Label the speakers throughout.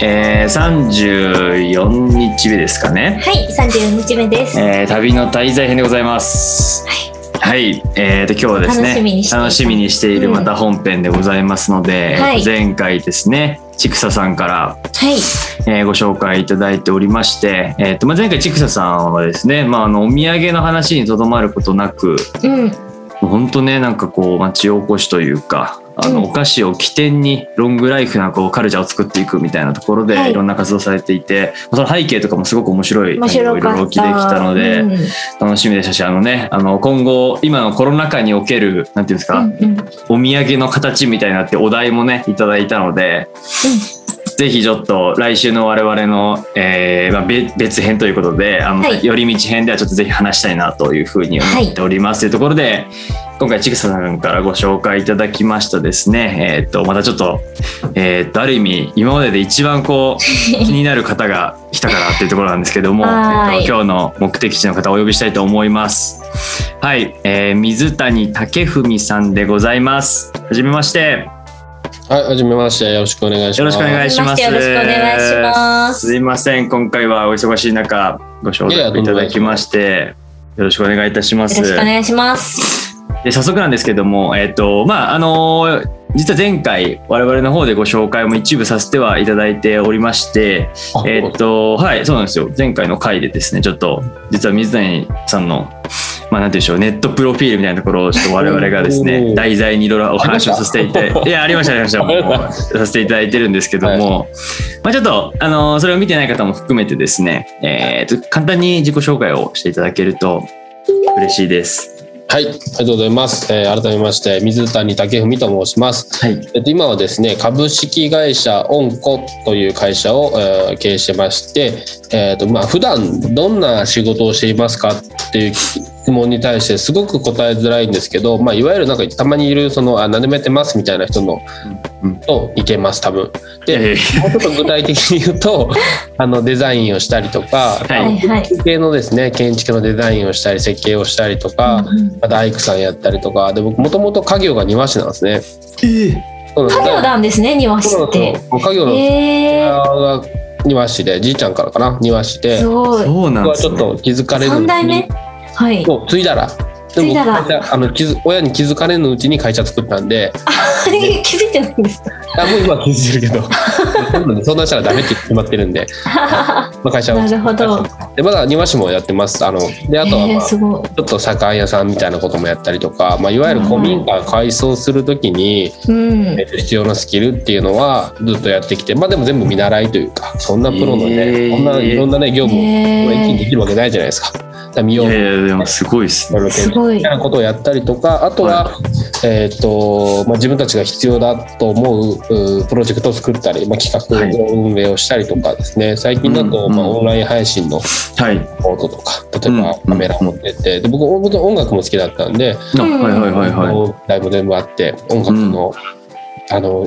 Speaker 1: えー、34日目ですかね、
Speaker 2: はい、三十日目です。
Speaker 1: えー旅の滞在編でございますはい、えー、と今日はですね
Speaker 2: 楽しみにしていた
Speaker 1: 楽しみにしている
Speaker 2: うん
Speaker 1: また本編でございますので、
Speaker 2: はい
Speaker 1: 前回ですね千草さんから、
Speaker 2: はい、
Speaker 1: えーご紹介いただいておりまして、えーとまあ、前回千草さんはですね、まあ、あのお土産の話にとどまることなく
Speaker 2: うん、
Speaker 1: 本当ねなんかこう町おこしというかあの、
Speaker 2: うん
Speaker 1: お菓子を起点にロングライフなこうカルチャーを作っていくみたいなところ
Speaker 2: は
Speaker 1: で
Speaker 2: い
Speaker 1: いろんな活動されていて、その背景とかもすごく面白い
Speaker 2: 面白か
Speaker 1: いろいろ
Speaker 2: っ
Speaker 1: 起きてきた
Speaker 2: た。
Speaker 1: ので、
Speaker 2: うん、うん、
Speaker 1: 楽しみでしたしあのねあの今後今のコロナ禍におけるなんていうんですか、
Speaker 2: うん、
Speaker 1: お土産の形みたいなってお題もねいただいたので、ぜひちょっと来週の我々の、えーまあ、べ別編ということであの、
Speaker 2: はい
Speaker 1: 寄り道編ではちょっとぜひ話したいなというふうに思っております、というところで今回千草さんからご紹介いただきましたですね、えー、とまたちょっと,、えー、とある意味今までで一番こ う気になる方が来たかなっていうところなんですけども、
Speaker 2: はい
Speaker 1: えーと今日の目的地の方をお呼びしたいと思います。はい、えー、水谷武文さんでございます。はじめまして。
Speaker 3: はい、はじめまして。よろしくお願いします。
Speaker 1: よろしくお願いします。
Speaker 2: よろしくお願いします
Speaker 1: すいません、今回はお忙しい中、ご招
Speaker 3: いやいや
Speaker 1: 待
Speaker 3: と
Speaker 1: い
Speaker 3: んで
Speaker 1: た
Speaker 3: もな
Speaker 1: だ
Speaker 3: い
Speaker 1: きまして。よろしくお願いいたします。
Speaker 2: よろしくお願いします。
Speaker 1: で早速なんですけども、えっ、と、まあ、あのー実は前回我々の方でご紹介も一部させてはいただいておりまして、
Speaker 3: あ。
Speaker 1: えっと、はい、そうなんですよ。前回の回でですね、ちょっと、実は水谷さんの、まあ、なんて言うんでしょう、ネットプロフィールみたいなところを、ちょっと我々がですね
Speaker 3: お、ー
Speaker 1: 題材にいろいろお話をさせていただ
Speaker 3: あり
Speaker 1: い
Speaker 3: ました
Speaker 1: て、いや、ありました、ありました、
Speaker 3: ありま
Speaker 1: もう、させていただいてるんですけども、まあ、ちょっと、あのーそれを見てない方も含めてですね、えー、と簡単に自己紹介をしていただけると嬉しいです。
Speaker 3: はい、ありがとうございます。えー改めまして、水谷武文と申します。
Speaker 1: はい。
Speaker 3: えっと、今はですね、株式会社オンコという会社を、えー経営してまして、えっと、まあ、普段どんな仕事をしていますかっていう質問に対してすごく答えづらいんですけど、まあ、いわゆるなんかたまにいる、その、あ、何でもやってますみたいな人の、
Speaker 1: うんうん
Speaker 3: といけます、多分。で、
Speaker 1: えー
Speaker 3: もうちょっと具体的に言うと、 あの、デザインをしたりとか、
Speaker 1: は
Speaker 2: はい、
Speaker 1: い。
Speaker 2: はい。
Speaker 3: 設計のですね建築のデザインをしたり設計をしたりとか、
Speaker 2: うん
Speaker 3: まあ大工さんやったりとかで僕もともと家業が庭師なんですね。そうなんです
Speaker 2: 家業なんですね、庭師
Speaker 3: そうなん
Speaker 2: っ
Speaker 3: で
Speaker 2: て。
Speaker 3: すよ家業の父
Speaker 2: え
Speaker 3: 親
Speaker 2: え
Speaker 3: が庭師でじいちゃんからかな庭師で
Speaker 2: ー、すごい。
Speaker 1: そうなん
Speaker 3: 僕
Speaker 1: で
Speaker 3: はち
Speaker 1: す
Speaker 3: ょっ
Speaker 1: ね。
Speaker 3: と気づかれる
Speaker 2: 三代目。はい。
Speaker 3: そう継いだら。で
Speaker 2: 継いだら
Speaker 3: 僕会社あの気づ親に気づかれぬうちに会社作ったんで、
Speaker 2: あれ気づいてないんですか。
Speaker 3: あもう今は気づい てるけど、そうなんです相談したらダメって決まってるんで、まあ、会社を
Speaker 2: なるほど。
Speaker 3: でまだ庭師もやってます。あのであとは、
Speaker 2: え
Speaker 3: ま
Speaker 2: ー
Speaker 3: あ
Speaker 2: すごい。
Speaker 3: ちょっと左官屋さんみたいなこともやったりとか、まあ、いわゆる古民家を改装するときに、
Speaker 2: うん
Speaker 3: え。っと必要なスキルっていうのはずっとやってきて、まあ、でも全部見習いというかそんなプロのね、
Speaker 1: えー
Speaker 3: こんないろんなね業務を
Speaker 2: え
Speaker 3: 一気に
Speaker 2: ー
Speaker 3: できるわけないじゃないですか。だから見
Speaker 1: い
Speaker 3: よう
Speaker 1: や
Speaker 3: い
Speaker 1: いや、でもすごいですね。
Speaker 3: ろいろ
Speaker 2: す
Speaker 3: 検討
Speaker 2: ごい
Speaker 3: みた。いなことをやったりとかあとは、えーっとまあ、自分たちが必要だと思ううプロジェクトを作ったり、まあ、企画の運営をしたりとかですね、最近だと、
Speaker 1: うん
Speaker 3: まあ、
Speaker 1: うん
Speaker 3: オンライン配信の
Speaker 1: はい。
Speaker 3: ポートとか例えば
Speaker 1: うん
Speaker 3: カメラ持ってって、で僕音楽も好きだったんで、
Speaker 1: あはいはいはいはい。
Speaker 3: ライブ全部あって音楽の、あの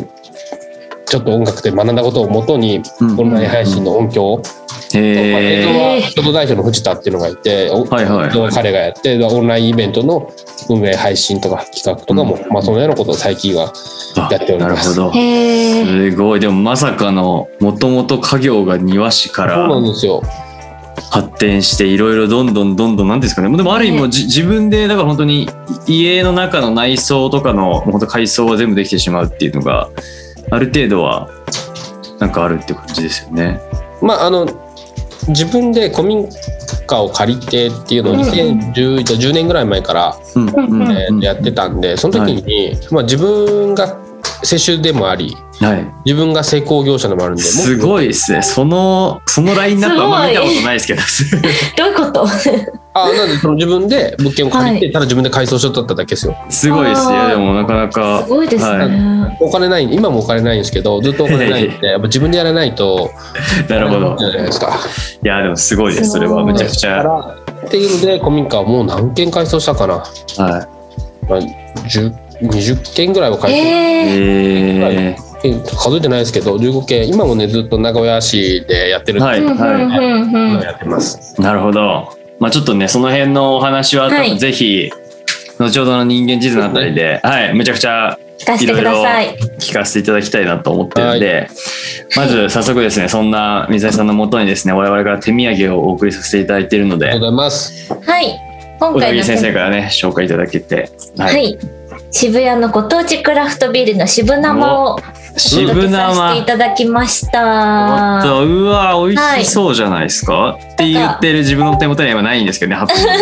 Speaker 3: ちょっと音楽で学んだことをもとに
Speaker 1: うん
Speaker 3: オンライン配信の音響を、まあ映像
Speaker 1: へえ。
Speaker 3: は京都代表の藤田っていうのがいて、お
Speaker 1: はいはい
Speaker 3: 映像は彼がやってでオンラインイベントの運営配信とか企画とかも、
Speaker 1: うん
Speaker 3: まあ、そのようなことを最近は
Speaker 1: あ
Speaker 3: やっており
Speaker 1: なる
Speaker 3: ま
Speaker 1: ほ
Speaker 3: す
Speaker 1: ど。
Speaker 2: へえ。
Speaker 1: すごい。でもまさかの、もともと家業が庭師か
Speaker 3: そうなん
Speaker 1: ら
Speaker 3: ですよ
Speaker 1: 発展して、いろいろどんどんどんどん、なんていうんですかね。でもある意味もうじ自分で、だから本当に家の中の内装とかの、もう本当改装は全部できてしまうっていうのが、ある程度は、なんかあるって感じですよね。
Speaker 3: まああの自分で古民家を借りてっていうのを2010 10年ぐらい前から
Speaker 1: うんうん
Speaker 2: うん
Speaker 1: うん
Speaker 3: えーやってたんでその時に、まあ、自分が世襲でもあり
Speaker 1: は
Speaker 3: 自分が成功業者でもあるん
Speaker 1: い。
Speaker 3: です
Speaker 1: ごいですね。その、そのラインナップあんま見たことないですけど。
Speaker 2: どういうこと。
Speaker 3: あなんでその自分で物件を借りて、
Speaker 2: は
Speaker 3: ただ自分で改装しとっただけですよ
Speaker 1: すごいですね。いやでもなかなか
Speaker 2: す。ごいです
Speaker 1: は
Speaker 2: ね。
Speaker 3: お金ない今もお金ないんですけどずっとお金ないん でやっぱ自分でやらないと
Speaker 1: なるほど
Speaker 3: じ。ゃないですか
Speaker 1: いや、でもすごいです。それはめちゃくち
Speaker 3: だ
Speaker 1: ゃ。
Speaker 3: からっていうので古民家はもう何件改装したかな、
Speaker 1: は
Speaker 3: まあ、10 20件ぐらいは改装、
Speaker 1: い。
Speaker 2: ええ。
Speaker 1: え
Speaker 3: 数えてないですけど15件今もねずっと名古屋市でやってるんで、
Speaker 1: はい
Speaker 2: うんうんうんうん。
Speaker 3: やってます
Speaker 1: ー、なるほど。まあちょっとね、その辺のお話は、
Speaker 2: はい
Speaker 1: ぜひ、後ほどの人間地図のあたりで、はい、めちゃくちゃ
Speaker 2: 聞かせてください。
Speaker 1: 聞かせていただきたいなと思ってるんで、まず早速ですね、そんな水谷さんのもとにですね、我々から手土産をお送りさせていただいているの
Speaker 3: ありがとう
Speaker 1: で、
Speaker 3: ございます。
Speaker 2: はい。今
Speaker 1: 小田
Speaker 2: 回の
Speaker 1: 切先生
Speaker 2: テ
Speaker 1: からね、紹介いただけて、
Speaker 2: ーマ
Speaker 1: は、
Speaker 2: はいい。渋谷のご当地クラフトビールの渋生をお届
Speaker 1: 渋
Speaker 2: けさせて
Speaker 1: 生。
Speaker 2: いただきまし。
Speaker 1: おったとうわ美味しそうじゃないですか、って言ってる自分の手元には今ないんですけどねハッピーになって
Speaker 2: なん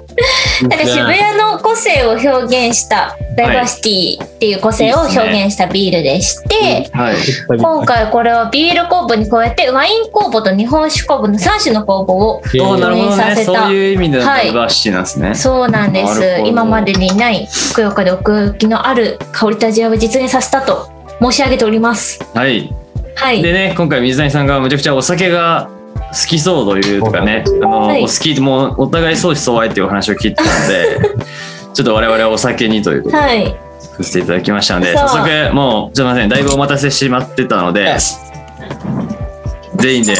Speaker 2: か渋谷の個性を表現したダイバーシティっていう個性を表現したビールでして、
Speaker 1: はい
Speaker 2: 今回これはビール工房に加えてワイン工房と日本酒工房の3種の工房を
Speaker 3: えー
Speaker 1: おーなるほど
Speaker 2: 応
Speaker 1: ね
Speaker 2: 援させ
Speaker 1: そ
Speaker 2: た
Speaker 1: ういう意味での
Speaker 2: は
Speaker 1: ダ
Speaker 2: い
Speaker 1: イバーシティなんですね、
Speaker 2: そうなんで
Speaker 1: なる
Speaker 2: す
Speaker 1: ほど
Speaker 2: 今までにないふくよかで奥行きのある香りた味わいを実現させたと申し上げております
Speaker 1: はい
Speaker 2: はい
Speaker 1: でね今回水谷さんがめちゃくちゃお酒が好きそうというかねあの、
Speaker 2: はい
Speaker 1: お好きもうお互い相思相愛っていうお話を聞いてたん でちょっと我々はお酒にということで
Speaker 2: はい
Speaker 1: させていただきましたので、
Speaker 2: そ
Speaker 1: 早
Speaker 2: う
Speaker 1: 速もうすいませんだいぶお待たせしてしまってたので全員で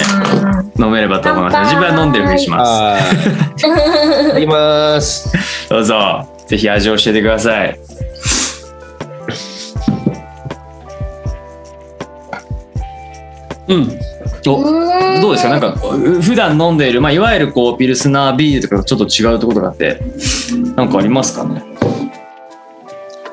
Speaker 1: 飲めればと思います自
Speaker 2: 乾杯
Speaker 1: 分は飲んでるふうにしま
Speaker 3: あーいただきます。
Speaker 1: すどうぞぜひ味を教えてください
Speaker 3: うん。
Speaker 1: お
Speaker 2: ーん
Speaker 1: どうですかなんかう普段飲んでいる、まあ、いわゆるこうピルスナービールとかとちょっと違うところがあってなんかありますかね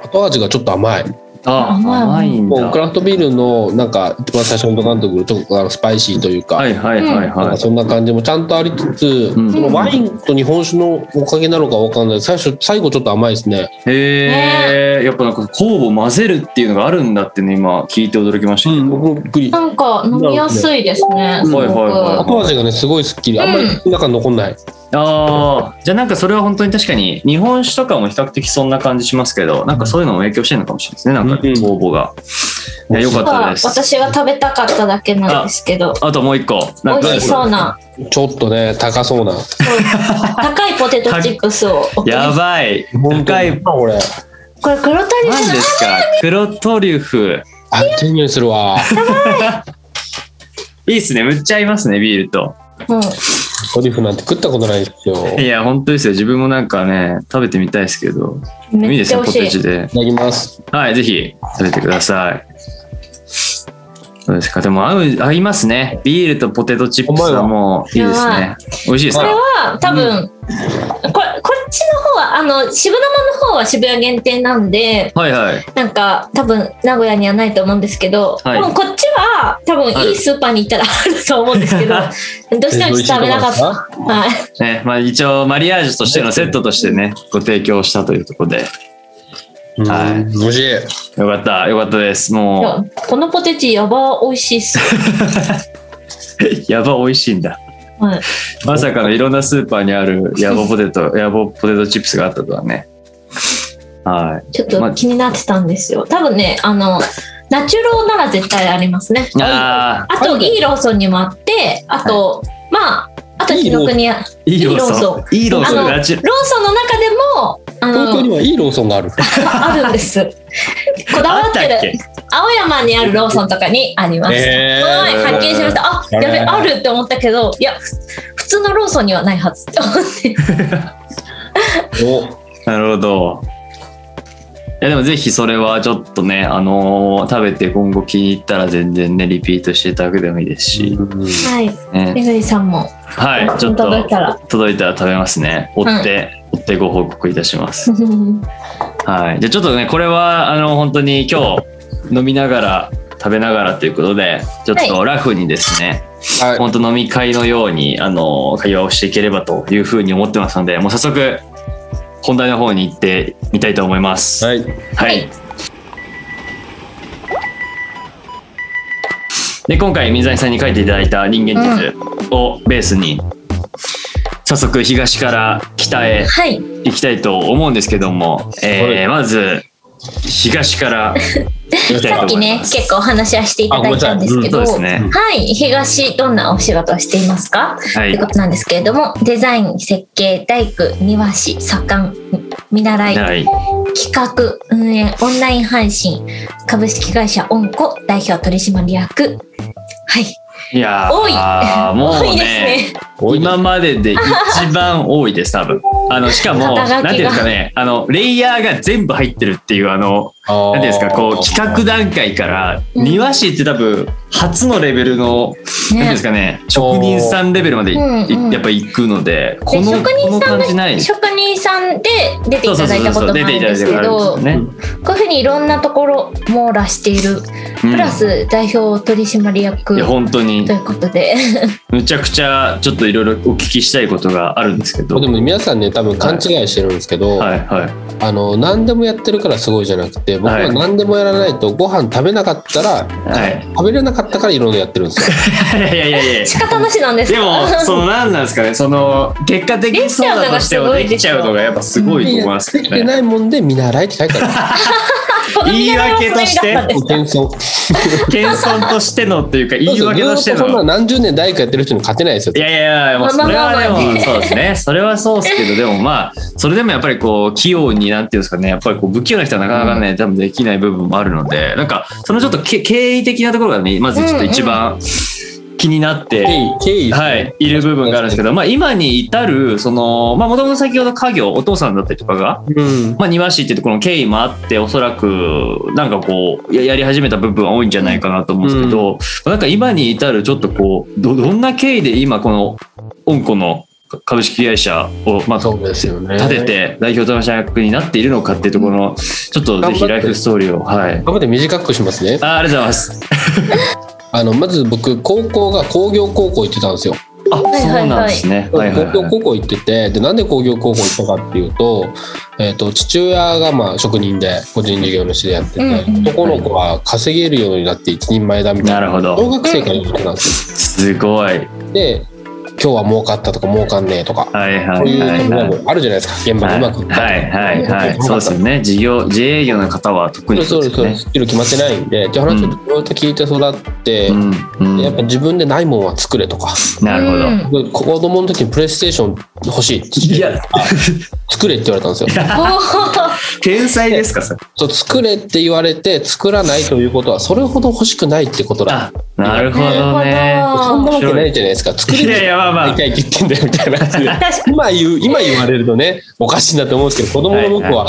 Speaker 3: 後味がちょっと甘い。
Speaker 1: あ
Speaker 2: 甘い
Speaker 1: 甘いんだ
Speaker 3: もうクラフトビールのなんか一番最初のドカンとくるちょっとあのスパイシーというか、
Speaker 1: はいはいはいは
Speaker 3: なんか
Speaker 1: い、
Speaker 3: そんな感じもちゃんとありつつ、
Speaker 1: うん
Speaker 3: そのワインと日本酒のおかげなのかわかんない。最初最後ちょっと甘いですね。
Speaker 1: へえやっぱなんか酵母混ぜるっていうのがあるんだってね今聞いて驚きましたけど、
Speaker 3: 僕もびっくり。
Speaker 2: なんか飲みやすいですね
Speaker 1: うん
Speaker 2: すごく
Speaker 1: はいはいは
Speaker 3: 後味がねすごいすっきり。あんまり口の中に残んない。
Speaker 1: ああじゃあなんかそれは本当に確かに日本酒とかも比較的そんな感じしますけどなんかそういうのも影響してるのかもしれないですねなんか
Speaker 3: うん
Speaker 1: 酵母が、いやよかった
Speaker 2: ただ
Speaker 1: です
Speaker 2: 私が食べたかっただけなんですけど
Speaker 1: あともう一個
Speaker 2: 美
Speaker 1: なんか
Speaker 2: 味しそうな
Speaker 3: ちょっとね高そうな。
Speaker 2: そう高いポテトチップスをお届け
Speaker 1: やばい
Speaker 3: 本当
Speaker 1: 高い
Speaker 3: にこれ。
Speaker 2: これ黒トリュフ
Speaker 1: 何ですか黒トリュフ
Speaker 3: あっちにするわ。
Speaker 1: いいっすねむっちゃ合いますねビールと
Speaker 2: うん、
Speaker 3: トリュフなんて食ったことないですよ。
Speaker 1: い
Speaker 3: い
Speaker 1: や本当ですよ自分もなんかね食べてみたいですけどいい
Speaker 2: め
Speaker 1: で
Speaker 2: っ
Speaker 1: す
Speaker 2: ちゃ
Speaker 1: ね
Speaker 2: 美
Speaker 1: ポ
Speaker 2: 味
Speaker 1: テ
Speaker 2: しい。
Speaker 1: チで
Speaker 3: ただきます。
Speaker 1: はいぜひ食べてくださいどうですかでも合う合いますねビールとポテトチップスはもういいです
Speaker 2: う
Speaker 1: ね美味しいです
Speaker 2: これ
Speaker 1: か
Speaker 2: は多分、これこっちの方はあの渋生の方は渋谷限定なんで
Speaker 1: はいはい
Speaker 2: なんか多分名古屋にはないと思うんですけど、
Speaker 1: はい
Speaker 2: 多分こっちは多分いいスーパーに行ったらあると思うんですけ どどうしてもちょっと食べなかった。
Speaker 3: た。
Speaker 2: はい
Speaker 1: ねまあ、一応マリアージュとしてのセットとしてねご提供したというところでは
Speaker 3: はいい。美味しい。
Speaker 1: よかったよかったです
Speaker 2: い
Speaker 1: も
Speaker 2: やこのポテチやば美味しいっす。
Speaker 1: う やば美味しいんだ
Speaker 2: はい、
Speaker 1: まさかのいろんなスーパーにあるヤボポテト、 ヤボポテトチップスがあったとはね。は
Speaker 2: ちょっと気になってたんですよ。多分ねあのナチュロなら絶対ありますね。
Speaker 1: い。ああ、
Speaker 2: あと、いいローソンにもあって、あと、まあ、あと、紀ノ国屋。ロー
Speaker 1: いいローソン。いいローソン。
Speaker 2: あの
Speaker 1: ガチ。
Speaker 2: ソンの中でも、あ
Speaker 3: 東京に
Speaker 2: の、
Speaker 3: はいいローソンがある。
Speaker 2: あるんです。こだ
Speaker 1: あ
Speaker 2: わ
Speaker 1: っ
Speaker 2: った
Speaker 1: って
Speaker 2: る
Speaker 1: け。
Speaker 2: 青山にあるローソンとかにあります。
Speaker 3: えー
Speaker 2: はい、発見しました。あ、やべ、
Speaker 3: えー
Speaker 2: あるって思ったけど、いや、ふ普通のローソンにはないはずって思って。
Speaker 3: お
Speaker 1: なるほど。いやでもぜひそれはちょっとね、あのー食べて今後気に入ったら全然ね、リピートしていただくでもいいですし、
Speaker 2: はい、
Speaker 1: ね、
Speaker 2: めぐりさんも。
Speaker 1: はい、ちょっと
Speaker 2: 届いたら。
Speaker 1: 届いたら食べますね。追って、追ってご報告いたします。はい、じゃあちょっとねこれはあの本当に今日飲みながら食べながらということでちょっとラフにですね、
Speaker 3: はい。
Speaker 1: 本当飲み会のようにあの会話をしていければというふうに思ってますのでもう早速本題の方に行ってみたいと思います。
Speaker 3: はい。
Speaker 1: はい
Speaker 2: はい
Speaker 1: で今回水谷さんに書いていただいた人間地図をベースに、早速東から北へ
Speaker 2: はい、
Speaker 1: 行きたいと思うんですけども、えーまず東から行きたい
Speaker 2: さ
Speaker 1: と
Speaker 2: っき
Speaker 1: 思い
Speaker 2: ね
Speaker 1: ま、す。
Speaker 2: 結構お話はしていただいたんですけど、
Speaker 1: そうですね。
Speaker 2: はい、東、どんなお仕事をしています
Speaker 1: は
Speaker 2: かという
Speaker 1: い
Speaker 2: こ。となんですけれどもデザイン設計大工庭師左官見習い
Speaker 1: はい。
Speaker 2: 企画運営オンライン配信株式会社オンコ代表取締役はい
Speaker 1: いやー
Speaker 2: 多い
Speaker 1: もう
Speaker 2: 多いです
Speaker 1: ね
Speaker 2: ね
Speaker 1: 今までで一番多いです多分。あの、しかも、
Speaker 2: 肩書き
Speaker 1: な
Speaker 2: が
Speaker 1: んていうんですかね、あの、レイヤーが全部入ってるっていう、あの、
Speaker 3: あー
Speaker 1: なんていうんですか、こう、企画段階から、
Speaker 2: うん
Speaker 1: 庭師って多分、初のレベルの、なんていうんですかね、職人さんレベルまでい、
Speaker 2: うんうん
Speaker 1: やっぱ行くので、
Speaker 2: で
Speaker 1: この、
Speaker 2: 職
Speaker 1: こ
Speaker 2: 人
Speaker 1: の
Speaker 2: さん
Speaker 1: 感
Speaker 2: が
Speaker 1: じない。
Speaker 2: 職人さんで出ていただいたこともある
Speaker 1: 出
Speaker 2: んですけど
Speaker 1: ていただいたことあるん
Speaker 2: こういうふうにいろんなところ網羅している、
Speaker 1: ですよね。
Speaker 2: プラ
Speaker 1: う
Speaker 2: ス代表取締役
Speaker 1: んいや、本当に
Speaker 2: とい、うことで
Speaker 1: むちゃくちゃ、ちょっといろいろお聞きしたいことがあるんですけど。
Speaker 3: でも皆さんね多分勘違いしてるんですけど、
Speaker 1: はい、はい。
Speaker 3: あの何でもやってるからすごいじゃなくて僕
Speaker 1: は
Speaker 3: はい何でもやらないとご飯食べなかったら、
Speaker 1: はい
Speaker 3: 食べれなかったからいろいろやってるんですよ。
Speaker 1: いやいやいやいや。
Speaker 2: 仕方なしなんです
Speaker 1: で
Speaker 2: か
Speaker 1: もその何なんですかねその結果的にそうだとしてもできちゃうのがやっぱすごいと思います
Speaker 3: で
Speaker 1: け
Speaker 3: き
Speaker 1: ど
Speaker 3: て
Speaker 1: ね。
Speaker 3: ないもんで見習いって書いてあ
Speaker 2: この見習いは
Speaker 1: 言い訳として
Speaker 2: それがあったんで
Speaker 3: る。
Speaker 2: すか
Speaker 3: 謙遜。
Speaker 1: 謙遜としてのっていうか言い訳として
Speaker 3: ずっそんな
Speaker 1: の。
Speaker 3: 何十年大工やってる人に勝てないですよ
Speaker 1: い。やいやいや、もうそれはで
Speaker 2: まあまあまあ
Speaker 1: も
Speaker 2: ね
Speaker 1: そうですね。それはそうですけど、でもまあ、それでもやっぱりこう、器用になんていうんですかね、やっぱりこう、不器用な人はなかなかね、多分できない部分もあるので、なんか、そのちょっとけ経緯的なところがね、まずちょっと一番気になって、
Speaker 3: 経緯、経緯ですね
Speaker 1: はい、いる部分があるんですけど、まあ、今に至るそのまあもともと先ほど家業お父さんだったりとかが、
Speaker 3: うん。
Speaker 1: まあ、庭師ってところの経緯もあっておそらくなんかこうややり始めた部分は多いんじゃないかなと思うんですけど、なんか今に至るちょっとこうどどんな経緯で今この御子の株式会社を、まあ、
Speaker 3: そうですよね。
Speaker 1: 立てて代表取締役になっているのかっていうところのちょっとぜひライフストーリーをはい。
Speaker 3: 頑張って短くしますね。
Speaker 1: あーありがとうございます。
Speaker 3: あのまず僕高校が工業高校行ってたんですよ。
Speaker 1: あ、
Speaker 2: いはいはい
Speaker 1: そうなんですね。はいはい
Speaker 3: 工業
Speaker 1: はい。
Speaker 3: 高校行っててでなんで工業高校行ったかっていうと,、えー、と父親がまあ職人で個人事業主でやってて、
Speaker 2: うんうん
Speaker 3: 男の子は稼げるようになって一人前だみたいな
Speaker 1: なるほ
Speaker 3: 小
Speaker 1: ど。
Speaker 3: 学生から言ってたんです
Speaker 1: すごい。はい
Speaker 3: よ。で今日は儲かったとか儲かんねえとか
Speaker 1: はい
Speaker 3: こういう
Speaker 1: はい、はい。
Speaker 3: のもあるじゃないですか現場
Speaker 1: は
Speaker 3: で
Speaker 1: いう
Speaker 3: まくいったとか。
Speaker 1: はいはいはい。そうですよね。事業、自営業の方は特に
Speaker 3: そうですそう
Speaker 1: よ
Speaker 3: で
Speaker 1: ね
Speaker 3: す。スキル決まってないんで、って話をずっと聞いて育って、
Speaker 1: うん
Speaker 3: で
Speaker 1: う
Speaker 3: やっぱ自分でないもんは作れとか、
Speaker 1: ん。なるほど。
Speaker 2: うん
Speaker 3: 僕子供の時にプレイステーション欲しいって
Speaker 1: いや、
Speaker 3: 作れって言われたんですよ。
Speaker 1: 天才ですか、それ。
Speaker 3: そう作れって言われて作らないということはそれほど欲しくないってことだ
Speaker 1: あ、なるほどね。
Speaker 2: なるほ
Speaker 3: そんなわけないじゃないですか作れ
Speaker 1: いやい
Speaker 3: る
Speaker 1: や、まあま
Speaker 3: やり
Speaker 1: あ
Speaker 3: た。いって言ってんだよみたいな話で
Speaker 2: 確か
Speaker 3: 今言う今言われるとねおかしいなと思うんですけど子供の僕は。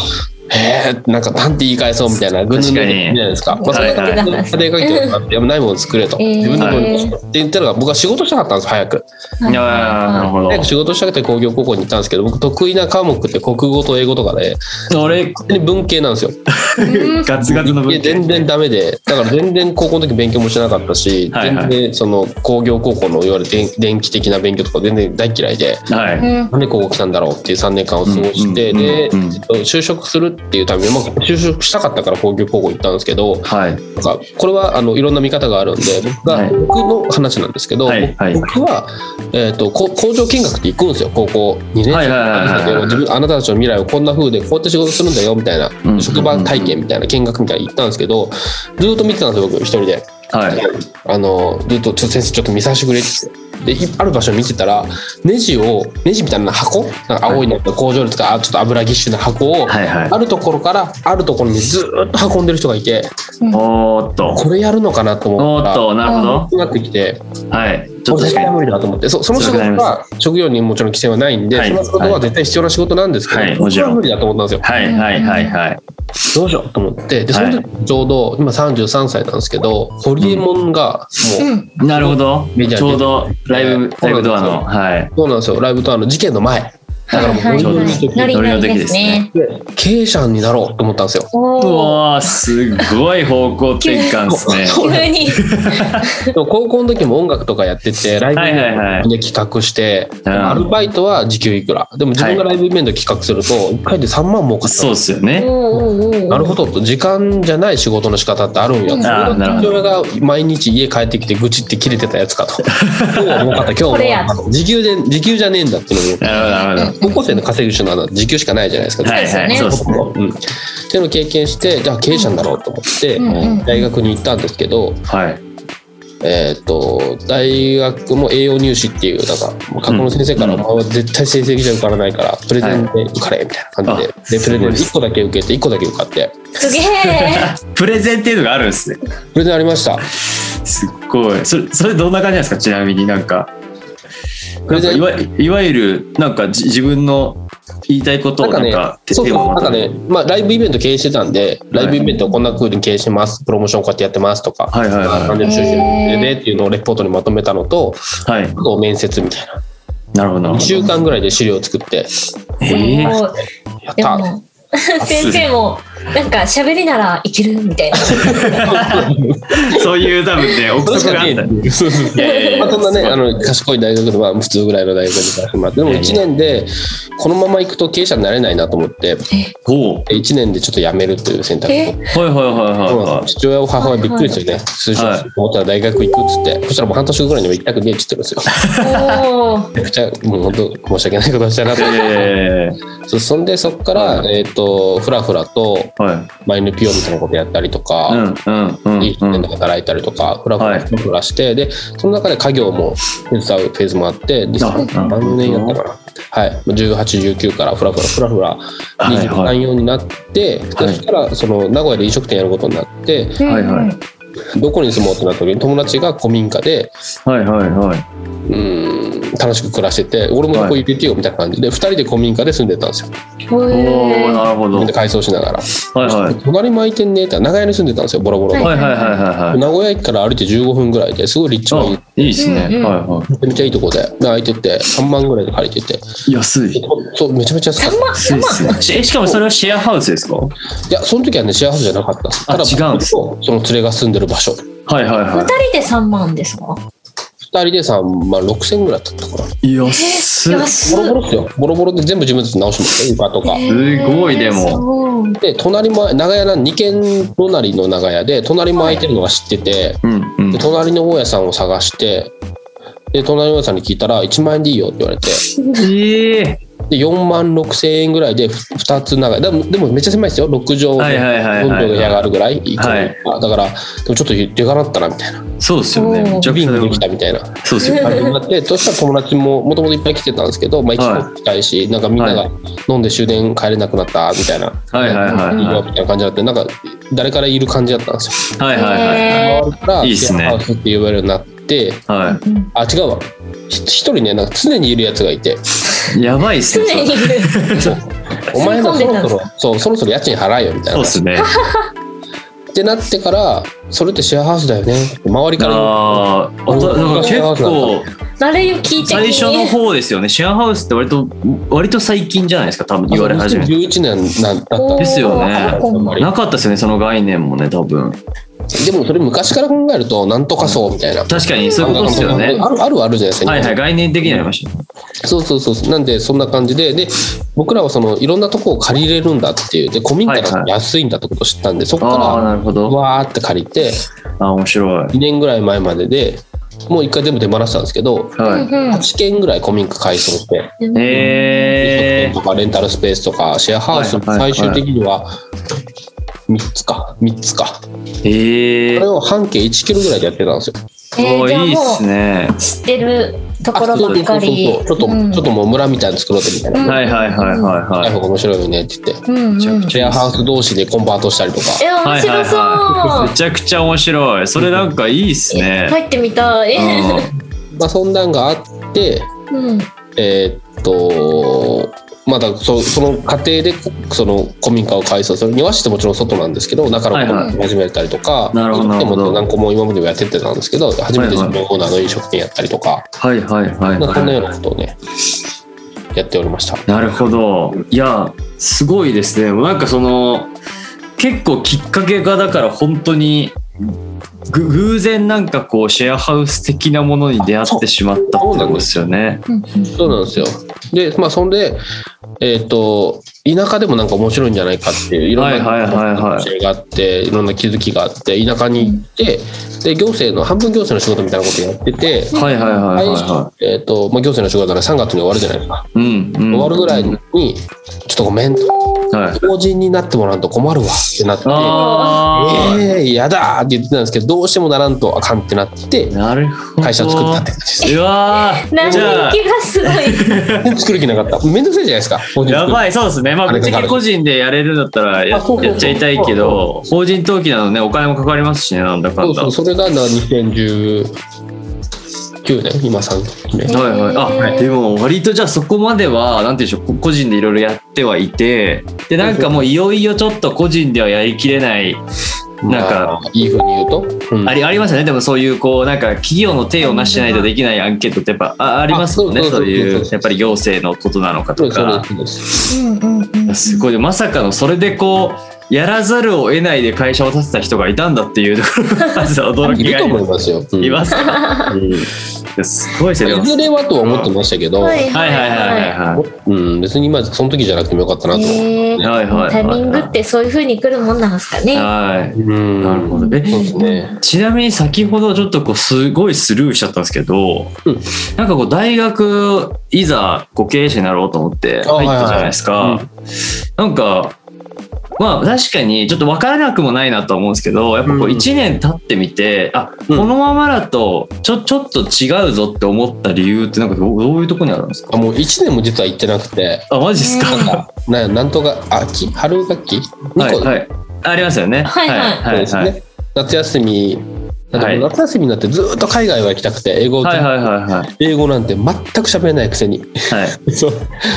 Speaker 3: えー、なんかなんて言い返そうみたいなぐんぐん
Speaker 1: 確
Speaker 3: じ
Speaker 1: か
Speaker 3: ゃ
Speaker 1: に
Speaker 3: ないですか。まあ、そ
Speaker 1: は
Speaker 3: れ
Speaker 1: い
Speaker 3: が
Speaker 1: はい
Speaker 3: 家庭環境があって、やないものを作れと。
Speaker 2: えー
Speaker 3: 自分でものを作れって言ったのが、僕は仕事したかったんです、早く。
Speaker 1: いや、なるほ
Speaker 3: 早く仕事したくて工業高校に行ったんですけど、僕得意な科目って国語と英語とかで、
Speaker 1: ど。俺、
Speaker 3: 本当に文系なんです
Speaker 2: う
Speaker 3: よ。
Speaker 2: ん
Speaker 1: ガツガツの
Speaker 3: いや
Speaker 1: 文系。
Speaker 3: 全然ダメでだから全然高校の時勉強もしてなかったし
Speaker 1: はいはい
Speaker 3: 全然その工業高校のいわゆる電電気的な勉強とか全然大嫌いで
Speaker 1: はい。
Speaker 2: うん
Speaker 3: なんでここ来たんだろうっていう3年間を過ごして、
Speaker 1: うんうん
Speaker 3: で、
Speaker 1: うんうん
Speaker 3: 就職するっていうために、まあ、就職したかったから工業高校行ったんですけど
Speaker 1: はい。
Speaker 3: なんかこれはあのいろんな見方があ るんで僕が、
Speaker 1: はい
Speaker 3: 僕の話なんですけど、
Speaker 1: はいはい
Speaker 3: 僕は、えー、とこ工場見学って行くんですよ高校2年生
Speaker 1: はいはいはいはい
Speaker 3: あの自分あなたたちの未来をこんな風でこうやって仕事するんだよみたいな。
Speaker 1: うん
Speaker 3: 職場体験みたいな見学みたいに行ったんですけどずっと見てたんですよ僕一人で
Speaker 1: はい。
Speaker 3: あのずっと「ちょっと先生ちょっと見させてくれ」ってでいある場所見てたらネジをネジみたいな箱なんか青いのとか工場とかあちょっと油ぎっしゅな箱を、
Speaker 1: はいはい。
Speaker 3: あるところからあるところにずっと運んでる人がいて
Speaker 1: おーっと。
Speaker 3: これやるのかなと思
Speaker 1: お
Speaker 3: った
Speaker 1: ーっ
Speaker 3: ら
Speaker 1: と、なるほど。
Speaker 3: なってきて
Speaker 1: はい。ちょっ
Speaker 3: こ
Speaker 1: と確
Speaker 3: れ絶
Speaker 1: か
Speaker 3: 対
Speaker 1: に。
Speaker 3: 無理だと思ってそその仕
Speaker 1: 辛くなり
Speaker 3: 事
Speaker 1: ま
Speaker 3: は職業にもちろん規制はないんで、
Speaker 1: はい
Speaker 3: その仕事は絶対必要な仕事なんですけど、
Speaker 1: はいも
Speaker 3: 僕
Speaker 1: ちろん
Speaker 3: は無理だと思ったんですよ。
Speaker 1: はいはいはいはい。
Speaker 3: どうしようと思ってでその
Speaker 1: は
Speaker 3: 時ちょうど今33歳なんですけどホリエモンがもう、
Speaker 2: うん
Speaker 1: なるほど。
Speaker 3: メジャーで
Speaker 1: ちょうどライブ、ライブドア
Speaker 3: そうなん
Speaker 1: の。はい。
Speaker 3: そうなんですよライブとあの事件の前だからもう
Speaker 2: はいはい
Speaker 1: ノ
Speaker 2: は
Speaker 1: リの
Speaker 2: い
Speaker 3: 時
Speaker 2: ノリノリですね
Speaker 3: で経営者になろうと思ったん ですよ。
Speaker 1: う
Speaker 2: おお
Speaker 1: わーすごい方向転換です ね。
Speaker 3: そう
Speaker 2: 急に
Speaker 3: でも高校の時も音楽とかやっててライブイ
Speaker 1: はいはいはい
Speaker 3: ベントで企画して、
Speaker 1: うん
Speaker 3: アルバイトは時給いくらでも自分がライブイベント企画すると1回で3万儲かった
Speaker 1: そうですよね。
Speaker 3: なるほ
Speaker 2: ど
Speaker 3: どと時間じゃない仕事の仕方ってあるんや
Speaker 2: うん
Speaker 1: あーなるほ
Speaker 3: 父
Speaker 1: ど。
Speaker 3: 親が毎日家帰ってきて愚痴って切れてたやつかと今日は儲かった今日
Speaker 2: これや
Speaker 3: は時給で時給じゃねえんだっていうのも
Speaker 1: なるほど、なるほ
Speaker 3: 高校生の稼ぐ手段は時給しかないじゃないですか。
Speaker 1: ど。はいはい、
Speaker 2: そ
Speaker 1: そう
Speaker 2: う
Speaker 1: で
Speaker 2: です
Speaker 3: 僕
Speaker 1: ね。
Speaker 3: もうん、っていうのを経験してじゃあ経営者になろうと思って、
Speaker 2: うんうん
Speaker 3: 大学に行ったんですけど、
Speaker 1: はい。
Speaker 3: えー、と大学も栄養入試っていうなんか学校の先生から、
Speaker 1: うん
Speaker 3: お前は絶対成績じゃ受からないからプレゼンで受かれみたいな感じで,、
Speaker 1: あ
Speaker 3: でプレゼ
Speaker 1: すご
Speaker 3: ン
Speaker 1: いです
Speaker 3: 1個だけ受けて1個だけ受かって
Speaker 2: すげえ
Speaker 1: プレゼンっていうのがあるんですね。
Speaker 3: プレゼンありました
Speaker 1: すっごい。それ、それどんな感じなんですかちなみになんか。
Speaker 3: プレゼン
Speaker 1: いわいわゆる、なんかじ自分の言いたいことをなんか手
Speaker 3: そう
Speaker 1: 手を
Speaker 3: なん
Speaker 1: ま
Speaker 3: か
Speaker 1: とめ
Speaker 3: ね、まあ、ライブイベント経営してたんで、ライブイベントをこんな風に経営してます、プロモーションをこうやってやってますとか、
Speaker 1: はいはいは
Speaker 3: 何でも収集でっていうのをレポートにまとめたのと、
Speaker 1: いはい
Speaker 3: あと面接みたいな、
Speaker 1: なるほど
Speaker 3: 2週間ぐらいで資料を作って、
Speaker 1: ええ
Speaker 2: もう
Speaker 3: やっ
Speaker 2: で
Speaker 3: た
Speaker 2: も 先生もなんか喋りならいけるみたいな。
Speaker 1: そういう多分ね憶測があった
Speaker 3: そうそうそう
Speaker 1: いやいやい や
Speaker 3: まあ、そんなね、あの賢い大学で、まあ、普通ぐらいの大学にからまあでも
Speaker 1: いやいや
Speaker 3: 1年で、このまま行くと経営者になれないなと思って、
Speaker 1: ほ
Speaker 3: 1年でちょっと辞めるという選択
Speaker 2: え
Speaker 3: を、
Speaker 1: うはいはいはいはい
Speaker 3: そうなん
Speaker 1: は
Speaker 3: です父親を母親びっくりですよね、就
Speaker 1: はい
Speaker 3: 職思ったら大学行くっつって、そしたらもう半年後ぐらいには行きたくねえっ て言ってるんですよ。
Speaker 2: おー
Speaker 3: めちゃくちゃ、もう本当、申し訳ないことをしたなと
Speaker 1: い。え
Speaker 3: そうそんで、そこから、えっ、と、ふらふらと、
Speaker 1: ー、はい
Speaker 3: マイヌピオみたいなことやったりとか、
Speaker 1: うんうんうん
Speaker 3: いい人
Speaker 1: う
Speaker 3: で
Speaker 1: ん
Speaker 3: 働いたりとか、ふらふ
Speaker 1: はい
Speaker 3: らふらふらして、で、その中で家業も手伝うフェーズもあって、で、
Speaker 1: あ
Speaker 3: 何年やったかな。はい。18、19からふらふらふらふら、
Speaker 1: はい
Speaker 3: 23、
Speaker 1: はい
Speaker 3: 4になって、
Speaker 1: はい
Speaker 3: そしたら、その、名古屋で飲食店やることになって、
Speaker 1: はいはい
Speaker 3: どこに住もうってなった時に友達が古民家で、
Speaker 1: はいはいはい。
Speaker 3: うーん、楽しく暮らしてて、俺もここ入れてよみたいな感じで、2人で古民家で住んでたんですよ。
Speaker 2: お
Speaker 1: おお
Speaker 2: ー
Speaker 1: なるほど。はい
Speaker 3: で、改装しながら。
Speaker 1: はい。
Speaker 3: 隣巻いてんねって、長屋に住んでたんですよ、ボロボロの。
Speaker 1: はいはいはいはい
Speaker 3: 名古屋駅から歩いて15分ぐらいですごい立地が
Speaker 1: はい
Speaker 3: い。
Speaker 1: あ、いいですね。は
Speaker 2: うんうん
Speaker 1: いは
Speaker 3: めちゃめちゃいいとこで、で空いてて、3万ぐらいで借りてて、
Speaker 1: い。安い。
Speaker 3: そうめちゃめちゃ安かっ
Speaker 1: 安いですね。しえしかもそれはシェアハウスですか。は
Speaker 3: た。いや、その時はね、シェアハウスじゃなかったです。
Speaker 1: あ
Speaker 3: ただ
Speaker 1: 違うんです
Speaker 3: 僕とその連れが住んでる場所、
Speaker 1: いはい
Speaker 2: 二
Speaker 1: は
Speaker 2: 人で三万ですか。
Speaker 3: 2人で3万6千ぐらいだったかな。
Speaker 1: い。
Speaker 2: え
Speaker 1: 安い。
Speaker 2: 安
Speaker 3: ボ
Speaker 2: い
Speaker 3: ロボロですよ。ボロボロで全部自分たちで直しました、床とか。
Speaker 1: すごいでも
Speaker 2: も。
Speaker 3: で、隣も、長屋な、2軒隣の長屋で、隣も空いてるのは知ってて、
Speaker 1: うんうん
Speaker 3: で。隣の大家さんを探して、で、隣の大家さんに聞いたら、1万円でいいよって言われて、
Speaker 1: ええ。
Speaker 3: で4万6千円ぐらいで2つ長いでもでもめっちゃ狭いですよ6畳で
Speaker 1: はいはいはいはい
Speaker 3: 4畳の部屋があるぐらいいい
Speaker 1: はい
Speaker 3: あだからでもちょっとでかなったなみたいな
Speaker 1: そうですよね。
Speaker 2: おー
Speaker 1: めちゃく
Speaker 3: ビ
Speaker 1: ち
Speaker 3: ン
Speaker 1: ゃ
Speaker 3: グできたみたいな
Speaker 1: そうですよ
Speaker 3: 感
Speaker 1: ね。
Speaker 3: じになってそしたら友達ももともといっぱい来てたんですけど、まあ、一
Speaker 1: はい
Speaker 3: 度も来たいし、なんかみん
Speaker 1: は
Speaker 3: なが飲んで終電帰れなくなったみたいな、
Speaker 1: はいはいはい
Speaker 3: いいよ
Speaker 1: は
Speaker 3: みたいな感じになってなんか誰からいる感じだったんですよ。
Speaker 1: い。はいはいはい。
Speaker 2: へー
Speaker 3: 周りから
Speaker 1: いいっすね
Speaker 3: シェアハウスって言われるようになって
Speaker 1: は
Speaker 2: うん
Speaker 3: あ違うわひ一人ねなんか常にいるやつがいて
Speaker 1: い。やばいっす
Speaker 2: 常
Speaker 1: ね。それ
Speaker 2: にいる。
Speaker 3: お前ら
Speaker 2: 住
Speaker 3: そ
Speaker 2: み込んでた
Speaker 3: ろ
Speaker 2: ん
Speaker 3: そろそうそろそろ家賃払えよみたい
Speaker 1: そう
Speaker 3: な
Speaker 1: っ すね。
Speaker 3: ってなってからそれってシェアハウスだよね周りから
Speaker 1: ああ、あとなんか結構
Speaker 2: 誰よ聞いて
Speaker 1: 最初の方ですよね。シェアハウスって割と割と最近じゃないですか。多分言われ始めて。
Speaker 3: 2011年なんだったん
Speaker 2: おー
Speaker 1: ですよね
Speaker 2: あそうなんだ
Speaker 1: なかったですよね。その概念もね、多分。
Speaker 3: でもそれ昔から考えるとなんとかそうみたいな
Speaker 1: 確かにそういうことですよね。
Speaker 3: あるあるはあるじゃないですか、
Speaker 1: はい
Speaker 3: 日
Speaker 1: はい、
Speaker 3: 本
Speaker 1: 概念的になりました。
Speaker 3: そうそうそうなんでそんな感じでで僕らはそのいろんなとこを借りれるんだっていうで古民家
Speaker 1: はい
Speaker 3: が
Speaker 1: はい
Speaker 3: 安いんだってことを知ったんでそこ
Speaker 1: ああ、
Speaker 3: か
Speaker 1: なるほ
Speaker 3: ら
Speaker 1: ど。
Speaker 3: わーって借りて
Speaker 1: ああ、面白い。
Speaker 3: 2年ぐらい前まででもう一回全部手放したんですけど
Speaker 1: は
Speaker 3: 8軒ぐらい古民家改装して
Speaker 2: うん
Speaker 1: い。え
Speaker 3: とかレンタルスペースとかシェアハウス
Speaker 1: はいはいは
Speaker 3: 最
Speaker 1: い
Speaker 3: 終的には3つか3つか
Speaker 1: ー、え
Speaker 3: これ
Speaker 1: ー。
Speaker 3: を半径1キロぐらいでやってたんですよ
Speaker 2: え
Speaker 1: お
Speaker 2: ー
Speaker 1: ー
Speaker 2: じゃあ
Speaker 1: いいっ
Speaker 2: も
Speaker 1: すね。
Speaker 2: う知ってるところ
Speaker 3: そ
Speaker 2: ば
Speaker 3: う
Speaker 2: っ
Speaker 3: そ
Speaker 2: か
Speaker 3: うそう
Speaker 2: り。
Speaker 3: そうちょっと、
Speaker 2: うん
Speaker 3: ちょっともう村みたいに作ろうぜみたいな
Speaker 2: うん
Speaker 1: はいはいはいはい
Speaker 3: 「ライ
Speaker 1: は
Speaker 3: フが面白いよね」って言って
Speaker 2: うんうん。
Speaker 1: ちゃくち
Speaker 3: シェアハウス同士でコンバートしたりとか
Speaker 2: え
Speaker 1: い。は
Speaker 2: 面
Speaker 1: いはい
Speaker 2: 白
Speaker 1: はい。め
Speaker 2: そ
Speaker 1: ちゃくちゃ面白い。それなんかいいっす
Speaker 2: う。
Speaker 1: ね。
Speaker 2: 入ってみたい。
Speaker 3: まあそんなんがあって
Speaker 2: うん。
Speaker 3: えーっとまだそその過程でその古民家を改装する庭師ってもちろん外なんですけど中の
Speaker 1: はい
Speaker 3: こと
Speaker 1: はい
Speaker 3: も始めたりとか、
Speaker 1: なるほどなるほど
Speaker 3: でも何個も今までもやってってたんですけど初めて
Speaker 1: はいは
Speaker 3: 自
Speaker 1: い
Speaker 3: 分のオーナーの飲食店やったりとか、
Speaker 1: はいはいはい
Speaker 3: まあそんなよう
Speaker 1: は
Speaker 3: なことをねやっておりました。
Speaker 1: い。なるほど。いや、すごいですね。なんかその、結構きっかけがだから本当に、ぐ偶然なんかこうシェアハウス的なものに出会ってしまったってことですよね。
Speaker 2: うん
Speaker 3: そうなんですよ。で、まあ、そんで、えっ、と、田舎でもなんか面白いんじゃないかっていう、いろんな
Speaker 1: はいはいはいはい
Speaker 3: 教えがあって、いろんな気づきがあって、田舎に行って、で、行政の、半分行政の仕事みたいなことやってて、
Speaker 1: はいはいはいはいは
Speaker 3: えっ、と、まあ、行政の仕事なら3月に終わるじゃないですか。
Speaker 1: い。うん、うん。
Speaker 3: 終わるぐらいに、ちょっとごめんと、
Speaker 1: はい。
Speaker 3: 法人になってもらうと困るわってなって、
Speaker 1: あ
Speaker 3: ええー、やだーって言ってたんですけど、どうしてもならんとあかんってなって
Speaker 1: あ、、なるほど。
Speaker 3: 会社を作ったって感じです。
Speaker 1: うわ
Speaker 2: な
Speaker 1: ー
Speaker 2: ん
Speaker 1: じ
Speaker 2: か
Speaker 1: ゃあ
Speaker 2: 人気がすごい。
Speaker 3: 作る気なかった。めんどくさいじゃないですか、法人作る
Speaker 1: やばいそうですねまあ
Speaker 3: あ
Speaker 1: ぶ
Speaker 3: れ
Speaker 1: っちゃけ個人でやれるんだったらや
Speaker 3: あそうそうそう
Speaker 1: やっちゃいたいけど法人登記なのねお金もかかりますしねなんだか
Speaker 3: そ
Speaker 1: ん
Speaker 3: う
Speaker 1: だ
Speaker 3: そう、それがな2010 9年今3年
Speaker 1: はいはい、あ、
Speaker 2: はい
Speaker 1: でも割とじゃあそこまではなんていうんでしょうこ個人でいろいろやってはいてでなんかもういよいよちょっと個人ではやりきれないなん
Speaker 3: ま
Speaker 1: か
Speaker 3: あいいふうに言うと、うん
Speaker 1: ありありましたねでもそういうこうなんか企業の手をなしないとできないアンケートってやっぱあありますもんね
Speaker 3: あそうそう
Speaker 1: そ
Speaker 3: そううそう
Speaker 1: いうやっぱり行政のことなのか
Speaker 3: そう
Speaker 1: と
Speaker 3: ですそ
Speaker 1: か
Speaker 3: うですそうです
Speaker 2: うんうんうんうん。
Speaker 1: すごいまさかのそれでこうやらざるを得ないで会社を立てた人がいたんだっていうところがまず驚
Speaker 3: い
Speaker 1: き
Speaker 3: る
Speaker 1: が
Speaker 3: と
Speaker 1: あり
Speaker 3: 思
Speaker 1: ま
Speaker 3: いますよ、う
Speaker 1: す
Speaker 3: ん
Speaker 1: いますか
Speaker 3: うん
Speaker 1: すごいですねで
Speaker 3: い
Speaker 1: も
Speaker 3: ずれはとは思ってましたけど、
Speaker 2: はい
Speaker 1: はいはいはいはいはい
Speaker 3: うん、別に今その時じゃなくてもよかったなと思って、
Speaker 2: えー
Speaker 1: はいはいはいはい
Speaker 2: タイミングってそういう風に来るもんなんですかね。
Speaker 1: はい。
Speaker 3: うん
Speaker 1: なるほど。え、
Speaker 3: そうですね
Speaker 1: ちなみに先ほどちょっとこうすごいスルーしちゃったんですけど、
Speaker 3: うん
Speaker 1: なんかこう大学いざこう経営者になろうと思って入ったじゃないですか。
Speaker 3: あはいはい
Speaker 1: なんか、まあ確かにちょっと分からなくもないなとは思うんですけど、やっぱこう
Speaker 3: うん
Speaker 1: 1年経ってみて、あ、
Speaker 3: うん
Speaker 1: このままだとちょちょっと違うぞって思った理由ってなんかどうどういうとこにあるんですか
Speaker 3: あもう1年も実は行ってなくて
Speaker 1: あ、マジです
Speaker 2: う
Speaker 1: か、
Speaker 2: ん
Speaker 1: は
Speaker 3: ななんとか秋春学期2
Speaker 1: い
Speaker 3: 個、
Speaker 1: はい。ありますよね。
Speaker 2: はいはい
Speaker 3: そうですね、夏休みだってもう夏休みになってずっと海外は行きたくて英語,、
Speaker 1: はいはいはいはいはい。
Speaker 3: 英語なんて全く喋れないくせに
Speaker 1: はい
Speaker 3: そう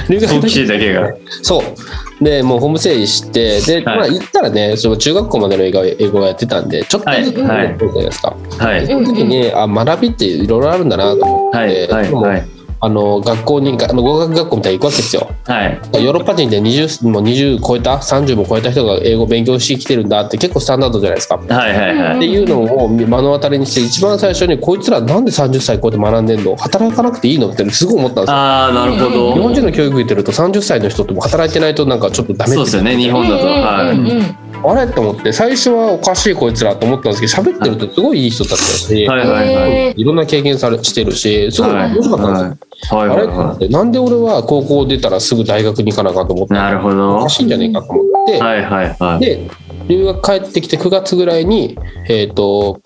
Speaker 3: 留
Speaker 1: 好
Speaker 3: の
Speaker 1: 奇
Speaker 3: 時
Speaker 1: 心だけが。
Speaker 3: そうでもうホームステイしてで、
Speaker 1: はい
Speaker 3: まあ言ったらねその中学校までの英語は英語はやってたんでちょっとずつ
Speaker 1: はいはい
Speaker 3: やってたじゃないですか、
Speaker 1: はい。
Speaker 2: うん
Speaker 3: その時にあ学びっていろいろあるんだなと思って、
Speaker 1: はいはい
Speaker 3: でも
Speaker 1: はい
Speaker 3: あの学校にあの語学学校みたいに行くわけですよ
Speaker 1: はい
Speaker 3: ヨーロッパ人で20もう20超えた30も超えた人が英語勉強してきてるんだって結構スタンダードじゃないですか。っ
Speaker 1: はいはいは
Speaker 2: うん
Speaker 1: い
Speaker 3: ていうのを目の当たりにして一番最初にこいつらなんで30歳超えて学んでんの働かなくていいのってすごい思ったんですよ。
Speaker 1: ああなるほ
Speaker 3: 日本人
Speaker 1: ど
Speaker 3: の教育受けてると30歳の人ってもう働いてないとなんかちょっとダメって
Speaker 1: そうですよね日本だとは
Speaker 2: うんう
Speaker 1: い
Speaker 2: んうん
Speaker 3: あれと思って最初はおかしいこいつらと思ったんですけど喋ってるとすごいいい人だったし、
Speaker 1: はいいはいはい
Speaker 2: えー
Speaker 3: ろんな経験されしてるしすごい
Speaker 1: はい
Speaker 3: 面白かった
Speaker 1: は
Speaker 3: んですよ。
Speaker 1: い
Speaker 3: あ
Speaker 1: は
Speaker 3: れ
Speaker 1: い
Speaker 3: と思
Speaker 1: は
Speaker 3: ってなんで俺は高校出たらすぐ大学に行かなあかんと思っ
Speaker 1: い
Speaker 3: たの
Speaker 1: なるほど
Speaker 3: お
Speaker 1: は
Speaker 3: かしいんじゃねえかと思って、
Speaker 1: いはいはい
Speaker 3: で留学帰ってきて9月ぐらいにえっ、と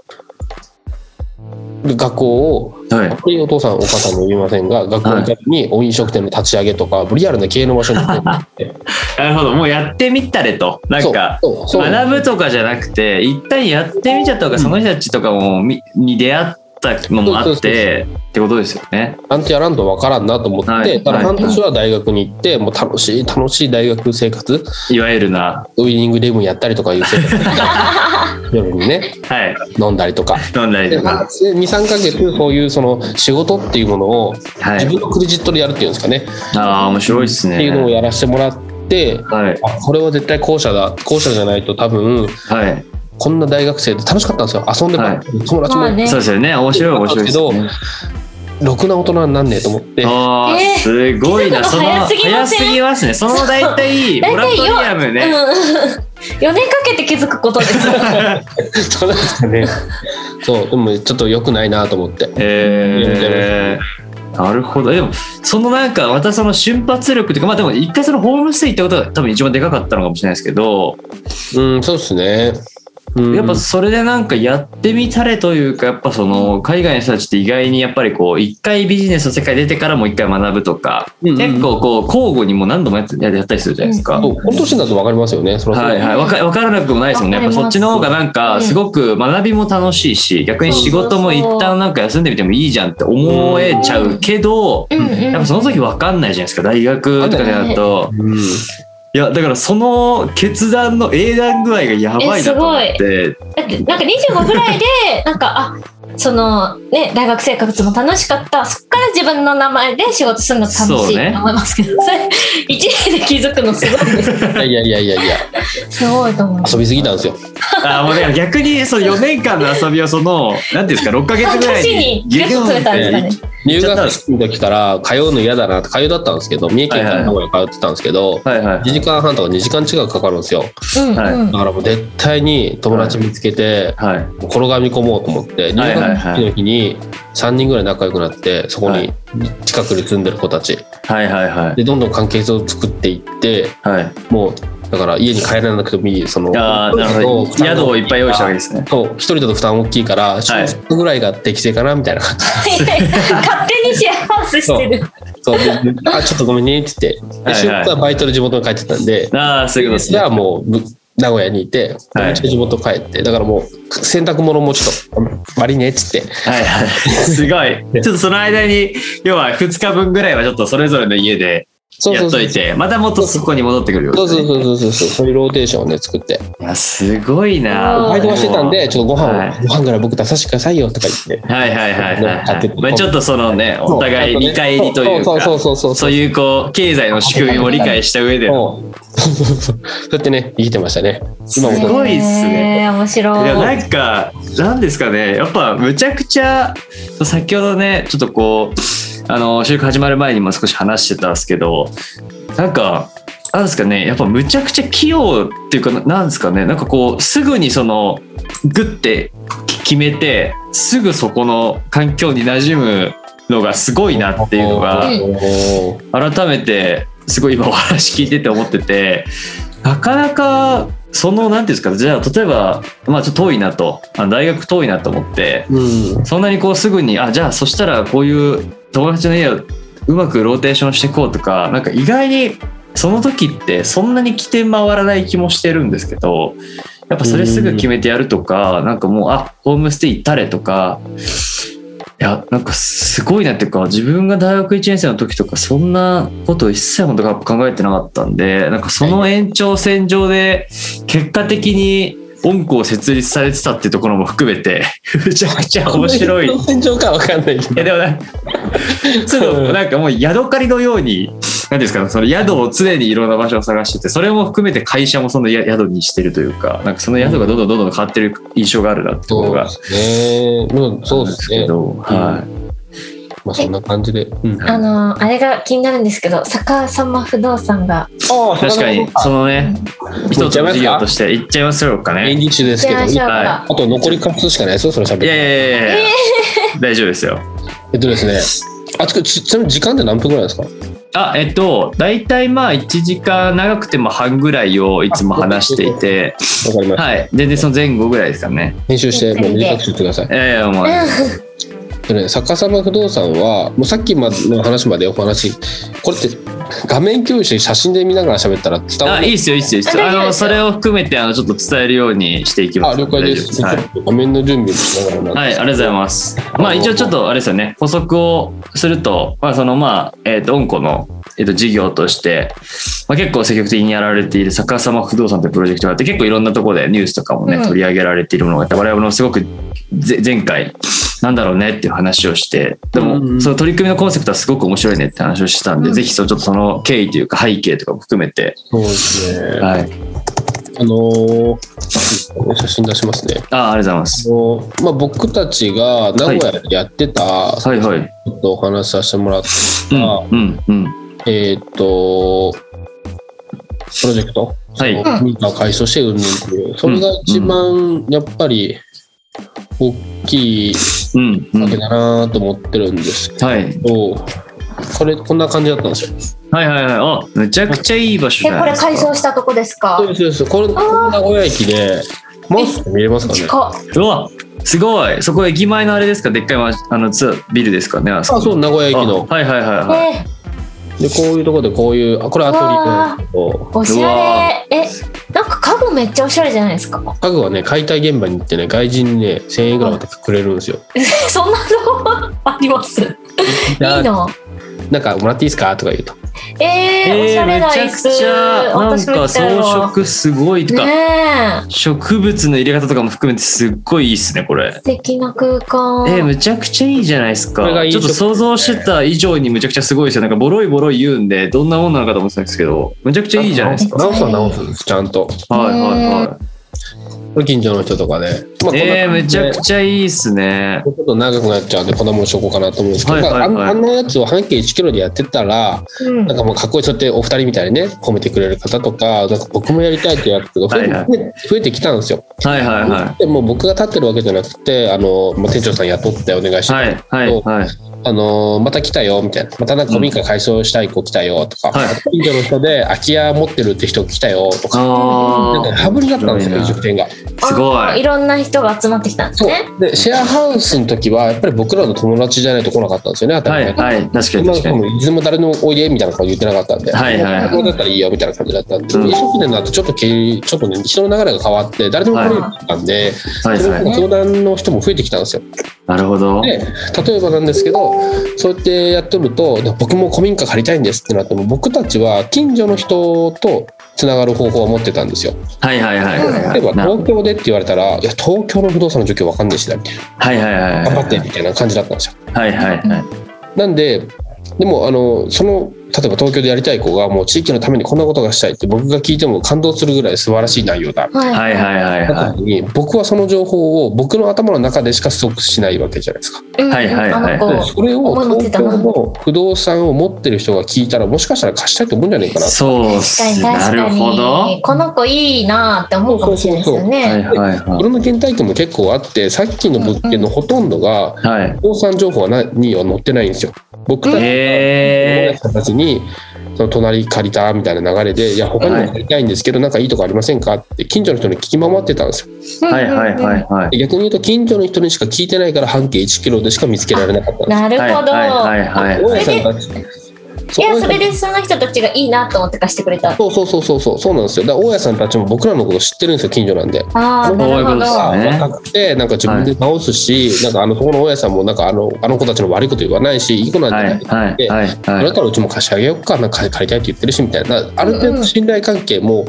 Speaker 3: 学校を
Speaker 1: はい
Speaker 3: これお父さんお母さんも言いませんが学校のためにお飲食店の立ち上げとかリアルな経営の場所に行ってって
Speaker 1: なるほどもうやってみたれとなんか
Speaker 3: そうそうそう
Speaker 1: 学ぶとかじゃなくて一旦やってみちゃった方がその人たちとかもみに出会ったのもあってってことですよね
Speaker 3: あんたやらんとわからんなと思って、
Speaker 1: はい
Speaker 3: ただ
Speaker 1: はい
Speaker 3: 半年は大学に行ってもう楽しい楽しい大学生活
Speaker 1: いわゆるな
Speaker 3: ウイニングイレブンやったりとかいう生 活夜にね
Speaker 1: はい
Speaker 3: 飲んだりとか
Speaker 1: 飲んだり
Speaker 3: で
Speaker 1: とか
Speaker 3: 23か月そういうその仕事っていうものを
Speaker 1: は
Speaker 3: 自
Speaker 1: い
Speaker 3: 分のクレジットでやるっていうんですかね、
Speaker 1: ああ面白いです
Speaker 3: っていうのを
Speaker 1: ね
Speaker 3: やらせてもらって
Speaker 1: はい
Speaker 3: あこれは絶対後者だ後者じゃないと多分
Speaker 1: はい
Speaker 3: こんな大学生で楽しかったんですよ遊んでばっかり友達
Speaker 2: まあ
Speaker 3: も
Speaker 2: ね。
Speaker 1: そうですよね面白い面白いですね
Speaker 3: ろくな大人になんねえと思って
Speaker 1: あー
Speaker 2: えー
Speaker 1: すごいな、
Speaker 2: 来た
Speaker 1: そ
Speaker 2: の
Speaker 1: の
Speaker 2: 早すぎま
Speaker 1: 早
Speaker 2: せん
Speaker 1: すぎますねその大体
Speaker 2: 大体
Speaker 1: モラトリアムね、
Speaker 2: うん、4年かけて気づくことです。
Speaker 3: そうなんですかねそうでもちょっと良くないなと思って
Speaker 1: えーなるほどでもそのなんかまたその瞬発力というかまあでも一回そのホームステイってことが多分一番でかかったのかもしれないですけど、
Speaker 3: うんそうですねうん
Speaker 1: やっぱそれでなんかやってみたれというかやっぱその海外の人たちって意外にやっぱりこう一回ビジネスの世界出てからもう一回学ぶとか、
Speaker 3: うんうん
Speaker 1: 結構こう交互にもう何度もやっややったりするじゃないですか。
Speaker 3: そうこの年になると分かりますよねその
Speaker 1: はいはい、わかわからなくもないですもんね。やっぱそっちの方がなん
Speaker 2: わか
Speaker 1: か
Speaker 2: ります
Speaker 1: すごく学びも楽しいし、逆に仕事も一旦なんか休んでみてもいいじゃんって思えちゃうけど、
Speaker 2: うんうん、
Speaker 1: やっぱその時わかんないじゃないですか、大学とかだと。
Speaker 3: うん
Speaker 1: いや、だからその決断の英断具合がやばいなと思って。
Speaker 2: だってなんか25ぐらいでなんかあそのね大学生活も楽しかったそこから自分の名前で仕事するの楽
Speaker 1: そ
Speaker 2: し
Speaker 1: う
Speaker 2: い
Speaker 1: ね
Speaker 2: と思いますけどそ,、れ1年で気づくのすごいです
Speaker 3: いやいやいやいやいや
Speaker 2: すごいと思います
Speaker 3: 遊びすぎたんですよ
Speaker 1: あもうだから逆にその4年間の遊びをそ の、なんていうんですか、6ヶ月ぐらい
Speaker 2: 年
Speaker 1: に
Speaker 2: にギュッと詰めたんですかね
Speaker 3: 入学式の時から通うの嫌だなって通うだったんですけど三重県から名古屋通ってたんですけど、
Speaker 1: はいはい
Speaker 3: 1時間半とか2時間近くかかるんですよ
Speaker 2: うん
Speaker 1: はい
Speaker 2: うん
Speaker 3: だからもう絶対に友達見つけて
Speaker 1: はい。
Speaker 3: 転がり込もうと思って入
Speaker 1: はいはいはい
Speaker 3: 学式の日に3人ぐらい仲良くなってそこ
Speaker 1: は
Speaker 3: に近くに住んでる子たち
Speaker 1: はいはいはい。
Speaker 3: でどんどん関係性を作っていって
Speaker 1: はい。
Speaker 3: もうだから家に帰らなくてもいいその
Speaker 1: ああ、なるほど。
Speaker 3: 負担
Speaker 1: 宿
Speaker 3: が
Speaker 1: をいっぱい用意したわけですね。
Speaker 3: そう一人だと負担大きいから週
Speaker 1: はい
Speaker 3: 2ぐらいが適正かなみたいな感じ
Speaker 2: 勝手にシェアハウスしてる
Speaker 3: そうで あちょっとごめんねって言って
Speaker 1: はいは
Speaker 3: で
Speaker 1: い
Speaker 3: 週末はバイトで地元に帰ってたんで
Speaker 1: ああ、そういうことです
Speaker 3: じ
Speaker 1: ね
Speaker 3: ゃあ。もうぶ名古屋にいて、
Speaker 1: はい
Speaker 3: 地元帰って、だからもう、洗濯物もちょっと、割りねっつって、
Speaker 1: はいはい。 すごい。ちょっとその間に、要は2日分ぐらいはちょっとそれぞれの家で
Speaker 3: そう
Speaker 1: や
Speaker 3: そう
Speaker 1: っと
Speaker 3: そう
Speaker 1: い。て、また元そこに戻ってくるよ
Speaker 3: そうそうそうそうそうそう、そういうローテーションをね、作って。
Speaker 1: いや、すごいな
Speaker 2: あー
Speaker 3: バイトはしてたんで、ちょっとご飯を、
Speaker 1: はい
Speaker 3: ご飯ぐらい僕出させてくださいよとか言って。
Speaker 1: はいはいはいはい
Speaker 3: 買
Speaker 1: は
Speaker 3: っ
Speaker 1: い
Speaker 3: てく。る
Speaker 1: まあちょっとそのね、お互い見返りという
Speaker 3: そうそう
Speaker 1: か、
Speaker 3: そうそうそ。
Speaker 1: そうういうこう、経済の仕組みも理解した上での、
Speaker 3: そうそうそうそうやってね、生きてましたね。
Speaker 1: す
Speaker 3: 今も。
Speaker 1: ごいっすね
Speaker 2: へー。面白
Speaker 1: い
Speaker 2: い。
Speaker 1: やなんかなんですかねやっぱむちゃくちゃ先ほどねちょっとこうあの収録始まる前にも少し話してたんですけどなんかなんですかねやっぱむちゃくちゃ器用っていうかななんですかねなんかこうすぐにそのグッて決めてすぐそこの環境に馴染むのがすごいなっていうのが
Speaker 2: うん
Speaker 3: おー
Speaker 1: 改めてすごい今お話聞いてて思っててなかなかその何ていうんですかじゃあ例えば、まあ、ちょっと遠いなとあの大学遠いなと思って
Speaker 3: うん。
Speaker 1: そんなにこうすぐにあじゃあそしたらこういう友達の家をうまくローテーションしていこうとかなんか意外にその時ってそんなに起点回らない気もしてるんですけどやっぱそれすぐ決めてやるとかなんかもうあホームステイ行ったれとかいやなんかすごいなっていうか自分が大学1年生の時とかそんなこと一切本当考えてなかったんでなんかその延長線上で結果的に恩子を設立されてたっていうところも含めてめちゃくちゃ面白い。い
Speaker 3: 戦場かわかんないけ
Speaker 1: やでも
Speaker 3: ど。
Speaker 1: なんかちょっとなんかもう宿狩りのように何ですかねその宿を常にいろんな場所を探しててそれも含めて会社もそのや宿にしてるというかなんかその宿がどんどんどんどん変わってる印象があるなってこと
Speaker 3: そう
Speaker 1: が
Speaker 3: で。すね。うん、そうです
Speaker 1: あるん
Speaker 3: ね
Speaker 1: け。ど、はい。
Speaker 3: まあそんな感じで。うん。
Speaker 2: あの、あれが気になるんですけど、坂様不動産が。
Speaker 3: ああ、
Speaker 1: 確かに、そのね、一つの事業としていっちゃいますよか
Speaker 3: 演
Speaker 1: ね。
Speaker 3: 技中ですけど。
Speaker 2: 行ってらっしゃ
Speaker 3: あ
Speaker 2: る
Speaker 1: はい
Speaker 2: か。
Speaker 3: と残り2つしかないですよ、それ喋っ
Speaker 1: いやい
Speaker 3: て。
Speaker 1: やいやいや、大丈夫ですよ。
Speaker 3: えっとですね。あつくちちなみに時間って何分ぐらいですか
Speaker 1: あ、えっと、大体まあ1時間長くても半ぐらいをいつも話していて、
Speaker 3: わかりました。
Speaker 1: はい、全然その前後ぐらいですかね。
Speaker 3: 編集して、もう短くしてってください。
Speaker 1: いやいや、もう、
Speaker 3: でね、逆さま不動産は、もうさっきまでの話までお話、これって画面共有して写真で見ながら喋ったら伝わ
Speaker 1: あ、
Speaker 3: る。
Speaker 1: いいっすよ、いいっすよ、いいっすよ。あの、それを含めて、あの、ちょっと伝えるようにしていきま
Speaker 3: あ、
Speaker 1: す。
Speaker 3: 了解です。
Speaker 1: はい。
Speaker 3: 画面の準備をしながらなんで
Speaker 1: はい、ありがとうございます。まあ一応ちょっとあれですよね、補足をすると、まあそのまあ、えっ、と、オンコの、えっ、と、事業として、まあ結構積極的にやられている逆さま不動産というプロジェクトがあって、結構いろんなところでニュースとかもね、
Speaker 2: うん
Speaker 1: 取り上げられているものがあって、我々もすごくぜ前回、なんだろうねっていう話をして、でも、
Speaker 3: うんうん
Speaker 1: その取り組みのコンセプトはすごく面白いねって話をしてたんで、
Speaker 2: うん
Speaker 1: ぜひそのちょっとその経緯というか背景とかも含めて、
Speaker 3: そうですね。
Speaker 1: はい。
Speaker 3: あのー写真出しますね。
Speaker 1: ああ、ありがとうございま
Speaker 3: あ
Speaker 1: す。
Speaker 3: のーまあ、僕たちが名古屋でやってた、ち
Speaker 1: はいはい。
Speaker 3: ょっとお話しさせてもらっ
Speaker 1: うん、うん、うん。
Speaker 3: た、えーっと、プロジェクト
Speaker 1: はい。
Speaker 3: ミ
Speaker 1: う
Speaker 3: ーターを改装してうんぬんっていう、それが一番やっぱり大きい
Speaker 1: ん、うん。
Speaker 3: わけ
Speaker 1: はい。
Speaker 3: だなと思ってるんです
Speaker 1: はい
Speaker 3: けど、これ、こんな感じだったんですよ。
Speaker 1: はいはい。あ、むちゃくちゃいい場所じ
Speaker 2: え、
Speaker 1: ゃ
Speaker 2: こ
Speaker 1: ない
Speaker 2: れ
Speaker 1: ですか。
Speaker 2: 改装したとこですか
Speaker 3: そうです、そうです。これ、この名古屋駅で、マスク見れますかね
Speaker 2: 近っ
Speaker 1: うわすごいそこ駅前のあれですかでっかいまあのツビルですかねあそ
Speaker 3: あ、そう、名古屋駅
Speaker 1: あ
Speaker 3: の。
Speaker 1: はいはいはいはい
Speaker 2: え
Speaker 3: で、こういうとこでこういう、あ、これアトリエなんですけど、
Speaker 2: おし
Speaker 1: うわ
Speaker 2: ゃれ。え、なんか家具めっちゃおしゃれじゃないですか。
Speaker 3: 家具はね、解体現場に行ってね、外人にね、1000円ぐらいまたくれるんですよ。
Speaker 2: そんなのあります。いいの。
Speaker 3: なんか、もらっていいですかとか言うと。
Speaker 2: えー、おしゃれ
Speaker 1: め
Speaker 2: な
Speaker 1: ちゃ
Speaker 2: 椅
Speaker 1: く
Speaker 2: 子。
Speaker 1: ちゃなん
Speaker 2: 私も行
Speaker 1: か
Speaker 2: ったよ
Speaker 1: 装飾すごいとか、
Speaker 2: ねえ。
Speaker 1: 植物の入れ方とかも含めてすっごいいいっすねこれ
Speaker 2: 素敵な空間。
Speaker 1: えー、むちゃくちゃいいじゃないですか
Speaker 3: これがいい
Speaker 1: ちょっと想像してた以上にむちゃくちゃすごいですよなんかボロいボロい言うんでどんなもんなのかと思ってたんですけどむちゃくちゃいいじゃないですか
Speaker 3: 直すは直すんです、ちゃんと。
Speaker 1: はいはいは
Speaker 3: これ近所の人とかね。まあこん
Speaker 1: い
Speaker 3: な
Speaker 1: えー、
Speaker 3: 感
Speaker 1: め
Speaker 3: じ
Speaker 1: ち
Speaker 3: で
Speaker 1: ゃくちゃいいっすね
Speaker 3: ちょっと長くなっちゃうんで、こんなもんしとこうかなと思うんですけど、
Speaker 1: はいはいはい
Speaker 3: まあ、あんあんなやつを半径1キロでやってたら、
Speaker 2: うん
Speaker 3: なんかもうかっこいい、そうやってお二人みたいにね、褒めてくれる方とか、なんか僕もやりたいってやつが増えて
Speaker 1: はい
Speaker 3: 増えてきたんですよ。
Speaker 1: はいはいは
Speaker 3: でもう僕が立ってるわけじゃなくて、あの、まあ、店長さん雇ってお願いし
Speaker 1: い
Speaker 3: て、
Speaker 1: はいはいはい
Speaker 3: あのーまた来たよみたいなまたなんか古民家改装したい子来たよとか、
Speaker 1: はい
Speaker 3: 近所の人で空き家持ってるって人来たよとか
Speaker 1: あ
Speaker 3: なんか
Speaker 1: あ
Speaker 3: ハブになったんですよ
Speaker 1: 面白いな
Speaker 3: 飲食店が。
Speaker 1: すご
Speaker 2: あーい
Speaker 1: い
Speaker 2: ろんな人が集まってきたんです
Speaker 3: そう
Speaker 2: ね。
Speaker 3: でシェアハウスの時はやっぱり僕らの友達じゃないと来なかったんですよね当た
Speaker 1: は
Speaker 3: り前
Speaker 1: いはい確かに
Speaker 3: まあ、
Speaker 1: 確かに
Speaker 3: もういつも誰のおいでみたいなこと言ってなかったんで、
Speaker 1: はいはいはい
Speaker 3: こうだったらいいよみたいな感じだったんで、
Speaker 1: うん
Speaker 3: 飲食店だとちょっと経営ちょっとね、人の流れが変わって、誰でも来れるようになったんで、
Speaker 1: はい
Speaker 3: それ
Speaker 1: はい
Speaker 3: でも相談の人も増えてきたんですよ。
Speaker 1: なるほど
Speaker 3: で、例えばなんですけど、そうやってやってると、僕も古民家借りたいんですってなっても、僕たちは近所の人とつながる方法を持ってたんですよ。
Speaker 1: はいはいはいはいは
Speaker 3: 例えば
Speaker 1: いなるほ
Speaker 3: 東
Speaker 1: ど
Speaker 3: 京でって言われたら、いや、東京の不動産の状況わかんないしな、みたい
Speaker 1: はいはいはいはい
Speaker 3: な。頑張って、みたいな感じだったんですよ。
Speaker 1: はいはいはい
Speaker 3: なんで、でもあのその例えば東京でやりたい子がもう地域のためにこんなことがしたいって僕が聞いても感動するぐらい素晴らしい内容だ。
Speaker 2: はい
Speaker 1: はいはいはい
Speaker 3: だった
Speaker 1: は
Speaker 3: 時に僕はその情報を僕の頭の中でしかストックしないわけじゃないですか。
Speaker 2: うん
Speaker 1: はいはいはい
Speaker 2: あの子
Speaker 3: でそれを
Speaker 2: 思い持って
Speaker 3: 東
Speaker 2: たな
Speaker 3: 京の不動産を持ってる人が聞いたらもしかしたら貸したいと思うんじゃないか
Speaker 1: い
Speaker 3: な。
Speaker 1: そうっ
Speaker 2: 確か
Speaker 1: す
Speaker 2: に
Speaker 1: な
Speaker 2: 確
Speaker 1: る
Speaker 2: か
Speaker 1: ほどは
Speaker 2: にこの子いいなって思うかもしれないですよ
Speaker 1: いはい
Speaker 2: ね。
Speaker 3: い
Speaker 1: は
Speaker 3: ろんな原体験も結構あってさっきの物件のほとんどが
Speaker 1: いはい
Speaker 3: 不動産情報はなには載ってないんですよ。僕たちが
Speaker 1: へ
Speaker 3: 友達たちにその隣借りたみたいな流れで「いや他にも借りたいんですけど、なんかいいとこありませんか?」って近所の人に聞き回ってたんですよ
Speaker 1: ーはいはいはいはい
Speaker 3: で逆に言うと近所の人にしか聞いてないから半径1キロでしか見つけられなかったんで
Speaker 2: なる
Speaker 1: はい
Speaker 2: ほど。
Speaker 1: はいはいはい
Speaker 3: す
Speaker 1: はい
Speaker 3: よ大家さんたち
Speaker 2: い
Speaker 3: そう
Speaker 2: や
Speaker 3: 大家さ
Speaker 2: そ
Speaker 3: ん
Speaker 2: れでその人たちがいいなと思って貸してくれた。あ
Speaker 3: そうそうそうそうそうそうなんですよだから大家さんたちも僕らのこと知ってるんですよ近所なんで。
Speaker 2: あーなる
Speaker 1: こういうこと
Speaker 2: ほ
Speaker 1: で
Speaker 2: ど。
Speaker 1: すね
Speaker 3: 若くてなんか自分で直すし、なんかあのそこの大家さんもなんかあのあの子たちの悪いこと言わないしいい子なんじゃ
Speaker 1: は
Speaker 3: ないい、
Speaker 1: はいはい
Speaker 3: あ
Speaker 1: は
Speaker 3: ないたらうちも貸し上げようかなんか借りたいって言ってるしみたいなある程度信頼関係も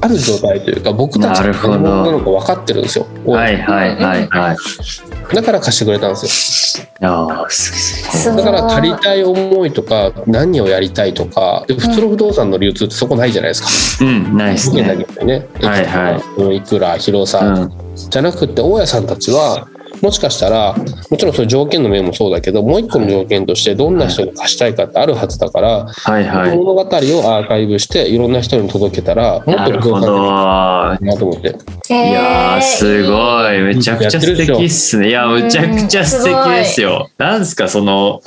Speaker 3: ある状態というか僕たち
Speaker 1: なるほど
Speaker 3: 何者なのか分かってるんですよ、
Speaker 1: はいはいはいはいい
Speaker 3: だから貸してくれたんです
Speaker 1: やーす
Speaker 2: す
Speaker 3: よ
Speaker 2: ごい
Speaker 3: だから借りたい思いとか何をやりたいとかで普通の不動産の流通ってそこないじゃないです
Speaker 1: う
Speaker 3: か
Speaker 1: んないです
Speaker 3: 物件だけ
Speaker 1: ね
Speaker 3: ですよね
Speaker 1: はいはい
Speaker 3: いくら広
Speaker 1: う
Speaker 3: さ、
Speaker 1: ん
Speaker 3: じゃなくて大家さんたちはもしかしたらもちろんそういう条件の面もそうだけどもう一個の条件としてどんな人に貸したいかってあるはずだから、
Speaker 1: はいはい
Speaker 3: 物語をアーカイブしていろんな人に届けたらもっ
Speaker 1: な
Speaker 3: と
Speaker 1: るほど
Speaker 3: なと思って
Speaker 1: いやー
Speaker 2: へー
Speaker 1: すごいめちゃくちゃ素敵っすねいや
Speaker 2: うん
Speaker 1: むちゃくちゃ素敵ですよなんですかその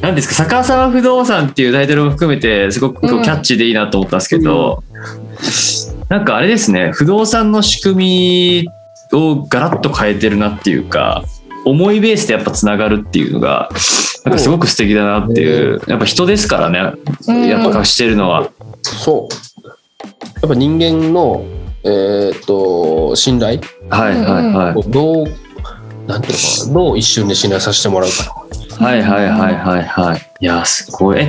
Speaker 1: なんですか逆さま不動産っていうタイトルも含めてすごくこ
Speaker 2: う
Speaker 1: うんキャッチーでいいなと思ったんですけど、なんかあれですね不動産の仕組みをガラッと変えてるなっていうか思いベースでやっぱつながるっていうのがなんかすごく素敵だなっていうやっぱ人ですからね
Speaker 2: うん
Speaker 1: やっぱしてるのは、
Speaker 3: そうやっぱ人間のえーっと信頼
Speaker 1: はいはいはい、
Speaker 3: をどうなんていうのかなどう一瞬で信頼させてもらうか
Speaker 1: はいはいはいはいはい。いや、すごい。え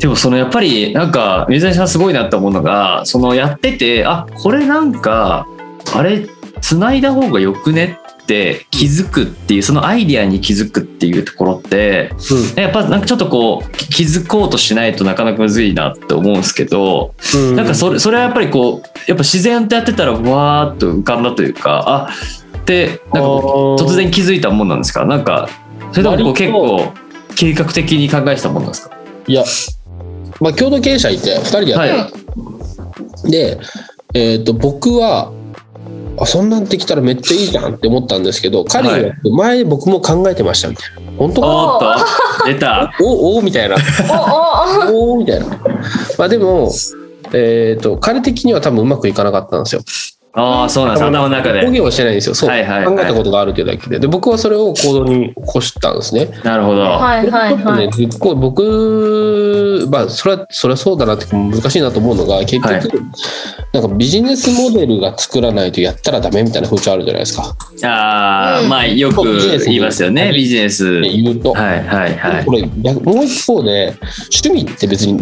Speaker 1: でもそのやっぱりなんか水谷さんすごいなって思うのが、そのやってて、あこれなんか、あれ、繋いだ方がよくねって気づくっていう、そのアイディアに気づくっていうところって、やっぱなんかちょっとこう、気づこうとしないとなかなかむずいなって思うんですけど、
Speaker 3: な、う
Speaker 1: なんかそれそれはやっぱりこうやっぱ自然とやってたらわーっと浮かんだというかあってなんかこう
Speaker 3: あー
Speaker 1: 突然気づいたもんなんですかなんかそれともこう
Speaker 3: 割と
Speaker 1: 結構計画的に考えてたもんなんですか
Speaker 3: いやまあ共同経営者いて2人でやっ
Speaker 1: はい
Speaker 3: て、
Speaker 1: はい
Speaker 3: でえーっと僕はあそんなんできたらめっちゃいいじゃんって思ったんですけど彼曰く前僕も考えてましたみたいな本当か
Speaker 1: おーっと出 た
Speaker 3: おおみたいな
Speaker 2: おおお
Speaker 3: おおみたいな。まあでも、えっ、と、彼的には多分うまくいかなかったんですよ。
Speaker 1: ああそうなんです頭の中
Speaker 3: 工
Speaker 1: で
Speaker 3: 業はしてないんですよ。そう、
Speaker 1: はいはいはい
Speaker 3: 考えたことがあるというだけで。で、僕はそれを行動に起こしたんですね。
Speaker 1: なるほどは
Speaker 2: はいはいはい。
Speaker 3: これちょっとね、結構僕、まあ、それは、それはそうだなって難しいなと思うのが、結局、
Speaker 1: はい
Speaker 3: なんかビジネスモデルが作らないとやったらダメみたいな風潮あるじゃないですか。
Speaker 1: いあー
Speaker 2: うん
Speaker 1: まあよく言いますよねビ
Speaker 3: ビ
Speaker 1: ジネス
Speaker 3: って言うと。
Speaker 1: はいはいは
Speaker 3: これ逆もう一方で趣味って別に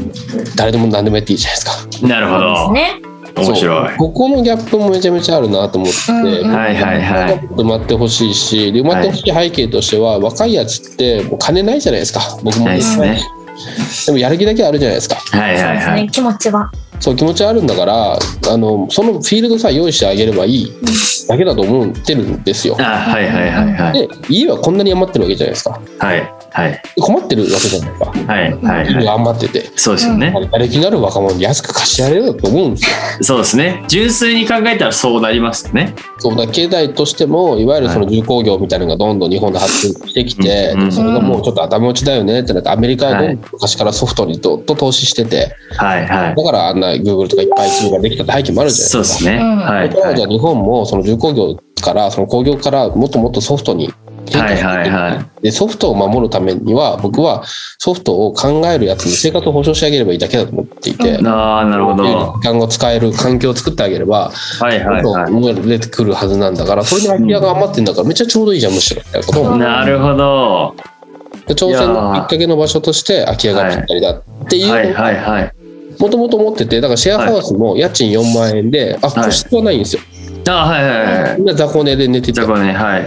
Speaker 3: 誰でも何でもやっていいじゃないですか。
Speaker 1: いなるほ
Speaker 2: です
Speaker 1: ど
Speaker 2: ね。
Speaker 1: 面白
Speaker 3: そう
Speaker 1: い
Speaker 3: ここのギャップもめちゃめちゃあるなと思っ
Speaker 2: う
Speaker 3: て、
Speaker 2: んうん
Speaker 1: はいはいはい
Speaker 3: 埋まってほしいしで埋まってほしい背景としては、若いやつってもう金ないじゃないですか僕も
Speaker 1: ないですね
Speaker 3: でもやる気だけはあるじゃないですか
Speaker 1: はい
Speaker 2: そう
Speaker 1: はい
Speaker 2: です
Speaker 1: は
Speaker 2: ね。
Speaker 1: い
Speaker 2: 気持ちは。
Speaker 3: そう気持ちあるんだからあのそのフィールドさえ用意してあげればいいだけだと思ってるんですよ
Speaker 1: あ。はいはいはいはい
Speaker 3: で家はこんなに余ってるわけじゃないですか
Speaker 1: はいはい
Speaker 3: 困ってるわけじゃないですか
Speaker 1: はいはいは
Speaker 3: 家
Speaker 1: い
Speaker 3: が余ってて
Speaker 1: そうですよね、
Speaker 3: やる気のある若者に安く貸してやれよと思うんですよ
Speaker 1: そうですね純粋に考えたらそうなりますね
Speaker 3: そうだ経済としてもいわゆるその重工業みたいなのがどんどん日本で発展してきて、
Speaker 1: うんうん
Speaker 3: それがもうちょっと頭打ちだよねってなってアメリカはどんどん昔からソフトにどっと投資してて
Speaker 1: はいはい
Speaker 3: だからあんな Google とかいっぱい一部ができたって背景もあるじゃ
Speaker 1: そ
Speaker 3: な
Speaker 1: うで
Speaker 3: いですか。
Speaker 1: すね、
Speaker 2: うん
Speaker 1: はい
Speaker 3: だからじゃ
Speaker 1: は
Speaker 3: あ日本もその重工業からその工業からもっともっとソフトに変化していく
Speaker 1: はいはいは
Speaker 3: でソフトを守るためには僕はソフトを考えるやつに生活を保障してあげればいいだけだと思っていて、
Speaker 1: いああなるほど
Speaker 3: 時間を使える環境を作ってあげれば
Speaker 1: はいはいはい
Speaker 3: もっと出てくるはずなんだからそれで空き家が余ってんだからめっちゃちょうどいいじゃんむしろみたいなことを思う
Speaker 1: なるほど
Speaker 3: で挑戦のきっかけの場所として空き家がぴったりだってい
Speaker 1: はいうはいはい
Speaker 3: もともと持っててだからシェアハウスも家賃4万円であ
Speaker 1: はい
Speaker 3: 個室はないんですよ
Speaker 1: あはいはいはい
Speaker 3: みんな雑魚寝で寝てて
Speaker 1: じゃあこれねはい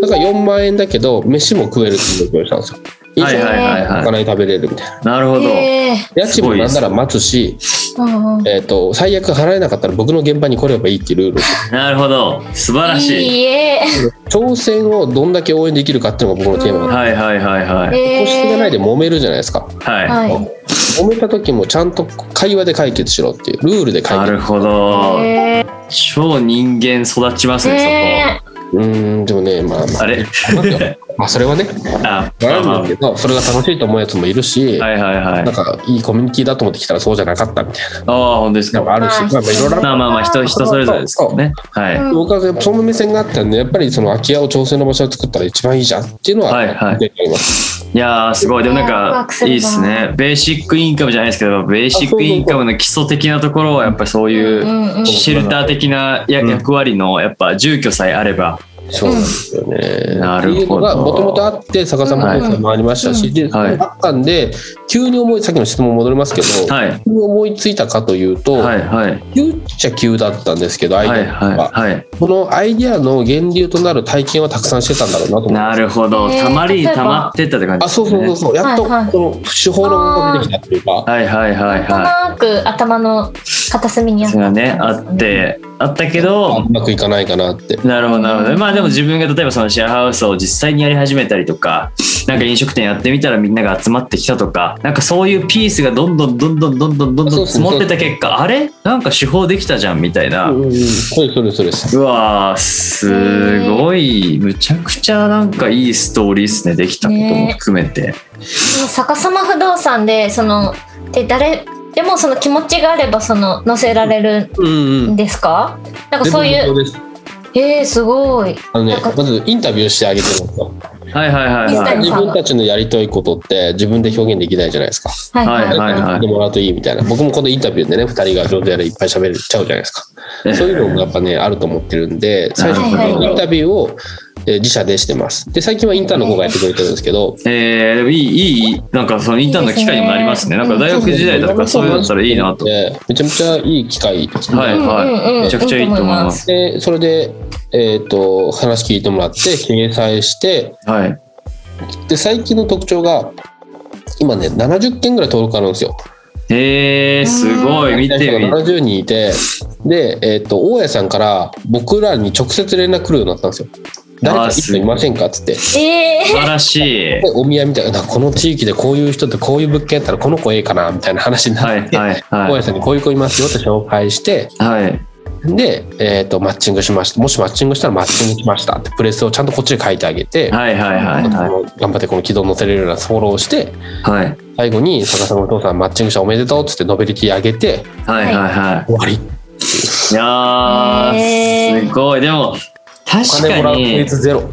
Speaker 3: だから4万円だけど飯も食えるっていう状況にしたんですよ飲
Speaker 1: はい
Speaker 3: 食
Speaker 1: はいはい
Speaker 3: お
Speaker 1: は
Speaker 3: 金食べれるみたいない
Speaker 1: なるほど
Speaker 2: へえ
Speaker 3: 家賃もなんなら待つし、
Speaker 2: うんうん
Speaker 3: えー、と最悪払えなかったら僕の現場に来ればいいっていうルール
Speaker 1: なるほど素晴らしい
Speaker 2: いいえ
Speaker 3: 挑戦をどんだけ応援できるかっていうのが僕のテーマなんで
Speaker 1: はいはいはいはい
Speaker 3: 個室がないで
Speaker 2: も
Speaker 3: 揉めるじゃないですか
Speaker 1: は
Speaker 2: はい
Speaker 3: 揉めた時もちゃんと会話で解決しろっていうルールで
Speaker 1: いな
Speaker 3: 解決
Speaker 1: るほど
Speaker 2: へえ
Speaker 1: 超人間育ちますね
Speaker 2: ね
Speaker 3: うーんでもねまあま
Speaker 1: そこあれ
Speaker 3: あまあそれはね
Speaker 1: あまあ
Speaker 3: あ
Speaker 1: まあ
Speaker 3: るんだけどそれが楽しいと思うやつもいるし、
Speaker 1: はいはいはい
Speaker 3: なんかいいコミュニティだと思ってきたらそうじゃなかったみたい
Speaker 1: ああ本当です
Speaker 3: な
Speaker 1: か
Speaker 3: のもあるし
Speaker 2: はい
Speaker 3: まあまあいろいろある
Speaker 1: まあまあまあ人人それぞれですけどねはい
Speaker 2: うん
Speaker 3: 僕はその目線があったんでやっぱりその空き家を調整の場所を作ったら一番いいじゃんっていうのは
Speaker 1: はいはい
Speaker 3: 意見があります
Speaker 1: いやーすごいでもなん
Speaker 2: ねワクワ
Speaker 1: か
Speaker 2: クするない
Speaker 1: いですねベーシックインカムじゃないですけどベーシックインカムの基礎的なところはやっぱりそう
Speaker 2: う
Speaker 1: いうん
Speaker 2: うん
Speaker 1: シェルター的なや
Speaker 3: うん
Speaker 1: 役割のやっぱ住居さえあれば
Speaker 3: そうなんですよね。
Speaker 1: なるほど
Speaker 3: っていうのがもともとあって逆さまにもありましたし、でそ
Speaker 1: はい
Speaker 3: のあったんで急に思いさっきの質問戻りますけど、
Speaker 1: はい
Speaker 3: 急に思いついたかというと、
Speaker 1: はいはい
Speaker 3: 急っちゃ急だったんですけどアイデ
Speaker 1: は
Speaker 3: ア
Speaker 1: い
Speaker 3: が、
Speaker 1: はいはい
Speaker 3: このアイデアの源流となる体験はたくさんしてたんだろうなと思って。
Speaker 1: なるほど
Speaker 2: えー
Speaker 1: たまりにたまってったって感じ
Speaker 3: あそうそうそうそう、やっと
Speaker 2: はいはい
Speaker 3: この手法論が出てきたっていうか、
Speaker 1: はいはいはい
Speaker 2: なんと
Speaker 1: は
Speaker 2: なく頭の片隅に
Speaker 1: い
Speaker 2: あっ
Speaker 1: そ
Speaker 2: た
Speaker 1: れがねあってあったけど
Speaker 3: うまくいかないかなって。
Speaker 1: なるほどなるほどまあでも自分が例えばそのシェアハウスを実際にやり始めたりとかなんか飲食店やってみたらみんなが集まってきたとかなんかそういうピースがどんどんどんどんどんどんどんどん積もってた結果あれなんか手法できたじゃんみたいな、う
Speaker 3: う
Speaker 1: ん
Speaker 3: うんうんそうですそうですそうです。
Speaker 1: わーすごいむちゃくちゃなんかいいストーリーっすねできたことも含めて、
Speaker 2: 逆さま不動産でそので誰でもその気持ちがあればその載せられる
Speaker 3: うんうん
Speaker 2: ん。ですか、なんかそうい
Speaker 3: 全
Speaker 2: う
Speaker 3: 部無料です
Speaker 2: えー、すごい
Speaker 3: あのね
Speaker 2: なんか
Speaker 3: まずインタビューしてあげてるんですよ。
Speaker 1: はいはいはいはい
Speaker 2: 水谷
Speaker 3: 自
Speaker 2: さん
Speaker 3: 分たちのやりたいことって自分で表現できないじゃないですか。
Speaker 2: はい
Speaker 1: はいはい
Speaker 3: やってもらうといいみたいな。僕もこのインタビューでね、二人が上手やらいっぱい喋れちゃうじゃないですか。そういうのもやっぱね、あると思ってるんで、最初
Speaker 2: はいはい
Speaker 3: にインタビューをえー自社でしてます。で、最近はインターンの方がやってくれてるんですけど、
Speaker 1: えー、でもいいいいなんかそのインターンの機会にもなりますね
Speaker 2: いいです
Speaker 1: な
Speaker 2: ね
Speaker 1: んか大学時代だとかそういうのだったらいいなと
Speaker 3: でめちゃめちゃいい機会。
Speaker 1: はいはい、めちゃくちゃいいと思います
Speaker 3: で、それで、えっ、と、話聞いてもらって、掲載して、
Speaker 1: はい
Speaker 3: で、最近の特徴が、今ね、70件ぐらい登録あるんですよ。
Speaker 1: えー、すごい見てみ
Speaker 3: 70人いてで、えっと大家さんから僕らに直接連絡来るようになったんですよ誰か一人いませんかっつって
Speaker 2: え
Speaker 1: 素晴らしい
Speaker 3: でお宮みたいなこの地域でこういう人ってこういう物件やったらこの子ええかなみたいな話にな
Speaker 1: はい
Speaker 3: って、
Speaker 1: はい
Speaker 3: 大
Speaker 1: は
Speaker 3: 家さんにこういう子いますよって紹介して
Speaker 1: いはい
Speaker 3: で、えっとマッチングしましたもしマッチングしたらマッチングしましたってプレスをちゃんとこっちで書いてあげて、
Speaker 1: はいはいはい
Speaker 3: あ
Speaker 1: は
Speaker 3: の頑張ってこの軌道に乗せれるようなフォローをして
Speaker 1: いはい
Speaker 3: 最後に「坂さんお父さんマッチングしたおめでとう」っつってノベリティ上げて
Speaker 1: はいはいは
Speaker 3: 終わり
Speaker 1: いいやーすごいでも
Speaker 3: お
Speaker 1: 確
Speaker 3: 金
Speaker 1: か
Speaker 3: も
Speaker 1: ら
Speaker 3: う比
Speaker 1: に
Speaker 3: 率ゼロ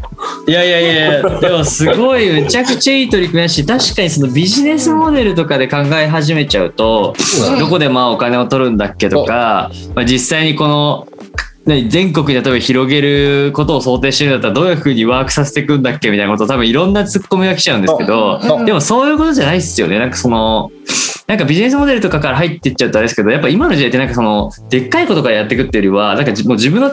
Speaker 1: いやいやいやいやでもすごいめちゃくちゃいい取り組みだし確かにそのビジネスモデルとかで考え始めちゃうと
Speaker 2: うん
Speaker 1: どこでまあお金を取るんだっけとか、まあ、実際にこのね全国に例えば広げることを想定してるんだったらどういうふうにワークさせていくんだっけみたいなこと多分いろんなツッコミが来ちゃうんですけど
Speaker 2: そう
Speaker 1: でもそういうことじゃないですよねなんかそのなんかビジネスモデルとかから入っていっちゃうとあれですけど、やっぱ今の時代ってなんかその、でっかいことからやっていくっていうよりは、なんかじもう自分の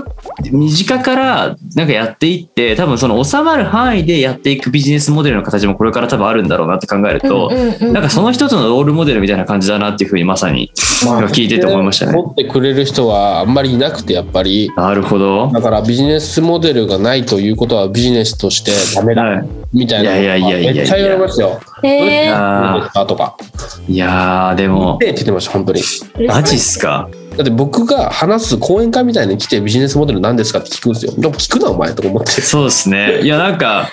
Speaker 1: 身近からなんかやっていって、多分その収まる範囲でやっていくビジネスモデルの形もこれから多分あるんだろうなって考えると、なんかその一つのロールモデルみたいな感じだなっていうふうにまさに
Speaker 3: ま
Speaker 1: 聞いてて思いましたね
Speaker 3: 持ってくれる人はあんまりいなくてやっぱり
Speaker 1: なるほど。
Speaker 3: だからビジネスモデルがないということはビジネスとしてダメだ
Speaker 1: はい
Speaker 3: みたいなの
Speaker 1: いやいやいやいやいや
Speaker 3: めっちゃ言われましたよ。
Speaker 2: えー、
Speaker 3: どうで
Speaker 1: あ
Speaker 3: すかとか。
Speaker 1: ーいやーでも
Speaker 3: でって言ってました本当に。
Speaker 1: マジっすか
Speaker 3: だって僕が話す講演会みたいに来てビジネスモデル何ですかって聞くんですよ。でも聞くなお前とか思って。
Speaker 1: そうですね。いや、なんか、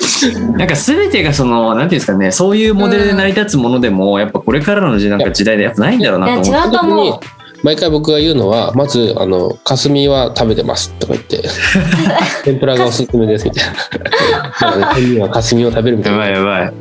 Speaker 1: なんか全てがその、なんていうんですかね、そういうモデルで成り立つものでも、やっぱこれからの時代なんか時代でやっぱないんだろうなと
Speaker 2: い
Speaker 1: 思
Speaker 2: や
Speaker 1: っ
Speaker 2: 違うと思う
Speaker 3: 本当に毎回僕が言うのはまずあの霞は食べてますとか言って天ぷらがおすすめですみ たいな。なので天人は霞を食べるみ
Speaker 1: て。
Speaker 3: た
Speaker 1: や
Speaker 3: い
Speaker 1: ばい
Speaker 3: な。
Speaker 1: やばい。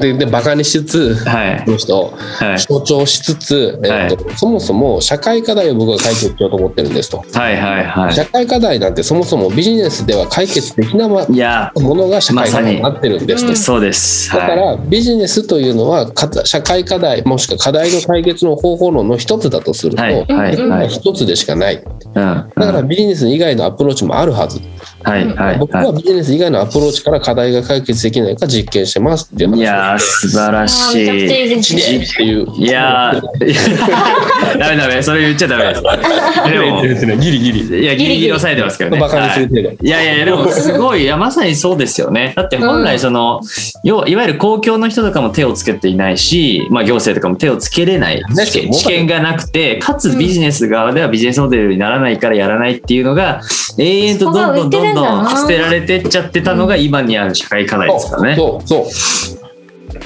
Speaker 3: ででバカにしつつ
Speaker 1: はい
Speaker 3: こ。の人を
Speaker 1: はい。
Speaker 3: 象徴しつつ、えっとそもそも社会課題を僕は解決しようと思ってるんですと。
Speaker 1: はいはいは
Speaker 3: 社会課題なんてそもそもビジネスでは解決できないも
Speaker 1: い。いや、
Speaker 3: のが社会課題になってるんですと。
Speaker 2: まさ
Speaker 1: そうです。
Speaker 3: だか
Speaker 1: は
Speaker 3: らビジネスというのはか社会課題もしくは課題の解決の方法論の一つだとする
Speaker 1: い。
Speaker 3: と、
Speaker 1: はいはい
Speaker 2: うん
Speaker 1: は
Speaker 2: う
Speaker 1: い。
Speaker 3: 一つでしかない
Speaker 1: うん。
Speaker 3: だから
Speaker 1: うん
Speaker 3: ビジネス以外のアプローチもあるはず、
Speaker 1: はいはい
Speaker 3: 僕は
Speaker 1: は
Speaker 3: ビジネス以外のアプローチから課題が解決できないか実験してますっていう
Speaker 1: い。い
Speaker 3: 話
Speaker 1: やー、素晴らし
Speaker 2: あーめちゃくちゃいい
Speaker 1: い。
Speaker 2: です
Speaker 3: ち
Speaker 2: ね。
Speaker 3: でっていう
Speaker 1: いや ー、 ダメダメ、それ言っちゃダメです。でも、
Speaker 3: ギリギリ
Speaker 1: いや、ギリギリ抑えてますけどね。
Speaker 3: バカにする程度、
Speaker 1: いやいやいや、でもすごい、いや、まさにそうですよね。だって本来その、要は、いわゆる公共の人とかも手をつけていないし、まあ行政とかも手をつけれない
Speaker 3: ね
Speaker 1: 知見知見がなくて、かつビジネス側ではビジネスモデルにならないからやらないっていうのが、永遠とどんどんどんどん捨てられてっちゃってたのが今にある社会課題ですからね。
Speaker 3: そうそうそ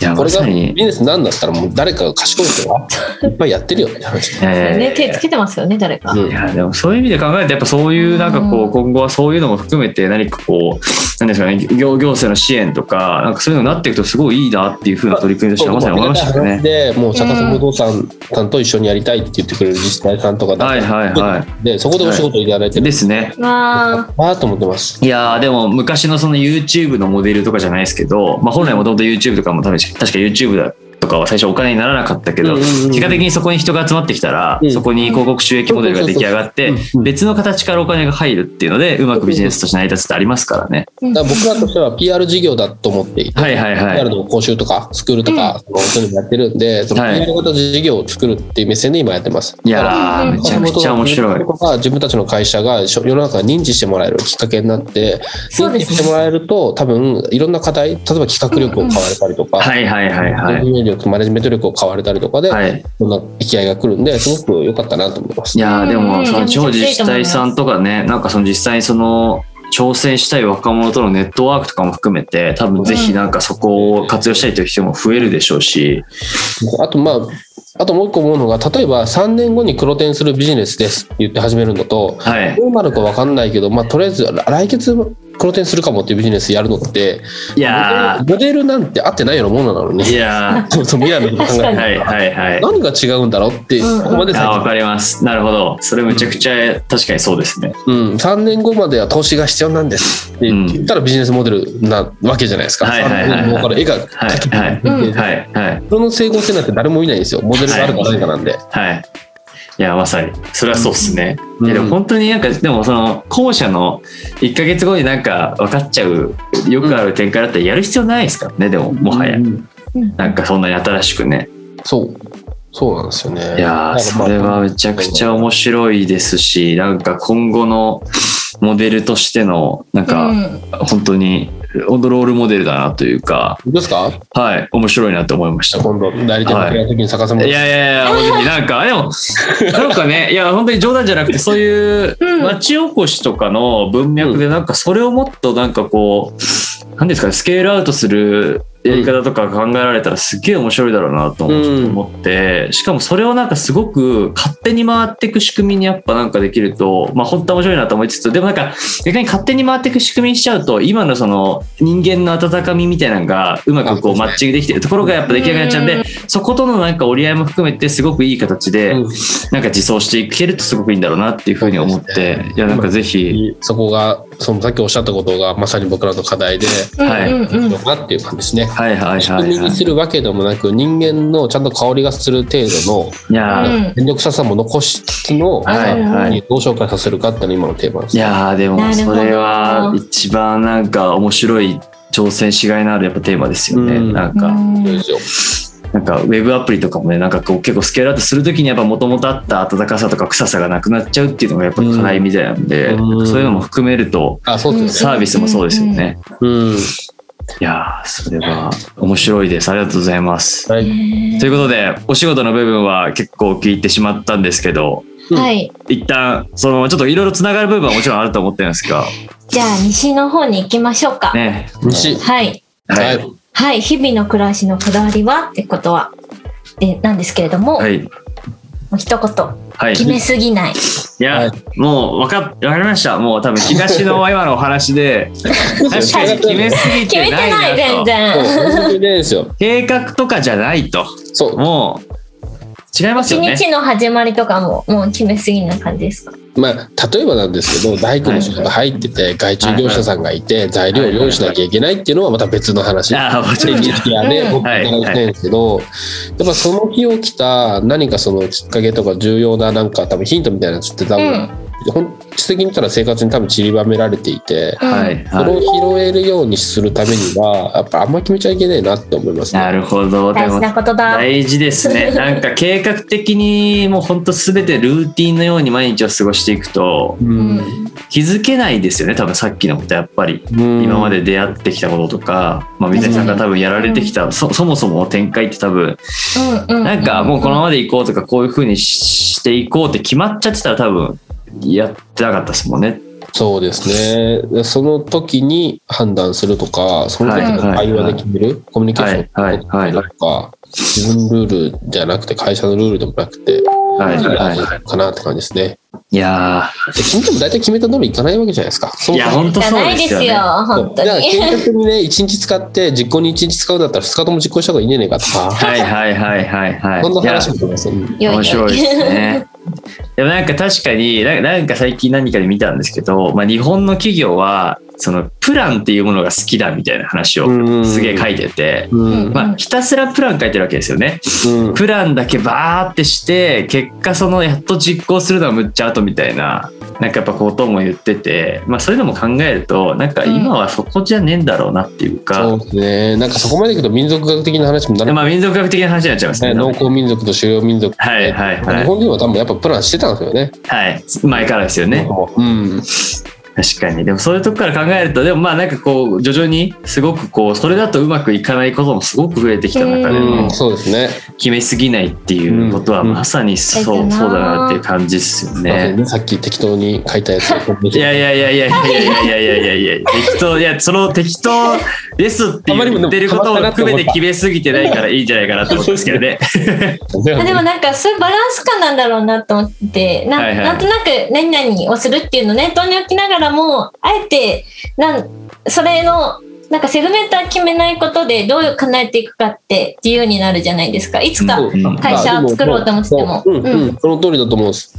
Speaker 1: いや、
Speaker 3: うこ
Speaker 1: ま
Speaker 3: れが
Speaker 1: さ
Speaker 3: ビジ
Speaker 1: に。
Speaker 3: ネスなんだったらもう誰かが賢い人がいっぱいやっ てるよって話
Speaker 1: えー
Speaker 2: ね、手つけてますよね、誰か。
Speaker 3: うん
Speaker 1: いやでもそういう意味で考えるとやっぱそういうなんかこう
Speaker 2: う
Speaker 1: ん今後はそういうのも含めて何かこうなんですかね行行政の支援とかなんかそういうのになっていくとすごいいいなっていうふうな取り組みとしてはまさに思いましたよね。
Speaker 3: で、もう逆さ不動産さんと一緒にやりたいって言ってくれる自治体さんとかだ
Speaker 1: はいはいは
Speaker 3: で、そこでお仕事いただいて
Speaker 1: い。
Speaker 3: る。
Speaker 1: ですね。
Speaker 2: まあ、
Speaker 3: ああと思ってます。
Speaker 1: いやーでも昔のその YouTube のモデルとかじゃないですけど、まあ、本来もともと YouTube とかも多分確か YouTube だとかは最初お金にならなかったけど、
Speaker 3: うんうんうんうん
Speaker 1: 結果的にそこに人が集まってきたら、
Speaker 3: うん
Speaker 1: そこに広告収益モデルが出来上がって
Speaker 3: うんうんうん
Speaker 1: 別の形からお金が入るっていうのでうまくビジネスとして成り立つってありますからね。
Speaker 3: だから僕らとしては PR 事業だと思っていて、
Speaker 1: はいはいはい
Speaker 3: PR の講習とかスクールとか、そのそういうのやってるんで、その
Speaker 1: はい
Speaker 3: PR 型事業を作るっていう目線で今やってます。
Speaker 1: いやー、めちゃくちゃ面白い。
Speaker 3: とか自分たちの会社が世の中に認知してもらえるきっかけになって、
Speaker 2: そう
Speaker 3: 認
Speaker 2: で
Speaker 3: 知
Speaker 2: すね
Speaker 3: してもらえると、多分いろんな課題、例えば企画力を買われたりとか、
Speaker 1: はいはいはいはい。
Speaker 3: 運営力、マネジメント力を買われたりとかで、
Speaker 1: はい、
Speaker 3: そんな生き合いが来るんで、すごく良かったなと思います。
Speaker 1: いやーで
Speaker 2: う
Speaker 1: も
Speaker 2: ん
Speaker 1: その地方自治体さんとかねなんかその実際にその挑戦したい若者とのネットワークとかも含めて多分ぜひなんかそこを活用したいという人も増えるでしょうし、
Speaker 3: あと、まあ、あともう一個思うのが、例えば3年後に黒点するビジネスですって言って始めるのと、
Speaker 1: はい、
Speaker 3: どうなるか分かんないけど、まあ、とりあえず来月黒点するかもっていうビジネスやるのって、
Speaker 1: いや
Speaker 3: モデルなんて合ってないようなものなの
Speaker 1: ーい
Speaker 3: に、
Speaker 1: や
Speaker 3: そうそう未来のこと
Speaker 1: ー
Speaker 3: 考え
Speaker 2: 確
Speaker 3: て
Speaker 2: か
Speaker 1: はいはいはい。
Speaker 3: 何が違うんだろうって、
Speaker 2: うんうん
Speaker 3: ここまで最
Speaker 1: あーわ
Speaker 3: 近、
Speaker 1: かります。なるほど。それめちゃくちゃ確かにそうですね。
Speaker 3: うん、3年後までは投資が必要なんですって言ったらビジネスモデルなわけじゃないですか。
Speaker 1: はいはいはいはい
Speaker 3: 3年後から絵が
Speaker 1: はい
Speaker 3: 描けて
Speaker 1: はい
Speaker 2: うん
Speaker 1: はいはい
Speaker 3: その成功性なんて誰も見ないんですよ。モデルがあるかないかなんで。
Speaker 1: はい。いやまさにそれはそうですね。
Speaker 3: うん
Speaker 1: いやでも本当になんかでもその後者の1か月後になんか分かっちゃうよくある展開だったらやる必要ないですからねでももはや
Speaker 3: うん
Speaker 1: なんかそんなに新しくね
Speaker 3: そう。そうなんですよね。
Speaker 1: いやーそれはめちゃくちゃ面白いですしなんか今後のモデルとしてのなん
Speaker 2: う
Speaker 1: か
Speaker 2: ん
Speaker 1: 本当にオンドロールモデルだなというか
Speaker 3: どうですか
Speaker 1: はい面白いなって思いまし
Speaker 3: じ
Speaker 1: た
Speaker 3: ゃあ。今度、代理店の時に探せも
Speaker 1: い
Speaker 3: ら
Speaker 1: や
Speaker 3: っ
Speaker 1: い
Speaker 3: て。
Speaker 1: やいや、本当になんか、でも、なんかね、いや、本当に冗談じゃなくて、そういう
Speaker 2: うん
Speaker 1: 町おこしとかの文脈で、なんかそれをもっとなんかこう、なんですかね、スケールアウトするやり方とか考えられたらすっげえ面白いだろうなと
Speaker 3: うん
Speaker 1: 思って、しかもそれをなんかすごく勝手に回っていく仕組みにやっぱなんかできると、まあ本当は面白いなと思いつつ、でもなんか、逆に勝手に回っていく仕組みにしちゃうと、今のその人間の温かみみたいなのが、うまくこ
Speaker 3: あそうです
Speaker 1: う
Speaker 3: ね
Speaker 1: マッチングできてるところがやっぱ出来上がっちゃうんで
Speaker 2: うん、
Speaker 1: そことのなんか折り合いも含めてすごくいい形で、
Speaker 3: うん
Speaker 1: なんか自走していけるとすごくいいんだろうなっていうふうに思って、いやなんかぜひ、
Speaker 3: そこがそのさっきおっしゃったことがまさに僕らの課題で、
Speaker 1: はい
Speaker 2: うんうんうん
Speaker 3: どうかっていう感じですね。
Speaker 1: はいはい
Speaker 3: 仕
Speaker 1: は
Speaker 3: 組
Speaker 1: い
Speaker 3: み
Speaker 1: は
Speaker 3: に
Speaker 1: い。
Speaker 3: するわけでもなく、人間のちゃんと香りがする程度の
Speaker 1: いやー、
Speaker 2: うん
Speaker 3: 面倒くささも残しつつの、
Speaker 1: はいはい。
Speaker 3: どう紹介させるかっていうのが今のテーマです
Speaker 1: い。やーで
Speaker 2: な
Speaker 1: も
Speaker 2: るほ
Speaker 1: そ
Speaker 2: ど
Speaker 1: れは一番なんか面白い挑戦しがいのあるやっぱテーマですよね、
Speaker 3: うん
Speaker 1: なんか、
Speaker 2: うん
Speaker 3: そうですよ
Speaker 1: なんかウェブアプリとかもねなんかこう結構スケールアウトするときにやっぱ元々あった温かさとか臭さがなくなっちゃうっていうのがやっぱ課題みたいなんで、
Speaker 3: うん
Speaker 1: なんかそういうのも含めると
Speaker 3: あ、そうですよ
Speaker 1: サ
Speaker 3: ね。
Speaker 1: ービスもそうですよね、
Speaker 3: うん。
Speaker 1: いやーそれは面白いですありがとうございます、
Speaker 3: は
Speaker 2: へ
Speaker 3: い。
Speaker 1: と
Speaker 2: ー
Speaker 1: いうことでお仕事の部分は結構聞いてしまったんですけど
Speaker 2: はい。
Speaker 1: 一旦そのちょっといろいろつながる部分はもちろんあると思ってるんですが
Speaker 2: じゃあ、西の方に行きましょうか。
Speaker 1: ね
Speaker 3: 西。
Speaker 2: はい。
Speaker 1: は
Speaker 3: はいい。
Speaker 2: はい。日々の暮らしのこだわりはってことは、でなんですけれども、
Speaker 1: はい
Speaker 2: もう一言、
Speaker 1: はい
Speaker 2: 決めすぎ ない。
Speaker 1: いや、
Speaker 3: はい
Speaker 1: もう分かっ分かりました。もう多分東の今のお話 で確かに決めすぎ
Speaker 2: 決め
Speaker 1: て
Speaker 2: て
Speaker 1: ない
Speaker 2: ない、
Speaker 1: な
Speaker 2: 全
Speaker 1: と。
Speaker 2: 然。
Speaker 3: そう本当にねですよ。
Speaker 1: 計画とかじゃないと。
Speaker 3: そう。
Speaker 1: もう違います
Speaker 2: 一
Speaker 1: よね。
Speaker 2: 日の始まりとかも、もう決めすぎな感じですか。
Speaker 3: まあ、例えばなんですけど大工の仕事入ってて外注業者さんがいて材料を用意しなきゃいけないっていうのはまた別の話で
Speaker 1: ああ、もちろん。
Speaker 3: 日夜
Speaker 2: う
Speaker 3: で
Speaker 2: ん
Speaker 3: 僕から言ってるんですけどやっぱその日起きた何かそのきっかけとか重要ななんか多分ヒントみたいなやつって多
Speaker 2: う
Speaker 3: 分
Speaker 2: ん。
Speaker 3: 本質的に言ったら生活に多分散りばめられていて
Speaker 2: うん
Speaker 1: はい、
Speaker 3: それ
Speaker 1: はい。
Speaker 3: を拾えるようにするためにはやっぱあんま決めちゃいけないなって思います
Speaker 1: な
Speaker 3: ね。
Speaker 1: るほど。で
Speaker 2: 大事
Speaker 1: も
Speaker 2: なことだ。
Speaker 1: 大事です ね。なんか計画的にもう本当すべてルーティンのように毎日を過ごしていくと
Speaker 3: う
Speaker 2: うんん。
Speaker 1: 気づけないですよね。多分さっきのことやっぱり。今まで出会ってきたこととか、まあ、水谷さんが多分やられてきたそそもそもの展開って多分
Speaker 2: うんうん。
Speaker 1: なんかもうこのままでいこうとかこういう風にししていこうって決まっちゃってたら多分やってなかったですもんね。
Speaker 3: そうですね。でその時に判断するとか、その時の
Speaker 1: はい
Speaker 3: 会話で決める、コミュニケーション
Speaker 1: はい
Speaker 3: を取るとか、自分ルールじゃなくて、会社のルールでもなくて、
Speaker 1: はいは
Speaker 3: かなって感じですね。
Speaker 1: い。いや
Speaker 3: で君でも大体決めた通りいかないわけじゃないですか。
Speaker 1: ー
Speaker 3: そ
Speaker 1: い
Speaker 3: も
Speaker 1: や
Speaker 3: そも
Speaker 1: 本当
Speaker 2: じゃ
Speaker 1: そう
Speaker 2: ない
Speaker 1: で
Speaker 2: ですす
Speaker 1: よ、ね。
Speaker 2: よ、本当
Speaker 3: じゃあ、
Speaker 2: に。
Speaker 3: 計画にね、1日使って、実行に1日使うんだったら2日とも実行した方がいいんじゃないかとか、
Speaker 1: はいはいはいはいはい。
Speaker 3: そんない
Speaker 1: や
Speaker 3: 話もありますよね。
Speaker 2: よいよ
Speaker 1: 面白いです ね。でもなんか確かにななんか最近何かで見たんですけど、まあ、日本の企業はそのプランっていうものが好きだみたいな話を
Speaker 3: うん
Speaker 1: すげえ書いてて、
Speaker 3: うん。
Speaker 1: まあ、ひたすらプラン書いてるわけですよね。
Speaker 3: うん
Speaker 1: プランだけバーってして結果そのやっと実行するのはむっちゃ後みたいななんかやっぱことも言ってて、まあ、そういうのも考えるとなんか今はそこじゃねえんだろうなっていうか、
Speaker 3: そうですね。なんかそこまでいくと民族学的な話もなる
Speaker 1: まあ民族学的な話になっちゃいますね。
Speaker 3: ね、農耕民族と狩猟民族って、
Speaker 1: はいはいはい
Speaker 3: 日本人は多分やっぱプランしてたんですよね。
Speaker 1: はい、前からですよね
Speaker 3: うん、
Speaker 1: 確かにでもそういうとこから考えるとでもまあなんかこう徐々にすごくこうそれだとうまくいかないこともすごく増えてきた中で
Speaker 3: う
Speaker 1: の
Speaker 3: ん、そうですね。
Speaker 1: 決めすぎないっていうことは
Speaker 3: うん
Speaker 1: まさにそう,、
Speaker 2: うん
Speaker 1: そうだなっていう感じですよね。
Speaker 3: ねさっき適当に書いたやつを
Speaker 1: いやいやいやいやいやいやいやいやいやいや適当いやその適当ですって言ってることを含めて決めすぎてないからいいんじゃないかなと思ったんですけどね。
Speaker 2: あでもなんかそういうバランス感なんだろうなと思ってな,、
Speaker 1: はいはい
Speaker 2: なんとなく何々をするっていうのを念頭に置きながらもあえてなんそれのなんかセグメンター決めないことでどう叶えていくかって自由になるじゃないですかいつか、
Speaker 1: う
Speaker 2: うん
Speaker 1: ん
Speaker 2: 会社を作ろうと思ってても
Speaker 3: うん
Speaker 2: うん
Speaker 3: うん、その通りだと思うんです。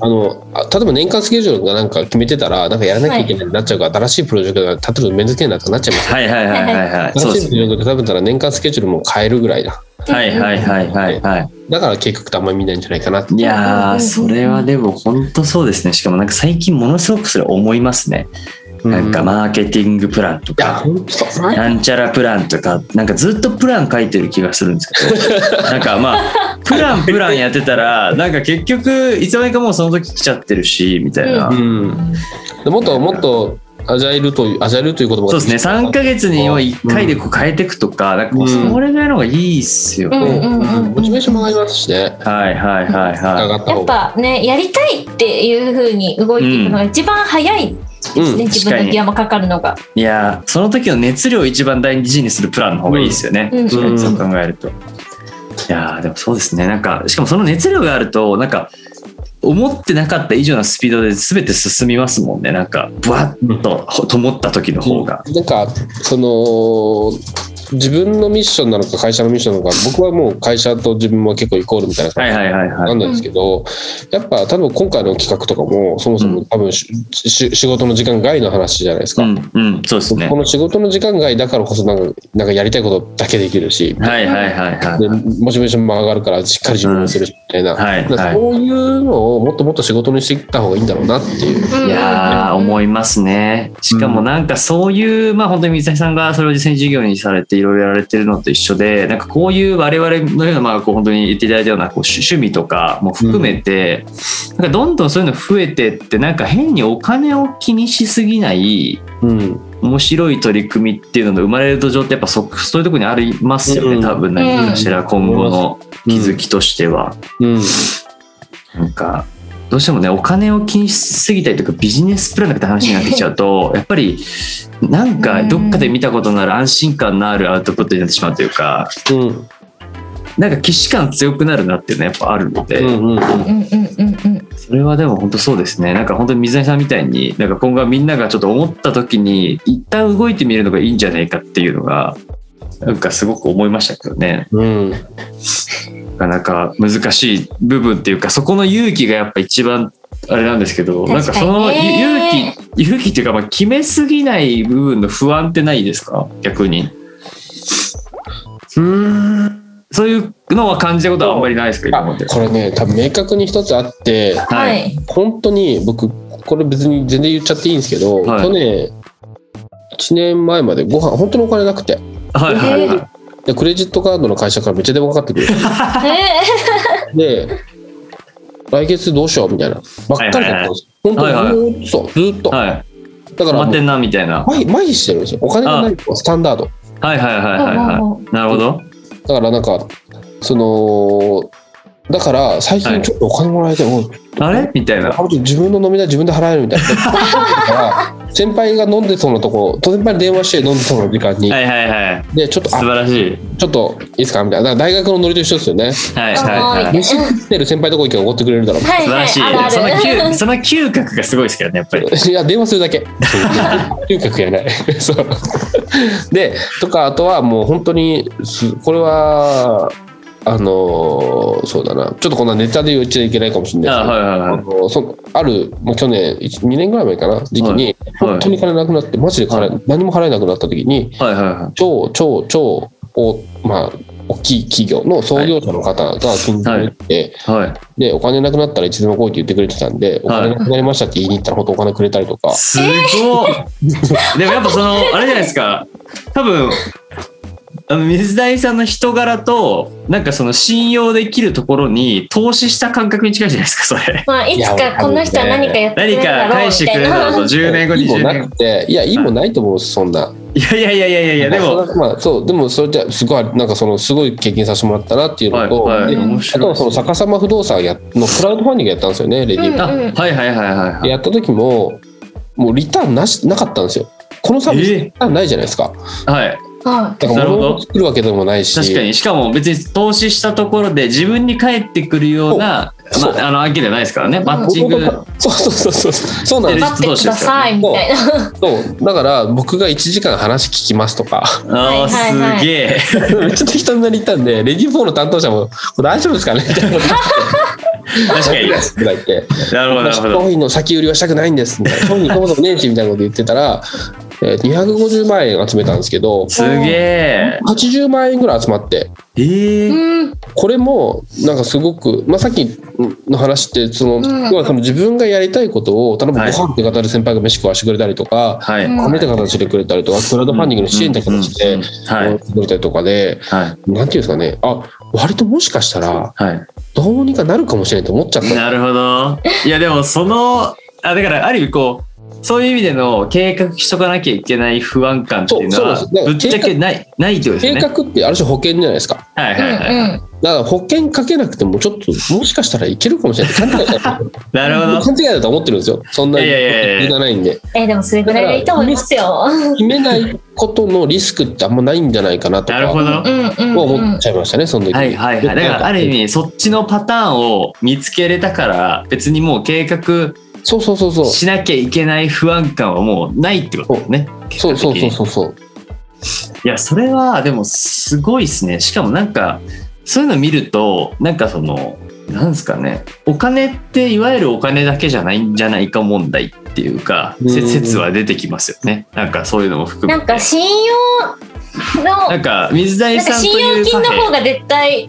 Speaker 3: あのあ例えば年間スケジュールがなんか決めてたらなんかやらなきゃいけないになっちゃうから、新しいプロジェクトが立てるの面付けになったらなっちゃいます。
Speaker 1: はいはいはいはいはいそう
Speaker 3: 新
Speaker 1: で
Speaker 3: しい
Speaker 1: す
Speaker 3: プロ
Speaker 1: ね。
Speaker 3: ジェクト立てたら年間スケジュールも変えるぐらいだ。
Speaker 1: はいはいはいはいは
Speaker 3: だから計画ってあんまり見ないんじゃないかなって
Speaker 1: い。いやーそれはでも本当そうですねしかもなんか最近ものすごくそれ思いますね。なんか
Speaker 3: ま
Speaker 1: マーケティングプランと
Speaker 3: いや
Speaker 1: か。
Speaker 3: 本当そうですね。
Speaker 1: なんちゃらプランとか、なんかずっとプラン書いてる気がするんですけ ど、なんかまあ、プランプランやってたら、なんか結局、いつの間にかもうその時来ちゃってるし、みたいな。
Speaker 3: うん、でもっともっとアジャイルというアジャイルという言葉が
Speaker 1: そうですね、3ヶ月に1回でこう変えていくとか、なんかもうそれぐらいの方がいいっすよ
Speaker 2: うんうん
Speaker 1: ね。
Speaker 2: うんうんうん
Speaker 3: モチベーションも上がりますしね。
Speaker 1: はいはいはい
Speaker 3: 上が
Speaker 1: は
Speaker 3: った
Speaker 2: や
Speaker 3: 方
Speaker 2: っ
Speaker 3: が。
Speaker 2: ぱねやりたいっていうふうに動いていくのが一番早いですね、
Speaker 3: うん
Speaker 2: 自分のギアもかかるのが。
Speaker 1: い。いやー、その時の熱量を一番大事にするプランの方がいいですよね。
Speaker 2: うんうん
Speaker 1: 確かにそう考えると。いやー、でもそうですね、なんか、しかもその熱量があると、なんか、思ってなかった以上のスピードで全て進みますもんね、なんか、ぶわっと、と思った時の方が。
Speaker 3: なんかその自分のミッションなのか会社のミッションなのか僕はもう会社と自分は結構イコールみたいな感
Speaker 1: はい
Speaker 3: じ
Speaker 1: はいはいは。
Speaker 3: ないんですけど、やっぱ多分今回の企画とかもそもそも多分し、し仕事の時間外の話じゃないです
Speaker 1: う
Speaker 3: か、
Speaker 1: ん、うん、そうですね
Speaker 3: こ。の仕事の時間外だからこそなんかなんかやりたいことだけできるし、
Speaker 1: はいはいはいは
Speaker 3: でモチベーションも上がるからしっかり自分にするみたいな、
Speaker 1: んはい
Speaker 3: だから
Speaker 1: はい
Speaker 3: そういうのをもっともっと仕事にしていった方がいいんだろうなっていう。
Speaker 1: い。いやー、思いますね。しかもなんかそういう、まあ本当に水谷さんがそれを実践事業にされていろいろやられてるのと一緒で、なんかこういう我々のような、まあこう本当に言っていただいたようなこう趣趣味とかも含めて、なんかどんどんそういうの増えてって、なんか変にお金を気にしすぎない、
Speaker 3: うん
Speaker 1: 面白い取り組みっていうのの生まれる土壌ってやっぱそそういうところにありますよ
Speaker 3: う
Speaker 1: ね、
Speaker 3: ん
Speaker 1: 多分何かしら今後の気づきとしては。
Speaker 3: うん
Speaker 1: なんかどうしてもねお金を気にしすぎたりとかビジネスプランみたいな話になってきちゃう とやっぱりなんかどっかで見たことのある安心感のあるアウトプットになってしまうというか
Speaker 3: うん
Speaker 1: なんか既視感強くなるなっていうのはやっぱあるので、
Speaker 3: うんう
Speaker 2: うんう
Speaker 3: んうん
Speaker 2: んうんうん
Speaker 1: それはでも本当そうですねなんか本当に水谷さんみたいになんか今後はみんながちょっと思った時に一旦動いてみるのがいいんじゃないかっていうのがなんかすごく思いましたけどね。
Speaker 3: うん
Speaker 1: なかなか難しい部分っていうかそこの勇気がやっぱ一番あれなんですけど、なんか
Speaker 2: 確か
Speaker 1: そ
Speaker 2: に
Speaker 1: のゆ
Speaker 2: ね
Speaker 1: 勇気勇気っていうかまあ決めすぎない部分の不安ってないですか逆に
Speaker 3: うん
Speaker 1: そういうのは感じたことはあんまりないですか今まで
Speaker 3: これね多分明確に一つあって
Speaker 1: は
Speaker 2: はいい
Speaker 3: 本当に僕これ別に全然言っちゃっていいんですけど、
Speaker 1: はい
Speaker 3: 去年1年前までご飯本当にお金なくて
Speaker 1: はいはいはい、
Speaker 3: でクレジットカードの会社からめっちゃ電話かかってくる
Speaker 2: え
Speaker 3: で来月どうしようみたいなばっかりだったんです本当
Speaker 1: はいはい
Speaker 3: にずーっとずーっと
Speaker 1: はい、
Speaker 3: だから
Speaker 1: 待
Speaker 3: も
Speaker 1: っ
Speaker 3: う
Speaker 1: てんなみたいなは
Speaker 3: 麻痺麻痺してるんですよお金がないのがスタンダード
Speaker 1: いはいはい
Speaker 2: ー
Speaker 1: はいは
Speaker 2: もう
Speaker 1: いなるほど
Speaker 3: だからなんかそのだから最
Speaker 1: は
Speaker 3: 近
Speaker 1: い
Speaker 3: ちょっとお金もらえて、もう
Speaker 1: あれみたいな
Speaker 3: あの時自分の飲み代自分で払えるみたいなだから先輩が飲んでそうなとこ先輩に電話して飲んでそうな時間に、
Speaker 1: はいはいはい
Speaker 3: でちょっと
Speaker 1: 素
Speaker 3: あ
Speaker 1: 晴らしい
Speaker 3: ちょっといいですかみたいなだから大学のノリと一緒ですよね
Speaker 1: はいはいはい
Speaker 2: あー
Speaker 3: 飯食ってる先輩とこ行けばおごってくれ るだろう
Speaker 2: はい
Speaker 1: 素晴
Speaker 2: は
Speaker 1: らしい、そ
Speaker 2: い
Speaker 1: の
Speaker 2: あるあ
Speaker 1: 嗅
Speaker 2: る
Speaker 1: その嗅覚がすごいですけどねやっぱり
Speaker 3: いや電話するだけ 嗅覚やないそうでとかあとはもう本当にすこれはあのーそうだなちょっとこんなネタで言っちゃいけないかもしれない
Speaker 1: あ
Speaker 3: ですけど
Speaker 1: はいはいはい
Speaker 3: あのそある、もう去年、1 2年ぐらい前かな、時期に、
Speaker 1: はい
Speaker 3: 本当に金なくなって、マジで金、
Speaker 1: は
Speaker 3: 何も払えなくなった時に、
Speaker 1: はいはいは
Speaker 3: 超、超、超、おまあ、大きい企業の創業者の方が近所に行って、
Speaker 1: いはい
Speaker 3: で、お金なくなったらいつでも来いって言ってくれてたんで、お
Speaker 1: はい
Speaker 3: 金なくなりましたって言いに行ったら、本当お金くれたりとか、
Speaker 1: す ごい。でもやっぱその、あれじゃないですか。多分、あの水谷さんの人柄と、なんかその信用できるところに投資した感覚に近いじゃないですか、それ。
Speaker 2: まあいつかこの人は何かやってく
Speaker 1: 何
Speaker 2: れるだ
Speaker 1: か
Speaker 2: ろう
Speaker 1: 返
Speaker 2: み
Speaker 1: して
Speaker 2: た
Speaker 1: く
Speaker 2: い
Speaker 1: れるだろう
Speaker 2: な
Speaker 1: と、10年後、
Speaker 3: いいも
Speaker 1: 20
Speaker 3: な
Speaker 1: 年後
Speaker 3: く。て、いや、いいもないと思うそんな。
Speaker 1: いやいやいやいやいやいや、で
Speaker 3: まあ
Speaker 1: も、
Speaker 3: それはまあ、そう、でも、それじゃ、すごい、なんか、その、すごい経験させてもらったなっていうのと、
Speaker 1: はいはい
Speaker 3: で
Speaker 1: 面
Speaker 3: あと
Speaker 1: 白い
Speaker 3: は、その、逆さま不動産やのクラウドファンディングやったんですよね、レディーブ
Speaker 1: あ、はいはいはいはいは
Speaker 3: で
Speaker 1: い。
Speaker 3: やった時ももうリターンなしなかったんですよこのサービス
Speaker 1: えー
Speaker 3: リターンないじゃないですか
Speaker 1: はい、
Speaker 2: は
Speaker 3: だか
Speaker 1: な
Speaker 3: ら
Speaker 1: るほど
Speaker 3: 物を作るわけでもないし
Speaker 1: 確かにしかも別に投資したところで自分に返ってくるような
Speaker 3: そう
Speaker 1: まあ、あの案件じゃないですからねマッチング
Speaker 3: 元々そうそうそうそうそうなん
Speaker 2: い
Speaker 3: で
Speaker 2: 待ってくださいみたいな
Speaker 3: すそうだから僕が1時間話聞きますとか
Speaker 1: ああ
Speaker 2: はいはいはい
Speaker 1: すげえ
Speaker 3: めっちゃ適当になりたんでレディー4の担当者も「これ大丈夫ですかね?」みたいなこと
Speaker 1: 確かに
Speaker 3: ぐらい言って
Speaker 1: なるほどなるほど
Speaker 3: 商品の先売りはしたくないんです」みたいな「商品そもそもねえし」みたいなこと言ってたら、えー250万円集めたんですけど
Speaker 1: すげえ
Speaker 3: 80万円ぐらい集まって
Speaker 1: えー
Speaker 2: うん
Speaker 3: これもなんかすごく、まあ、さっきの話ってその、
Speaker 2: ん
Speaker 3: 要はその自分がやりたいことを例えば
Speaker 1: はい
Speaker 3: ご飯って方で先輩が飯食わしてくれたりとか
Speaker 1: はい、
Speaker 2: うん
Speaker 3: 褒めた形でくれたりとかクラウドファンディングの支援って形
Speaker 1: うん
Speaker 3: で
Speaker 1: うんうんはい
Speaker 3: してくれたりとかで
Speaker 1: は
Speaker 3: なんていうんですかねあ割ともしかしたら
Speaker 1: い、は
Speaker 3: どうにかなるかもしれないと思っちゃっ
Speaker 1: い、
Speaker 3: た
Speaker 1: なるほどいやでもそのあだからある意味こうそういう意味での計画しとかなきゃいけない不安感っていうのは
Speaker 3: そうそうですだか
Speaker 1: ぶっち
Speaker 3: ら
Speaker 1: ゃけないないってことです
Speaker 3: 計
Speaker 1: よね
Speaker 3: 画ってある種保険じゃないですか
Speaker 1: はいは
Speaker 2: う
Speaker 1: いはい、
Speaker 2: んうん
Speaker 3: だから保険かけなくてもちょっともしかしたらいけるかもしれない勘違いだと
Speaker 1: なるほど
Speaker 3: 勘 違いだと思ってるんですよそんなに
Speaker 1: いやいやいやいや
Speaker 3: 無駄ないんで
Speaker 2: えでもそれぐらいがいいと思いますよ
Speaker 3: 決めないことのリスクってあんまないんじゃないかなとか
Speaker 1: なるほど
Speaker 2: うんうん
Speaker 3: は
Speaker 2: う
Speaker 3: 思っ
Speaker 2: ん
Speaker 3: ちゃいましたね、その時
Speaker 1: はいはいはいだからある意味そっちのパターンを見つけれたから別にもう計画
Speaker 3: そうそうそうそう。
Speaker 1: しなきゃいけない不安感はもうないってことですね
Speaker 3: そうそうそ
Speaker 1: 結果
Speaker 3: う
Speaker 1: 的に
Speaker 3: そうそう。
Speaker 1: いや、それは、でも、すごいですね。しかもなんか、そういうの見ると、なんかその、なんですかね、お金っていわゆるお金だけじゃないんじゃないか問題っていうか、せ
Speaker 3: うん
Speaker 1: 説は出てきますよね。なんかそういうのも含
Speaker 2: な
Speaker 1: め
Speaker 2: ん
Speaker 1: て
Speaker 2: か。信用の、な
Speaker 1: なんんか、水谷
Speaker 2: か
Speaker 1: さんと
Speaker 2: 信
Speaker 1: い
Speaker 2: 用
Speaker 1: う
Speaker 2: 金の
Speaker 1: 貨幣
Speaker 2: 方が絶対、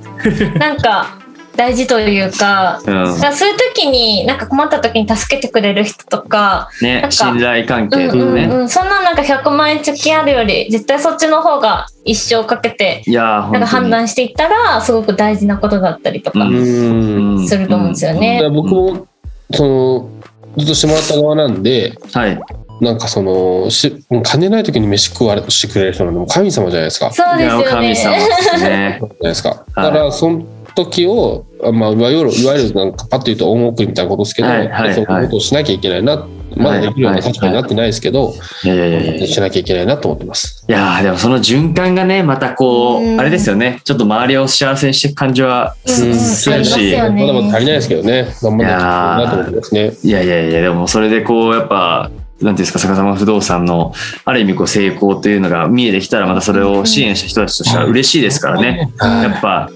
Speaker 2: なんか大事というか、
Speaker 1: う
Speaker 2: だ
Speaker 1: ん
Speaker 2: か。らそういう時に、なんか困った時に助けてくれる人とか、
Speaker 1: ね
Speaker 2: なんか
Speaker 1: 信頼関
Speaker 2: うん
Speaker 1: 係とか
Speaker 2: う
Speaker 1: ね。
Speaker 2: んうん、そんななんか100万円付き合うより絶対そっちの方が一生かけて
Speaker 1: いやー、
Speaker 2: なん
Speaker 1: 本当
Speaker 2: か判
Speaker 1: に
Speaker 2: 断していったらすごく大事なことだったりとか
Speaker 1: うん
Speaker 3: うん
Speaker 2: すると思うんですよ
Speaker 3: だ
Speaker 2: ね。
Speaker 3: から僕もそのずっとしてもらった側なんで
Speaker 1: はい。
Speaker 3: なんかそのし金ない時に飯食われしてくれる人なんてもう神様じゃないですか。
Speaker 2: そうです
Speaker 1: いや
Speaker 2: よ
Speaker 1: 神様
Speaker 2: ね。
Speaker 1: ですね
Speaker 3: じゃ。ないですか。だからその時を、あまあ、いわゆるいわゆるなんかパッと言うと恩送りみたいなことですけど、
Speaker 1: はいはいはい
Speaker 3: そういうことをしなきゃいけないなまだできるような立場になってないですけど、
Speaker 1: いやいやいやいや。い
Speaker 3: しなきゃいけないなと思ってます。
Speaker 1: やーでもその循環がねまたこ
Speaker 2: う
Speaker 1: うんあれですよねちょっと周りを幸せにしていく感じはす
Speaker 2: うんうん
Speaker 1: する
Speaker 2: あり
Speaker 1: し
Speaker 2: ますよね
Speaker 3: まだまだ足りないですけどね、頑張らなきゃいけないなと思ってますね。
Speaker 1: いやいやいやでもそれでこうやっぱなんていうんですか逆さま不動産のある意味こう成功というのが見えてきたらまたそれを支援した人たちとしては嬉しいですからね、
Speaker 2: うん
Speaker 1: やっぱ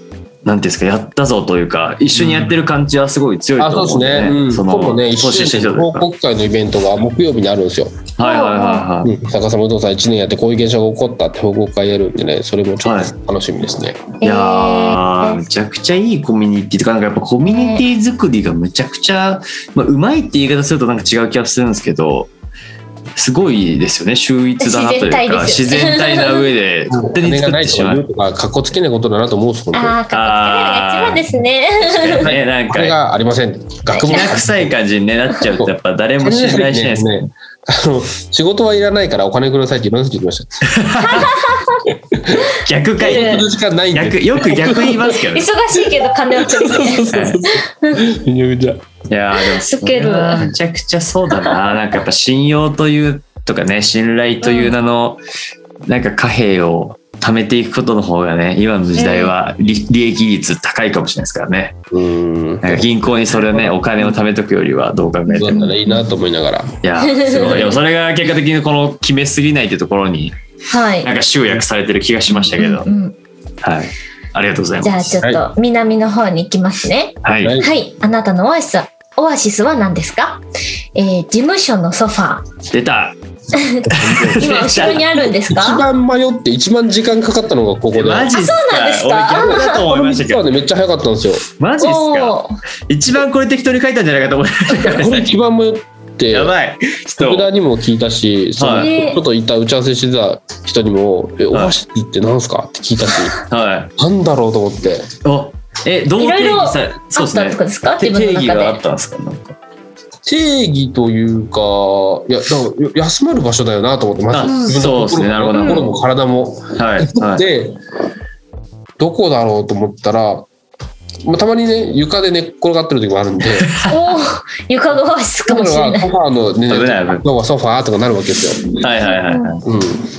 Speaker 1: なんていうんですかやったぞというか一緒にやってる感じはすごい強い
Speaker 3: あ、
Speaker 1: と
Speaker 3: そ
Speaker 1: 思
Speaker 3: う
Speaker 1: う
Speaker 3: ですね。うん、
Speaker 1: そ
Speaker 3: 今度
Speaker 1: の
Speaker 3: ね、一
Speaker 1: 投資して
Speaker 3: 周
Speaker 1: る
Speaker 3: 年
Speaker 1: 人
Speaker 3: の報告会のイベントが木曜日にあるんですよ。
Speaker 1: はいはいはいはい、
Speaker 3: うん、逆さま不動産1年やってこういう現象が起こったって報告会やるんでね、それもちょっと楽しみですね。
Speaker 1: いやー、
Speaker 2: えー
Speaker 1: めちゃくちゃいいコミュニティとか、なんかやっぱコミュニティ作りがめちゃくちゃ、まあ、うまいって言い方するとなんか違う気がするんですけど、すごいですよね、秀逸だなというか、自
Speaker 2: 自
Speaker 1: 然
Speaker 2: 然
Speaker 1: 体
Speaker 2: 体ですよ
Speaker 1: な上で、勝手に
Speaker 3: 金が
Speaker 1: 作っ
Speaker 3: ない
Speaker 1: て
Speaker 3: と
Speaker 1: し
Speaker 3: か
Speaker 1: ま
Speaker 3: 言う
Speaker 1: う。
Speaker 3: とか、かっこつけないことだなと思うんです、本当に。
Speaker 2: ああ、かっこつけるのが一番ですね。
Speaker 1: ね、なん
Speaker 3: これ
Speaker 1: か、
Speaker 3: がありません。学
Speaker 1: き
Speaker 3: 問
Speaker 1: な臭い感じにねなっちゃうと、やっぱ誰も信頼しないですね。
Speaker 3: ね。あの仕事はいらないからお金くださいっていろんな人言ってました。
Speaker 1: 逆 かい。
Speaker 2: え
Speaker 3: その時間ないん
Speaker 1: 逆
Speaker 3: で。
Speaker 1: よく逆言いますけど
Speaker 2: 忙
Speaker 1: ね。
Speaker 2: しいけど金を取りたい。
Speaker 3: めちゃめちゃ
Speaker 1: いやーでもそれはめちゃくちゃそうだななんかやっぱ信用というとかね信頼という名の、なんか貨幣を貯めていくことの方がね今の時代は利,、利益率高いかもしれないですからね
Speaker 3: うーん。
Speaker 1: なんか銀行にそれをねお金を貯めとくよりはどう考えて
Speaker 3: そう
Speaker 1: も
Speaker 3: だったらいいなと思いながら。
Speaker 1: いやーすごいでもそれが結果的にこの決めすぎないというところに
Speaker 2: はい。
Speaker 1: なんか集約されてる気がしましたけど、
Speaker 2: うんうん
Speaker 1: はいありがとうござい
Speaker 2: じゃ
Speaker 1: ま
Speaker 2: あ
Speaker 1: す
Speaker 2: ちょっと南の方に行きますね。
Speaker 1: はい、
Speaker 3: はい
Speaker 2: はい、あなたのオアシスは、オアシスは何ですか、えー、事務所のソファー。
Speaker 1: 出た
Speaker 2: 今、
Speaker 1: 出
Speaker 2: 後
Speaker 1: た
Speaker 2: ろにあるんです
Speaker 3: 一
Speaker 2: か
Speaker 3: 番迷って一番時間かかったのがここで。
Speaker 1: マジっすか
Speaker 2: あそうなんですか
Speaker 1: 俺逆だと思いましたけ
Speaker 3: 実は
Speaker 1: ど
Speaker 3: ねめっちゃ早かったんですよ。
Speaker 1: マジっすか
Speaker 2: おー
Speaker 1: 一番これ適当に書いたんじゃないかと思いました
Speaker 3: これ一番迷って。
Speaker 1: やばい。ちょ
Speaker 3: 福
Speaker 1: っと
Speaker 3: 田にも聞いたし、その
Speaker 1: はい
Speaker 3: ちょっといた打ち合わせしてた人にも「えオアシスって何すか?」って聞いたし、
Speaker 1: は
Speaker 3: なんだろうと思って。
Speaker 1: い。お、え、どう
Speaker 2: いろい
Speaker 1: 定
Speaker 2: ろ
Speaker 1: 義され、そうです
Speaker 2: あった
Speaker 1: ね
Speaker 2: と。こですか
Speaker 1: て
Speaker 2: 自分の
Speaker 1: 定
Speaker 2: 中
Speaker 1: 義
Speaker 2: で
Speaker 1: があったんですか。なんか
Speaker 3: 定義というか、いや、だからよ休まる場所だよなと思って、ま
Speaker 1: あ
Speaker 3: ず、
Speaker 1: そうですねなるほど
Speaker 3: 心も体も。
Speaker 1: はい。はい。
Speaker 3: で、どこだろうと思ったら、まあ、たまにね、床で寝っ転がってる時もある んで、
Speaker 2: おー床がオアシスか
Speaker 3: だ
Speaker 2: も
Speaker 3: から
Speaker 2: しれ
Speaker 3: は
Speaker 2: な
Speaker 3: ソ
Speaker 2: い。
Speaker 3: ファーのね、
Speaker 1: 危ない危ない
Speaker 3: 今日はソファーとかなるわけですよ。
Speaker 1: はいはい はいはい。
Speaker 3: うん。だ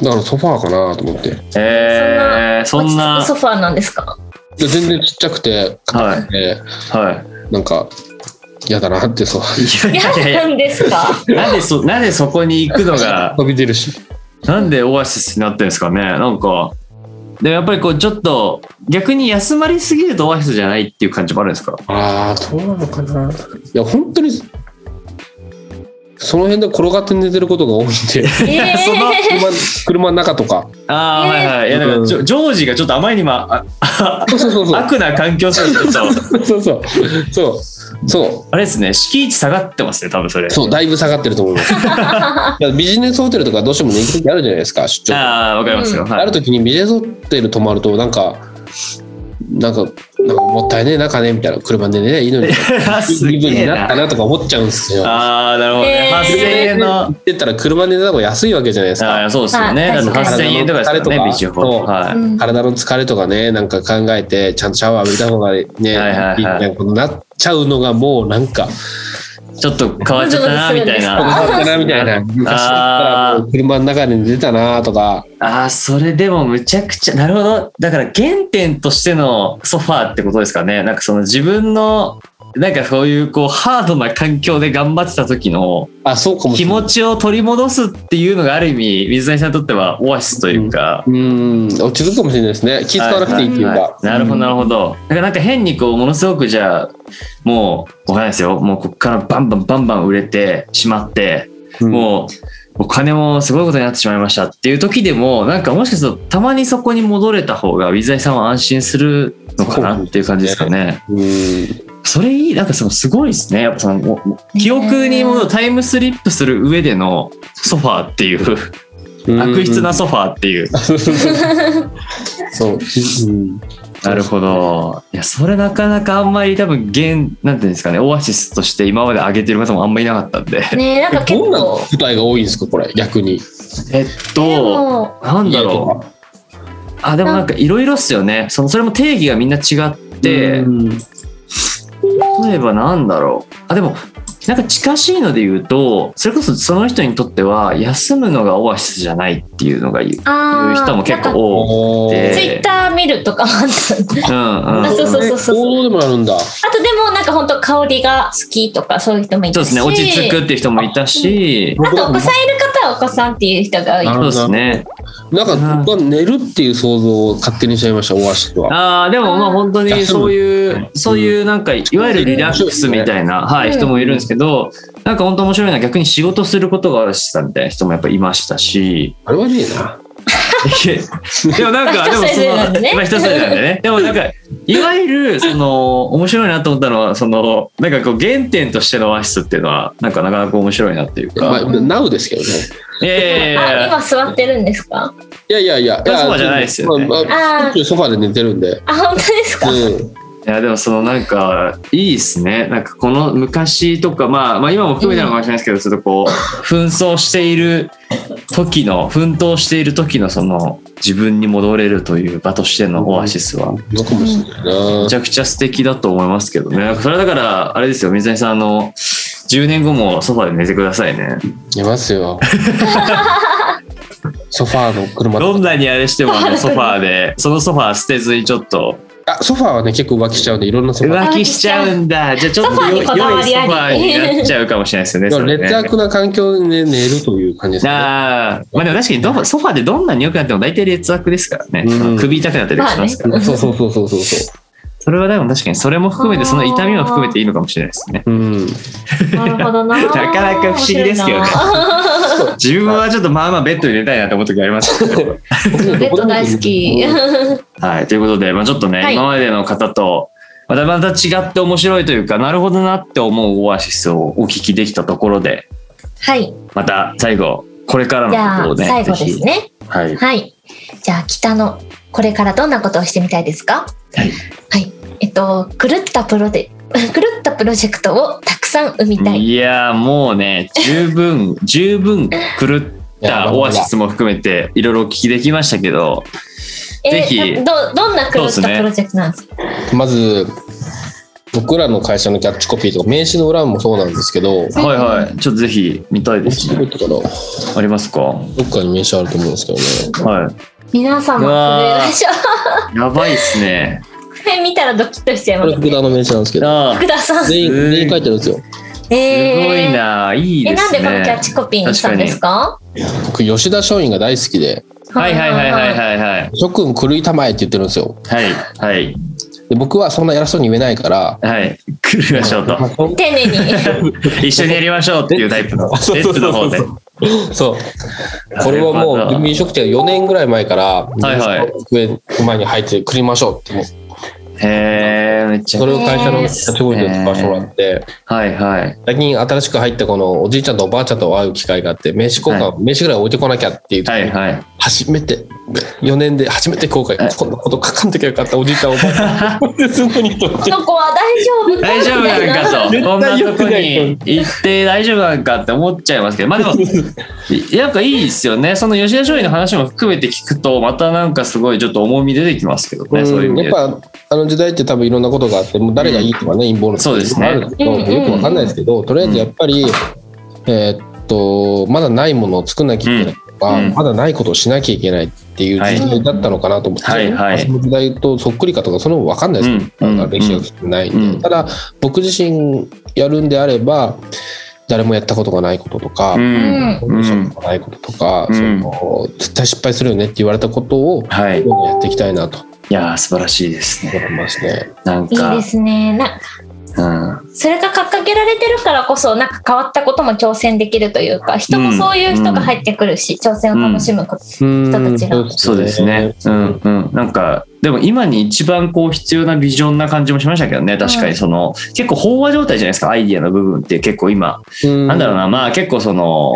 Speaker 3: からソファーかなと思って。
Speaker 1: えー、そんな。
Speaker 2: ソファーなんですか
Speaker 3: で全然ちっちゃくて、
Speaker 1: はい
Speaker 3: 硬くて、
Speaker 1: はい。
Speaker 3: なんか、嫌だなって、そう。
Speaker 1: い
Speaker 2: いや
Speaker 1: やいやい
Speaker 2: なんですか
Speaker 1: や、なんでそ、なんでそこに行くの が、
Speaker 3: 飛び出るし。
Speaker 1: なんでオアシスになってるんですかね。なんか。でやっぱりこうちょっと逆に休まりすぎるとオアシスじゃないっていう感じもあるんですか
Speaker 3: ああ、どうなのかな。いや、本当に、その辺で転がって寝てることが多いん で、
Speaker 2: えー
Speaker 1: その
Speaker 3: 車車の中とか。
Speaker 1: ああ、
Speaker 2: えー
Speaker 1: はいはいいやだからジョジョージがちょっとあまりにもあ
Speaker 3: そうそうそうそう。
Speaker 1: 悪な環境すると
Speaker 3: そうそう。そう。そ
Speaker 1: あれですね、敷地下がってますね、多分それ
Speaker 3: う。。そう、だいぶ下がってると思い ます。いやビジネスホテルとかどうしてもね、行く時あるじゃないですか、出張。
Speaker 1: ああ、わかりますよ。は
Speaker 3: あ
Speaker 1: い
Speaker 3: る時にビジネスホテル泊まると、なんか、なんか、なんかもったいねえな、金みたいな。車でね、いいのに。
Speaker 1: す
Speaker 3: 気分
Speaker 1: げえ
Speaker 3: になった
Speaker 1: な。
Speaker 3: なとか思っちゃうんですよ。
Speaker 1: ああ、なるほどね。
Speaker 2: えー
Speaker 1: 8000円 の。
Speaker 3: 行ってたら車で寝た方が安いわけじゃないですか。
Speaker 1: ああ、そうですよね。
Speaker 2: はい
Speaker 1: だって
Speaker 2: 確か
Speaker 1: 8000
Speaker 3: に
Speaker 1: 円とかですからね、ビジ
Speaker 3: 体の疲れと
Speaker 1: ホ
Speaker 3: か
Speaker 1: ール。はい。
Speaker 2: うん
Speaker 3: 体の疲れとかね、なんか考えて、ちゃんとシャワー浴びた方がね、いいみ
Speaker 1: はいはいはい
Speaker 3: たいなことになっちゃうのが、もうなんか、
Speaker 1: ちょっと変わっちゃったな、みたいな。
Speaker 2: あー
Speaker 3: 困ったなみたいな。昔だったらもう車の中で出たなとか、
Speaker 1: ああ、それでもむちゃくちゃ、なるほど。だから原点としてのソファーってことですかね。なんかその自分のなんかそういうこうハードな環境で頑張ってた時の
Speaker 3: あ、そうかもし
Speaker 1: 気
Speaker 3: れない。
Speaker 1: 持ちを取り戻すっていうのがある意味水谷さんにとってはオアシスというか、
Speaker 3: うん、落ち着くかもしれないですね。気使わなくていいっていう
Speaker 1: は
Speaker 3: か。
Speaker 1: いなるほどな
Speaker 3: る
Speaker 1: るほど。だからなんか変にこうものすごくじゃあもうわかんないですよ。もうこっからバンバンバンバン売れてしまって、
Speaker 3: ほ
Speaker 1: もうお金もすごいことになってしまいましたっていう時でもなんかもしかするとたまにそこに戻れた方が水谷さんは安心するのかなっていう感じですかね。
Speaker 3: うん。うん
Speaker 1: それいいなんかそのすごいですね。やっぱそのお記憶にもうタイムスリップする上でのソファーっていう悪質なソファーっていう。
Speaker 3: そう。うん
Speaker 1: なるほど。いや、それなかなかあんまり多分、現、なんていうんですかね、オアシスとして今まで上げてる方もあんまりいなかったんで。
Speaker 2: ねえなんか結
Speaker 3: どんな
Speaker 2: 構
Speaker 3: 舞台が多いんですか、これ、逆に。
Speaker 1: えっ
Speaker 2: で
Speaker 1: と、
Speaker 2: も
Speaker 1: なんだろ
Speaker 3: う。
Speaker 1: う。あ、でもなんかいろいろっすよね。その、それも定義がみんな違って、
Speaker 3: うん
Speaker 1: 例えばなんだろう。あ、でも、なんか近しいので言うと、それこそその人にとっては、休むのがオアシスじゃないっていうのが言う言
Speaker 2: あ
Speaker 1: う
Speaker 2: ー
Speaker 1: 人も結
Speaker 2: なんか
Speaker 1: 構多
Speaker 3: お
Speaker 1: で
Speaker 2: ツイ
Speaker 1: え
Speaker 2: ッター見るとかもあったんで
Speaker 1: い。うんうん。
Speaker 2: あそうそうそうそう
Speaker 3: 行動でもあるんだ。
Speaker 2: あとでもなんか本当香りが好きとかそういう人もい
Speaker 1: そう
Speaker 2: た
Speaker 1: で
Speaker 2: し
Speaker 1: すね。落ち着くっていう人もいたし、
Speaker 2: あとお子さんいる方はお子さんっていう人が多い
Speaker 3: な
Speaker 1: そう
Speaker 3: るほど
Speaker 1: ですね。
Speaker 3: なんか僕は寝るっていう想像を勝手にしちゃいました、オアシスは。
Speaker 1: ああでもまあ本当
Speaker 3: あー
Speaker 1: にそういううんそういうなんかいわゆるリラックスみたいな、はい、
Speaker 2: うん
Speaker 1: 人もいるんですけどなんか本当面白いのは逆に仕事することがあるしさみたいな人もやっぱいましたし
Speaker 3: あれはねえな。
Speaker 1: でもなんかでも
Speaker 2: 人そ
Speaker 1: そ
Speaker 2: れぞれなんで
Speaker 1: の
Speaker 2: ね
Speaker 1: まあ人それぞれなんでねでもなんかいわゆるその面白いなと思ったのはそのなんかこう原点としてのオアシスっていうのはなんかなかなか面白いなっていう
Speaker 3: まあ、
Speaker 1: か
Speaker 3: ナウですけどね。
Speaker 1: いやいやいや
Speaker 2: あ
Speaker 1: いや
Speaker 2: 今座ってるんですか
Speaker 3: いやいやいや。
Speaker 1: ソファじゃないですよね
Speaker 3: まあまあ
Speaker 2: あー
Speaker 3: しょっちゅうソファで寝てるんで。
Speaker 2: あ本当ですか、
Speaker 3: うん。
Speaker 1: いやでもそのなんかいいですねなんかこの昔とか、まあ、まあ今も含めてなのかもしれないですけど、ちょっとこう紛争している時の奮闘している時のその自分に戻れるという場としてのオアシスは
Speaker 3: どこもしんない
Speaker 1: め
Speaker 3: な
Speaker 1: ち。ゃくちゃ素敵だと思いますけどねなんかそれはだからあれですよ水谷さんあの10年後もソファで寝てくださいね
Speaker 3: 寝ま すよ。ソファーの車と
Speaker 1: どんなにあれしてもあのソファー でそのソファー捨てずにちょっと
Speaker 3: あ、ソファーはね、結構浮気しちゃうんで、いろんなソファー。
Speaker 1: 浮気しちゃうんだじゃあちょっ
Speaker 2: ソ
Speaker 1: と
Speaker 2: ファー
Speaker 1: よ良い
Speaker 2: に
Speaker 1: ソ
Speaker 2: こ
Speaker 1: フ
Speaker 2: だわりあり
Speaker 1: ァーになっちゃうかもしれないですよね
Speaker 3: だか
Speaker 1: そ
Speaker 3: ら
Speaker 1: れね
Speaker 3: 劣悪な環境で、ね、寝るという感じですね。
Speaker 1: ああ、まあでも確かにどソファーでどんなに良くなっても大体劣悪ですからね。
Speaker 3: うん
Speaker 1: 首痛くなったりしますから、
Speaker 2: まあね
Speaker 3: そうそうそうそうそうそ
Speaker 1: それはでも確かにそれも含めて、その痛みも含めていいのかもしれないですね。
Speaker 3: う。うん。
Speaker 2: なるほどな
Speaker 1: なかなか不思議ですけどね
Speaker 2: 面白い な
Speaker 1: 自分はちょっとまあまあベッドに寝たいなと思う時ありますけど。
Speaker 2: ベッド大好き
Speaker 1: はい。ということで、まあちょっとね、
Speaker 2: はい
Speaker 1: 今までの方と、またまた違って面白いというか、なるほどなって思うオアシスをお聞きできたところで、
Speaker 2: はい
Speaker 1: また最後、これから
Speaker 2: じゃ
Speaker 1: の
Speaker 2: あ
Speaker 1: ことをね、
Speaker 2: 最後ですね
Speaker 1: ぜひ。はい。
Speaker 2: はい。じゃあ、北の、これからどんなことをしてみたいですか
Speaker 1: はい。
Speaker 2: はい。えっと、狂ったプロで、 狂ったプロジェクトをたくさん生みたい。
Speaker 1: いやーもうね十分十分狂ったオアシスも含めていろいろお聞きできましたけどぜひ
Speaker 2: えーど、どんな狂ったプロジェクトなんですか
Speaker 3: まず、僕らの会社のキャッチコピーとか、名刺の裏もそうなんですけど、
Speaker 2: うん
Speaker 1: はいはいちょっとぜひ見たいですね
Speaker 3: とかの
Speaker 1: ありますかは
Speaker 3: どっかに名刺あると思うんですけどね。
Speaker 2: 皆様、
Speaker 1: う
Speaker 2: お
Speaker 1: わー
Speaker 2: 願いします
Speaker 1: いやばいっすね
Speaker 2: これ見 たらドキッとしちゃい
Speaker 3: こ
Speaker 2: ま
Speaker 3: れ、
Speaker 2: す
Speaker 3: 福田の名刺なんですけど、
Speaker 1: あ
Speaker 2: 福田さん。す
Speaker 3: 全員、全員書いてるんですよ。
Speaker 2: ご
Speaker 1: ーすごい。ないい
Speaker 2: え、
Speaker 1: で
Speaker 2: なん
Speaker 1: す
Speaker 2: でこのキャ
Speaker 1: ね
Speaker 2: ッチコピーにしたんですか
Speaker 3: 僕、吉田松陰が大好きで、
Speaker 1: はいはいはいはいはいはい
Speaker 3: 諸君狂いたまえって言ってるんですよ。
Speaker 1: はいはい
Speaker 3: で、僕はそんな偉そうに言えないから、
Speaker 1: はい狂いましょうと
Speaker 2: い。丁寧 に。
Speaker 1: 一緒にやりましょうっていうタイプのレ
Speaker 3: そう
Speaker 1: ッ
Speaker 3: そう
Speaker 1: ツ
Speaker 3: そ
Speaker 1: の
Speaker 3: う
Speaker 1: 方で
Speaker 3: そう。これはもう、飲食店4年ぐらい前から、
Speaker 1: いはい
Speaker 3: い。前に入って、くりましょうって、もう
Speaker 1: へえめっちゃ
Speaker 3: それを会社のキャッチコピーで使わせてもらって、
Speaker 1: はいはい
Speaker 3: 最近新しく入ったこのおじいちゃんとおばあちゃんと会う機会があって、名刺交換、
Speaker 1: は
Speaker 3: 名刺ぐらい置いてこなきゃっていう、
Speaker 1: はいはい
Speaker 3: 初めて、4年で初めて後悔、
Speaker 1: はい
Speaker 3: こんなこと書かんときゃよかった、おじいちゃん、おば あちゃん。ですぐにと
Speaker 2: この子は大丈夫か
Speaker 1: 大丈夫
Speaker 2: みたい
Speaker 1: なんかと、
Speaker 3: 絶
Speaker 1: こんな
Speaker 3: 対良
Speaker 1: とこ
Speaker 3: くない
Speaker 1: に行って大丈夫なんかって思っちゃいますけど、まあで も、いやっぱいいですよね。その吉田松陰の話も含めて聞くと、またなんかすごいちょっと重み出てきますけどね、そういう意味
Speaker 3: や
Speaker 1: で
Speaker 3: っ。ぱあの時代って多分いろんなことがあってもう誰がいいとかね、陰謀論
Speaker 1: そうです
Speaker 3: と
Speaker 1: ね
Speaker 3: かあるけど、
Speaker 2: うんうんうん
Speaker 3: よくわかんないですけどとりあえずやっぱり、えーっとまだないものを作んなきゃいけない、か、
Speaker 1: うん
Speaker 3: まだないことをしなきゃいけないっていう
Speaker 1: はい
Speaker 3: 時代だったのかなと思って、
Speaker 1: はいはい
Speaker 3: その時代とそっくりかとかそれも分かんないですけ
Speaker 1: う
Speaker 3: ど、
Speaker 1: ん
Speaker 3: なんか歴史が少ないんで、
Speaker 1: うん
Speaker 3: ただ僕自身やるんであれば誰もやったことがないこととか、
Speaker 1: うん
Speaker 3: コンディションがないこととか、
Speaker 1: うん
Speaker 3: その絶対失敗するよねって言われたことを
Speaker 1: はい
Speaker 3: どんどんやっていきたいなと
Speaker 1: いやー素晴らしいですね
Speaker 3: 思いますね。
Speaker 1: なん
Speaker 2: いい
Speaker 1: か
Speaker 2: ですね。な
Speaker 1: うん
Speaker 2: それが掲げられてるからこそなんか変わったことも挑戦できるというか人もそういう人が入ってくるし、挑戦を楽しむこと、
Speaker 3: 人
Speaker 2: たちが
Speaker 1: そうですねうんうんなんかでも今に一番こう必要なビジョンな感じもしましたけどね確かにその、結構飽和状態じゃないですかアイディアの部分って結構今なんだろうな、まあ結構その、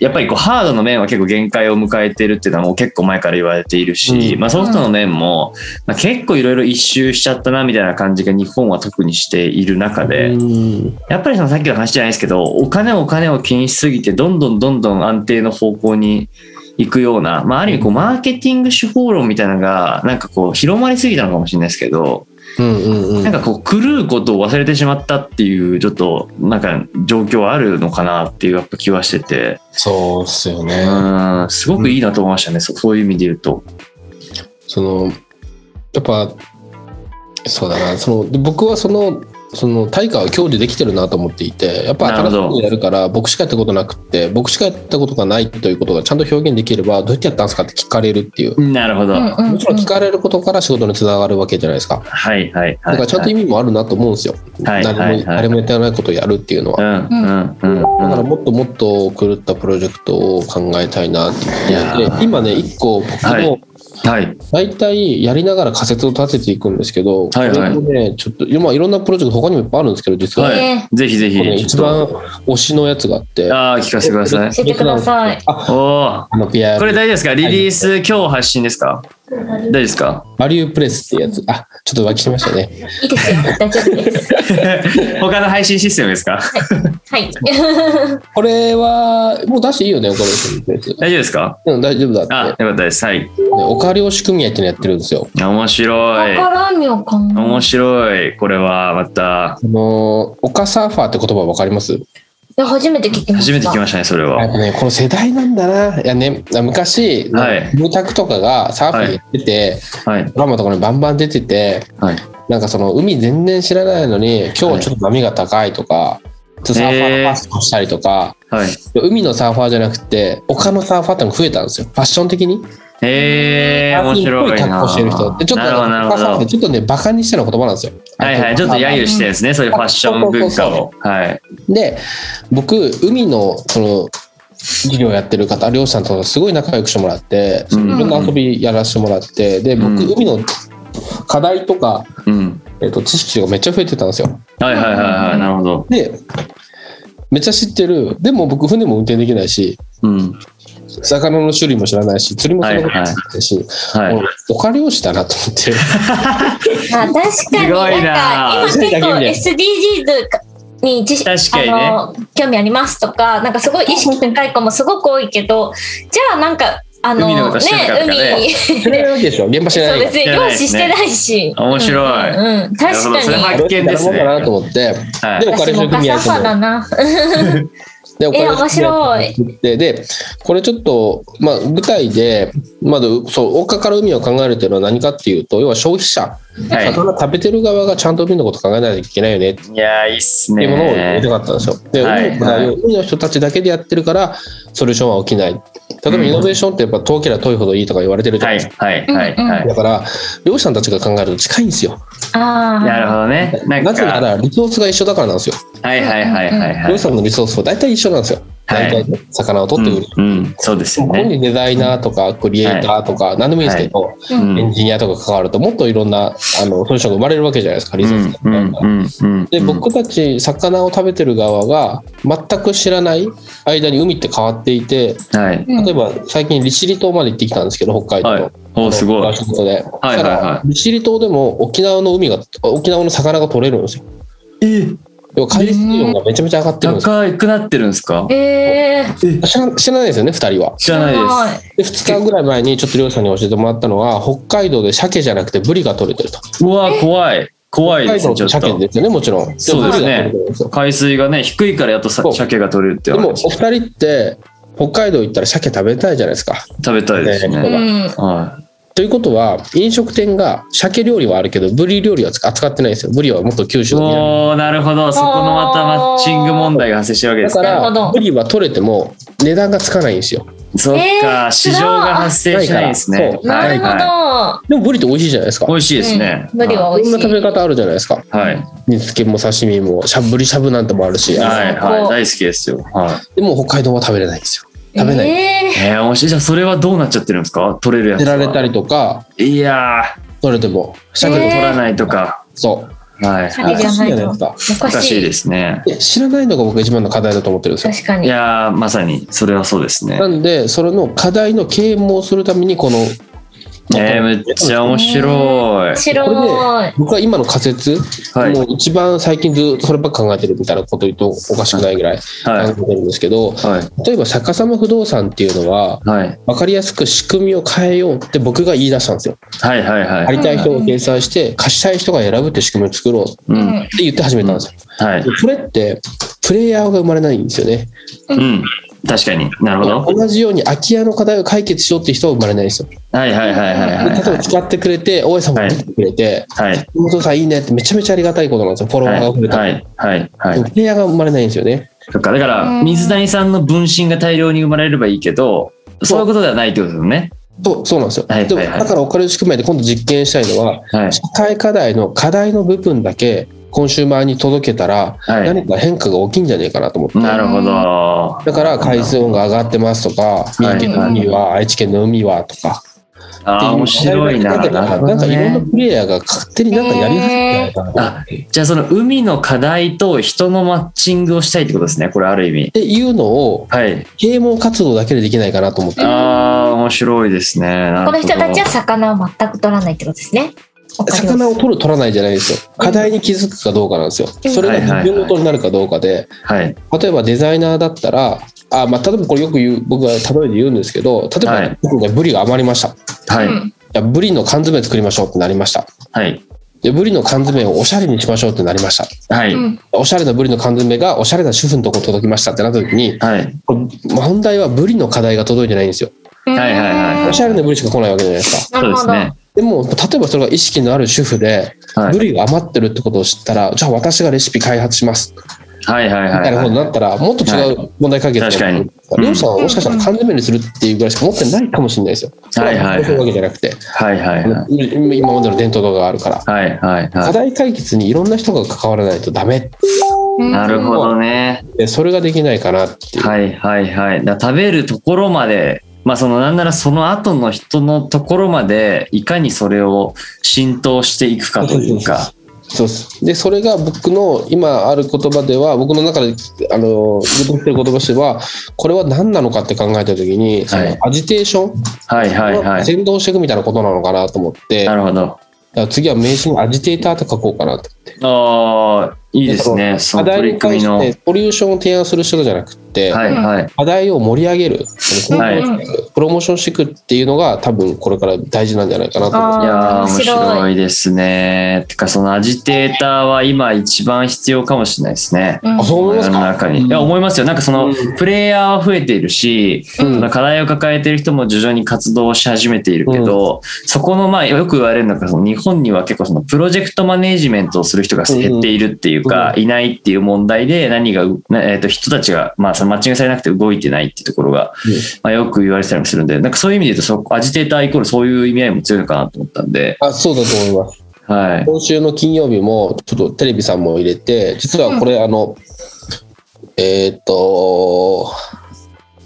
Speaker 1: やっぱりこうハードの面は結構限界を迎えてるっていうのはもう結構前から言われているし、
Speaker 3: うん
Speaker 1: まあソフトの面も、まあ、結構いろいろ一周しちゃったなみたいな感じが日本は特にしている中で、
Speaker 3: うん
Speaker 1: やっぱりそのさっきの話じゃないですけど、お金お金を気にしすぎて、どんどんどんどん安定の方向に行くような、まあある意味こうマーケティング手法論みたいなのが、なんかこう広まりすぎたのかもしれないですけど、
Speaker 3: うんうんうん
Speaker 1: なんかこう狂うことを忘れてしまったっていうちょっとなんか状況あるのかなっていうやっぱ気はしてて、
Speaker 3: そうっすよね。
Speaker 1: うん、すごくいいなと思いましたね、そそういう意味で言うと。
Speaker 3: そのやっぱそうだなそので僕はそのその対価は享受できてるなと思っていてやっぱ
Speaker 1: なるほ
Speaker 3: 新しい
Speaker 1: ど
Speaker 3: ことやるから僕しかやったことなくって僕しかやったことがないということがちゃんと表現できればどうやってやったんですかって聞かれるっていう
Speaker 1: なるほど。
Speaker 2: うんうんうん
Speaker 3: もちろん聞かれることから仕事につながるわけじゃないですか
Speaker 1: はいはい
Speaker 3: だ
Speaker 1: はい。
Speaker 3: からちゃんと意味もあるなと思うんですよ
Speaker 1: はい
Speaker 3: 誰
Speaker 1: はいはい
Speaker 3: も誰もやってないことをやるっていうの
Speaker 1: う
Speaker 3: は
Speaker 1: んうんうん
Speaker 3: だから
Speaker 1: うん。
Speaker 3: もっともっと狂ったプロジェクトを考えたいなっ
Speaker 1: い
Speaker 3: てい
Speaker 1: や
Speaker 3: うで今ね一個僕
Speaker 1: は
Speaker 3: の
Speaker 1: いはい。
Speaker 3: 大体やりながら仮説を立てていくんですけど、
Speaker 1: はいはい
Speaker 3: これもね、ちょっと、まあ、いろんなプロジェクト他にもいっぱいあるんですけど、実は、
Speaker 1: はい
Speaker 2: ね
Speaker 1: ぜひぜひ
Speaker 3: この。
Speaker 1: ち
Speaker 3: 一
Speaker 1: ょ
Speaker 3: 番
Speaker 1: っ
Speaker 3: 推しのやつがあって
Speaker 1: と、ああ、聞かせてください。
Speaker 2: 教えてください。
Speaker 3: あ
Speaker 1: おお。
Speaker 3: あの PIR
Speaker 1: これ大丈夫ですかリリース今日発信ですか大丈夫です か
Speaker 3: バリュープレスっていうやつ、あちょっと浮気しましたね。
Speaker 2: いい ですよ大丈夫です。
Speaker 1: 他の配信システムですか
Speaker 2: はい。
Speaker 3: これは、もう出していいよね、これ、別に
Speaker 1: 大丈夫ですか
Speaker 3: うん、大丈夫だって、
Speaker 1: あ、よかったです。はい。
Speaker 3: ねおかわり押し組合っていうのやってるんですよ。
Speaker 1: 面白い。
Speaker 2: わからんよかな。
Speaker 1: 面白い。これはまた。
Speaker 3: あのー、オカサーファーって言葉わかります
Speaker 2: いや初めて聞きまし
Speaker 1: 初
Speaker 2: た。
Speaker 1: めて聞きましたね、それ
Speaker 3: やっ
Speaker 1: は。
Speaker 3: ぱね、この世代なんだな。いやね、昔、
Speaker 1: はい
Speaker 3: ブタクとかがサーフィンやってて、
Speaker 1: はい。
Speaker 3: ドラマとかにバンバン出てて、
Speaker 1: はい。
Speaker 3: なんかその海全然知らないのに今日はちょっと波が高いとか、ちょっとサーファーのパスをしたりとか、
Speaker 1: はい。
Speaker 3: 海のサーファーじゃなくて丘のサーファーってのが増えたんですよファッション的に
Speaker 1: えー、面
Speaker 3: サーフィンっぽ
Speaker 1: 白い
Speaker 3: 格
Speaker 1: な。
Speaker 3: 好してる人ってちょっと
Speaker 1: なるほど、なる
Speaker 3: 丘サーファーっ
Speaker 1: ほ
Speaker 3: て
Speaker 1: ど。
Speaker 3: ちょっとねバカにしたような言葉なんですよ
Speaker 1: はいはい。ちょっと揶揄してるんですね、そういうファッション文化を。はい。
Speaker 3: で僕海のその事業やってる方漁師さんとすごい仲良くしてもらってい
Speaker 1: うん
Speaker 3: ろんな遊びやらせてもらってで僕
Speaker 1: うん
Speaker 3: 海の課題とか、
Speaker 1: うん。
Speaker 3: えっと知識がめっちゃ増えてたんですよ
Speaker 1: はいはいはいはい。なるほど。
Speaker 3: でめっちゃ知ってるでも僕船も運転できないし
Speaker 1: うん。
Speaker 3: 魚の種類も知らないし釣りもそんなこと
Speaker 1: はいは
Speaker 3: 知ら
Speaker 1: い
Speaker 3: ないし、
Speaker 1: はい。
Speaker 3: おお金漁師だなと思って
Speaker 2: あ確かに
Speaker 1: すごいな
Speaker 2: なんか今結構 SDGs に知識
Speaker 1: 確かにね
Speaker 2: あの興味ありますとかなんかすごい意識高い子もすごく多いけどじゃあなんかあの
Speaker 1: 海のことしてなかったからね
Speaker 2: 海に
Speaker 3: 釣れないわけでしょ現場知ら
Speaker 2: そう
Speaker 3: ない
Speaker 2: 別
Speaker 3: か
Speaker 2: に漁師してないし。
Speaker 1: 面白い
Speaker 2: うんうんうん確
Speaker 1: なるほどそれ
Speaker 2: か
Speaker 1: は
Speaker 2: に。
Speaker 1: 発見ですね
Speaker 3: だなと思って
Speaker 1: は
Speaker 3: で
Speaker 1: い。
Speaker 3: お金
Speaker 2: 私
Speaker 3: 漁
Speaker 2: もガ
Speaker 3: 師組合
Speaker 2: サ
Speaker 3: と
Speaker 2: ファだ
Speaker 3: も
Speaker 2: な。
Speaker 3: でお
Speaker 2: え
Speaker 3: 金
Speaker 2: 面白い。
Speaker 3: ででこれちょっと、まあ、舞台で、まあ、そう丘から海を考えるっていうのは何かっていうと要は消費者
Speaker 1: はい
Speaker 3: 魚食べてる側がちゃんと海のこと考えないといけないよね
Speaker 1: いやー、いいっす
Speaker 3: っていうものをや
Speaker 1: ね
Speaker 3: りた。かったんですよ。で、
Speaker 1: はい
Speaker 3: 海の
Speaker 1: はい
Speaker 3: 海の人たちだけでやってるから、ソリューションは起きない。例え
Speaker 1: うん
Speaker 3: ばイノベーションってやっぱ遠ければ遠いほどいいとか言われてるじゃ
Speaker 1: は
Speaker 3: な
Speaker 1: い
Speaker 3: いですか。
Speaker 1: はいはいはい
Speaker 3: だ。から、漁師さんたちが考えると近いんですよ。
Speaker 2: あ
Speaker 1: なるほ
Speaker 2: あ。
Speaker 1: どね。なんか、
Speaker 3: なぜな
Speaker 1: は
Speaker 3: ら、リソースが一緒だからなんですよ。
Speaker 1: いはいはいはいは
Speaker 3: 漁
Speaker 1: い
Speaker 3: 師。さんのリソースは大体一緒なんですよ。
Speaker 1: はい
Speaker 3: 大体ね、魚を取ってくる。
Speaker 1: うんうん、そうですよ
Speaker 3: ここ
Speaker 1: ね。
Speaker 3: にデザイナーとかクリエイターとか何でもいいんですけど、
Speaker 1: う
Speaker 3: エン
Speaker 1: ん
Speaker 3: ジニアとか関わるともっといろんなあのソリューションが生まれるわけじゃないですか、リ
Speaker 1: う
Speaker 3: ソース
Speaker 1: ん
Speaker 3: が
Speaker 1: う
Speaker 3: 生まれる
Speaker 1: ん
Speaker 3: から
Speaker 1: うんうん。
Speaker 3: で僕たち魚を食べてる側が全く知らない間に海って変わっていて
Speaker 1: はい。
Speaker 2: うん
Speaker 3: 例えば最近利尻島まで行ってきたんですけど北海道の、
Speaker 1: はい。おーすごい。
Speaker 3: 仕事で、
Speaker 1: はいはいは
Speaker 3: 利尻島でも沖縄の海が沖縄の魚が取れるんですよ
Speaker 1: え
Speaker 3: 要は海水温がめちゃめちゃ上がってるんですよ
Speaker 1: 高くなってるんですか
Speaker 2: ええー。
Speaker 3: 知ら知らないですよね2人は
Speaker 1: 知らないです。
Speaker 2: す。
Speaker 3: で2日ぐらい前にちょっと漁師さんに教えてもらったのは北海道で鮭じゃなくてブリが取れてると
Speaker 1: うわ怖い怖い
Speaker 3: 北
Speaker 1: で
Speaker 3: 海
Speaker 1: すね
Speaker 3: 道っ
Speaker 1: ちょ
Speaker 3: て
Speaker 1: っ
Speaker 3: 鮭
Speaker 1: と
Speaker 3: ですよねもちろん
Speaker 1: そうですね
Speaker 3: ブリが取れてるんよ
Speaker 1: 海水がね低いからやっとさ
Speaker 3: そう
Speaker 1: 鮭が取れるって
Speaker 3: でもお
Speaker 1: 話
Speaker 3: 二人って北海道行ったら鮭食べたいじゃないですか。
Speaker 1: 食べたいです
Speaker 3: ね
Speaker 2: う
Speaker 1: ね。
Speaker 2: ん。
Speaker 1: は
Speaker 3: ということは、飲食店が鮭料理はあるけど、ブリ料理は扱ってないんですよ。ブリはもっと九
Speaker 1: い。
Speaker 3: 州の南
Speaker 1: おおなるほど。そこのまたマッチング問題が発生してるわけで
Speaker 3: だ
Speaker 1: すね
Speaker 3: か
Speaker 2: なるほど
Speaker 3: ら、ブリは取れても値段がつかないんですよ。
Speaker 1: そっ
Speaker 2: えー
Speaker 1: か、市場が発生しないんです
Speaker 3: ない
Speaker 1: ね
Speaker 3: か。ら
Speaker 2: なるほど。
Speaker 1: は
Speaker 3: でもブリって美味しいじゃないですか。
Speaker 1: い。美
Speaker 3: い
Speaker 1: 味しいですね。
Speaker 2: うんブリは美
Speaker 3: ろ
Speaker 2: 味
Speaker 3: ん
Speaker 2: し。
Speaker 3: ない食べ方あるじゃないですか。
Speaker 1: はい。
Speaker 3: 煮付けも刺身も、しゃぶりしゃぶなんてもあるし、
Speaker 1: はい
Speaker 2: そ
Speaker 1: は
Speaker 2: う
Speaker 1: い。大好きですよ。は
Speaker 3: でも北海道は食べれないんですよ。食べない。
Speaker 2: え
Speaker 1: い。えー、面白い。じゃあそれはどうなっちゃってるんですか取れるやつ
Speaker 3: 出ら
Speaker 1: は。
Speaker 3: れたりとか、
Speaker 1: いや
Speaker 3: 取れても、
Speaker 1: ー、
Speaker 3: 鮭
Speaker 1: 取
Speaker 3: で
Speaker 1: らないとか。
Speaker 3: そう。
Speaker 1: はい。
Speaker 2: 鮭じゃないと
Speaker 3: おかしいじゃないですか
Speaker 2: ー、お
Speaker 1: お
Speaker 2: か
Speaker 1: か
Speaker 2: し
Speaker 1: しい
Speaker 2: い。
Speaker 1: ですね。
Speaker 3: で知らないのが僕一番の課題だと思ってるんですよ。
Speaker 2: 確か
Speaker 1: い
Speaker 2: に。
Speaker 1: やー、まさに、それはそうですね
Speaker 3: な。んで、それの課題の啓蒙をするために、この、
Speaker 1: えー、めっちゃ面白い
Speaker 2: 面。白い。
Speaker 3: 僕は今の仮説、
Speaker 1: はい
Speaker 3: もう一番最近ずっとそればっか考えてるみたいなこと言うとおかしくないぐらい考
Speaker 1: は
Speaker 3: えてるんですけど、
Speaker 1: い。はい。
Speaker 3: 例えば逆さま不動産っていうのは、
Speaker 1: はい。
Speaker 3: 分かりやすく仕組みを変えようって僕が言い出したんですよ。
Speaker 1: はいはいはい。
Speaker 3: 借りたい人を掲載して、貸したい人が選ぶって仕組みを作ろうって
Speaker 1: うん。
Speaker 3: 言って始めたんですよ。
Speaker 1: はい。
Speaker 3: それって、プレイヤーが生まれないんですよね。
Speaker 1: うん。確かになるほど。
Speaker 3: 同じように空き家の課題を解決しようって人は生まれないんですよ。
Speaker 1: はいはいはいはい
Speaker 3: で
Speaker 1: はい
Speaker 3: 例えば
Speaker 1: は
Speaker 3: 使ってくれて、大江さんも出てくれて、
Speaker 1: い。はい。
Speaker 3: 妹さんいいねってめちゃめちゃありがたいことなんですよ。フォロワーが増えた。
Speaker 1: はい。はい。はい
Speaker 3: で。もプレイヤーが生まれないんですよね。
Speaker 1: そっか。だから、水谷さんの分身が大量に生まれればいいけど、そういうことではないってことですよね。
Speaker 3: そうそうなんですよ。
Speaker 1: はい
Speaker 3: でも
Speaker 1: はいはい
Speaker 3: だからお金の仕組みで今度実験したいのは、
Speaker 1: はい。
Speaker 3: 社会課題の課題の部分だけコンシューマーに届けたら、
Speaker 1: はい。
Speaker 3: 何か変化が大きいんじゃねえかなと思って。
Speaker 1: なるほど。
Speaker 3: だから海水温が上がってますとか、
Speaker 1: い
Speaker 3: 三重県の海は、愛知県の海はとか。
Speaker 1: ああ、面白いな。
Speaker 3: だけど
Speaker 1: なるほ
Speaker 3: な
Speaker 1: ど
Speaker 3: んかいろんな
Speaker 1: ね。
Speaker 3: プレイヤーが勝手になんかやり始めたのかな
Speaker 1: あ、じゃあその海の課題と人のマッチングをしたいってことですね。これある意味
Speaker 3: っ。ていうのを、
Speaker 1: はい。
Speaker 3: 啓蒙活動だけでできないかなと思って。
Speaker 1: ああ、面白いですね。なる
Speaker 2: こ
Speaker 1: ほど
Speaker 2: の人たちは魚を全く取らないってことですね。わかります
Speaker 3: 魚を取る取らないじゃないですよ。課題に気づくかどうかなんですよ。それが自分事になるかどうかで、
Speaker 1: はい。
Speaker 3: 例えばデザイナーだったら、あまあ、例えばこれよく言う僕が例えで言うんですけど、例えば、
Speaker 1: はい
Speaker 3: 僕がブリが余りました。い
Speaker 1: はい。
Speaker 2: うん
Speaker 3: やブリの缶詰作りましょうってなりました。
Speaker 1: はい。
Speaker 3: で、ブリの缶詰をおしゃれにしましょうってなりました。
Speaker 1: はい。
Speaker 2: うん
Speaker 3: おしゃれなブリの缶詰がおしゃれな主婦のとこ届きましたってなった時に、
Speaker 1: はい。
Speaker 3: これ問題はブリの課題が届いてないんですよ。
Speaker 2: はい
Speaker 1: はいはいは
Speaker 3: お
Speaker 1: い
Speaker 3: しゃれなブリしか来ないわけじゃないですか。
Speaker 1: そう
Speaker 2: なる
Speaker 1: で
Speaker 2: ほ
Speaker 1: す
Speaker 2: ど。
Speaker 1: ね。
Speaker 3: でも、例えばそれが意識のある主婦で、
Speaker 1: はい
Speaker 3: ブリが余ってるってことを知ったら、じゃあ私がレシピ開発します。
Speaker 1: はいはい
Speaker 3: みた
Speaker 1: はいい
Speaker 3: なこ
Speaker 1: は
Speaker 3: とに
Speaker 1: い。
Speaker 3: なったら、もっと違う問題解決
Speaker 1: 確かにうん
Speaker 3: 漁師さんはもしかしたら缶詰にするっていうぐらいしか持ってないかもしれないですよ。
Speaker 1: はいはいはい
Speaker 3: そういうわけじゃなくて、
Speaker 1: はいはいはい。
Speaker 3: 今までの伝統とかがあるから。
Speaker 1: はいはい
Speaker 3: 課
Speaker 1: は
Speaker 3: 題解決にいろんな人が関わらないとダメっ
Speaker 1: い。なるほどね。
Speaker 3: て、それができないかなっていう。
Speaker 1: はいはいはい。だから食べるところまで、まあそのなんならその後の人のところまでいかにそれを浸透していくかというか。
Speaker 3: そうです。で、それが僕の今ある言葉では、僕の中で、あの、受け取ってる言葉としては、これは何なのかって考えたときに、そのアジテーション
Speaker 1: はいはいは
Speaker 3: を
Speaker 1: い。
Speaker 3: 先導していくみたいなことなのかなと思って、
Speaker 1: なるほど。
Speaker 3: だから次は名刺にアジテーターと書こうかなと。
Speaker 1: ああ、いいです
Speaker 3: で
Speaker 1: ね。そ
Speaker 3: 課
Speaker 1: の取
Speaker 3: 題
Speaker 1: り
Speaker 3: に
Speaker 1: 組
Speaker 3: 対
Speaker 1: みの。
Speaker 3: し
Speaker 1: は
Speaker 3: て
Speaker 1: い
Speaker 3: ソリューションを提案する人じゃなくって、
Speaker 1: はい。
Speaker 3: 課題を盛り上げる、その
Speaker 1: はい
Speaker 3: プロモーションしていくっていうのが多分これから大事なんじゃないかなと思
Speaker 2: あ
Speaker 3: っ
Speaker 2: ー
Speaker 1: いやー面
Speaker 2: 面白い
Speaker 1: 白いですね。てかそのアジテーターは今一番必要かもしれないですね。
Speaker 2: うん
Speaker 3: あそう思いますか
Speaker 1: 世の中に。いや思いますよ。なんかそのプレイヤーは増えているし、
Speaker 3: うん
Speaker 1: その課題を抱えている人も徐々に活動し始めているけど、そこのまあよく言われるのがその日本には結構そのプロジェクトマネージメントをする人が減っているっていうか、いないっていう問題で何がう、なえっと人たちがまあそのマッチングされなくて動いてないっていうところが
Speaker 3: て。
Speaker 1: まあ、よく言われてたりもするんで、なんかそういう意味で言うとそこ、アジテーターイコールそういう意味合いも強いのかなと思ったんで、
Speaker 3: あそうだと思います。
Speaker 1: はい。
Speaker 3: 今週の金曜日も、ちょっとテレビさんも入れて、実はこれ、あの、えーっと、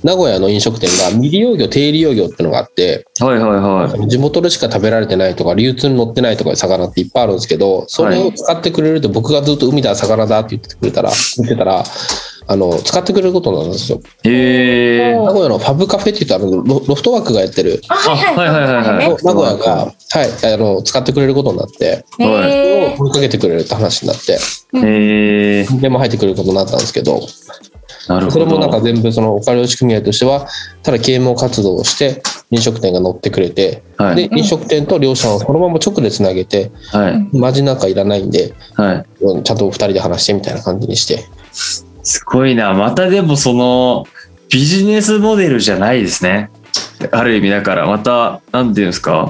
Speaker 3: 名古屋の飲食店が未利用魚、低利用魚っていうのがあって、
Speaker 1: はいはいはい。
Speaker 3: 地元でしか食べられてないとか、流通に乗ってないとかいう魚っていっぱいあるんですけど、それを使ってくれると、僕がずっと海だ、魚だって言ってくれたら、言ってたら、あの、使ってくれることになるんですよ。
Speaker 1: へえ
Speaker 2: お
Speaker 1: ー。
Speaker 3: 名古屋のファブカフェって言ったら、ロロフトワークがやってる、
Speaker 2: あはいはい
Speaker 1: あはいはいはい
Speaker 2: ね
Speaker 1: ロ
Speaker 3: 名
Speaker 1: フト
Speaker 3: 古
Speaker 1: ワ
Speaker 3: 屋
Speaker 1: ーク
Speaker 3: が、はい、あの、使ってくれることになって、
Speaker 1: トワーク
Speaker 3: そ
Speaker 2: へ
Speaker 3: れを
Speaker 2: ー
Speaker 3: 追いかけてくれるって話になって、
Speaker 1: へえー。
Speaker 3: でも入ってくることになったんですけど、
Speaker 1: なる
Speaker 3: そ
Speaker 1: ほ
Speaker 3: れもなんか
Speaker 1: ど。
Speaker 3: 全部そのお金の仕組み合としては、ただ啓蒙活動をして、飲食店が乗ってくれて、
Speaker 1: は
Speaker 3: で
Speaker 1: い。、
Speaker 3: 飲食店と両者をそのまま直でつなげて、
Speaker 1: はい。
Speaker 3: マジなんかいらないんで、
Speaker 1: はい。
Speaker 3: うんちゃんと二人で話してみたいな感じにして。
Speaker 1: すごいな。またでもその、ビジネスモデルじゃないですね。ある意味だから、また、なんていうんですか、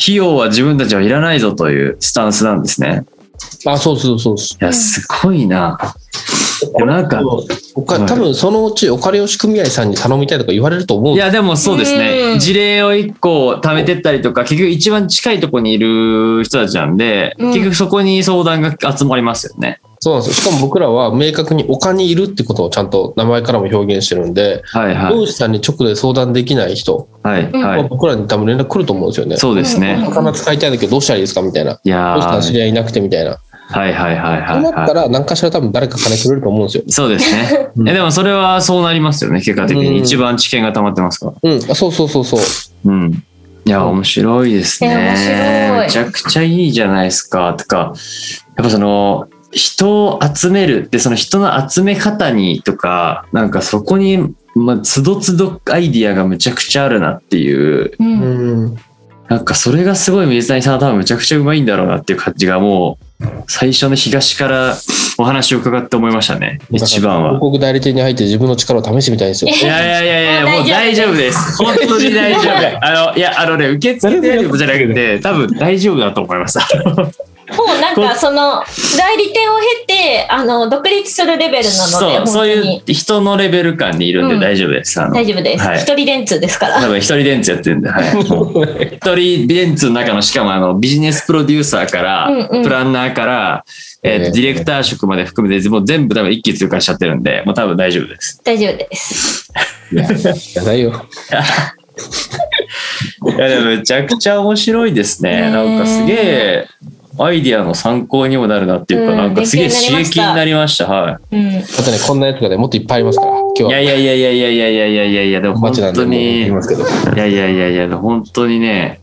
Speaker 1: 費用は自分たちはいらないぞというスタンスなんですね。
Speaker 3: あ、そうそうそうです。
Speaker 1: いや、すごいな。でもなんか、
Speaker 3: おか
Speaker 1: はい
Speaker 3: 多分そのうちお金を仕組合さんに頼みたいとか言われると思う
Speaker 1: い。や、でもそうです
Speaker 2: うん
Speaker 1: ね。事例を一個貯めてったりとか、結局一番近いとこにいる人たちなんで、
Speaker 2: うん
Speaker 1: 結局そこに相談が集まりますよね。
Speaker 3: そうなんですよ。しかも僕らは明確に丘にいるってことをちゃんと名前からも表現してるんで、
Speaker 1: はいはい。
Speaker 3: 漁師さんに直で相談できない人
Speaker 1: はい
Speaker 2: うん
Speaker 1: は。
Speaker 3: はい僕らに多分連絡来ると思うんですよね。
Speaker 1: そうです
Speaker 2: うん
Speaker 1: ね。
Speaker 3: 魚使いたいんだけどどうしたらいいですかみたいな。
Speaker 1: いや
Speaker 3: どうしたら知
Speaker 1: ー
Speaker 3: り合いいなくてみたいな。
Speaker 1: はいはいはい
Speaker 3: そ
Speaker 1: は
Speaker 3: う
Speaker 1: い
Speaker 3: なった
Speaker 1: は
Speaker 3: ら何かしら多分誰か金くれると思うんですよ。
Speaker 1: い。そうですね。
Speaker 3: うん
Speaker 1: えでもそれはそうなりますよね。結果的
Speaker 3: うん
Speaker 1: に一番知見が溜まってますから。
Speaker 3: うん、あそうそうそうそう。
Speaker 1: うん。いや、面白いです
Speaker 2: いや面
Speaker 1: ね。
Speaker 2: 白い
Speaker 1: めちゃくちゃいいじゃないですか。とか、やっぱその、人を集めるって、その人の集め方にとか、なんかそこに、まあ、つどつどアイディアがむちゃくちゃあるなっていう、
Speaker 2: う
Speaker 3: うんん。
Speaker 1: なんかそれがすごい水谷さんは多分むちゃくちゃうまいんだろうなっていう感じがもう、最初の東からお話を伺って思いましたね。一番は
Speaker 3: 広。告代理店に入って自分の力を試してみたいんですよ。
Speaker 1: いやいやいやいや、も
Speaker 2: も
Speaker 1: う
Speaker 2: う
Speaker 1: 大
Speaker 2: 大丈
Speaker 1: 丈
Speaker 2: 夫
Speaker 1: 夫です。本当に大丈 夫。あの、いや、あのね、受付でやるじゃなくて、多分大丈夫だと思います。
Speaker 2: もうなんかその代理店を経てあの独立するレベルなので
Speaker 1: そう、
Speaker 2: 本
Speaker 1: そう
Speaker 2: 当
Speaker 1: いう
Speaker 2: に
Speaker 1: 人のレベル感にいるん
Speaker 2: う
Speaker 1: で
Speaker 2: ん
Speaker 1: 大丈夫です。あの
Speaker 2: 大丈夫です、
Speaker 1: はい
Speaker 2: 一人電通ですから
Speaker 1: 多分一人電通やってるんで、はい。もう一人電通の中の、しかもあの、ビジネスプロデューサーから、
Speaker 2: うんうん
Speaker 1: プランナーから、えー
Speaker 3: え
Speaker 1: と
Speaker 3: ー
Speaker 1: ディレクター職まで含めて、もう全部多分一気通過しちゃってるんで、もう多分大丈夫 です。
Speaker 2: 大丈夫です
Speaker 3: いや、やだよ。
Speaker 1: いや、でもめちゃくちゃ面白いです
Speaker 2: ね
Speaker 1: ね。
Speaker 2: ー
Speaker 1: なんかすげえ、アイディアの参考にもなるなっていうか、
Speaker 2: うん
Speaker 1: なんかすげえ
Speaker 2: 勉強
Speaker 1: 刺
Speaker 2: になりました
Speaker 1: 激になりました。はい。
Speaker 2: うん
Speaker 3: あとね、こんなやつがね、もっといっぱいありますから、今日
Speaker 1: いや
Speaker 3: は。
Speaker 1: いやいやいやいやいやいやいやいやでも本
Speaker 3: 街なんで
Speaker 1: 当
Speaker 3: もう
Speaker 1: に
Speaker 3: 言い
Speaker 1: い
Speaker 3: ますけど。
Speaker 1: やいやいやいや本当にね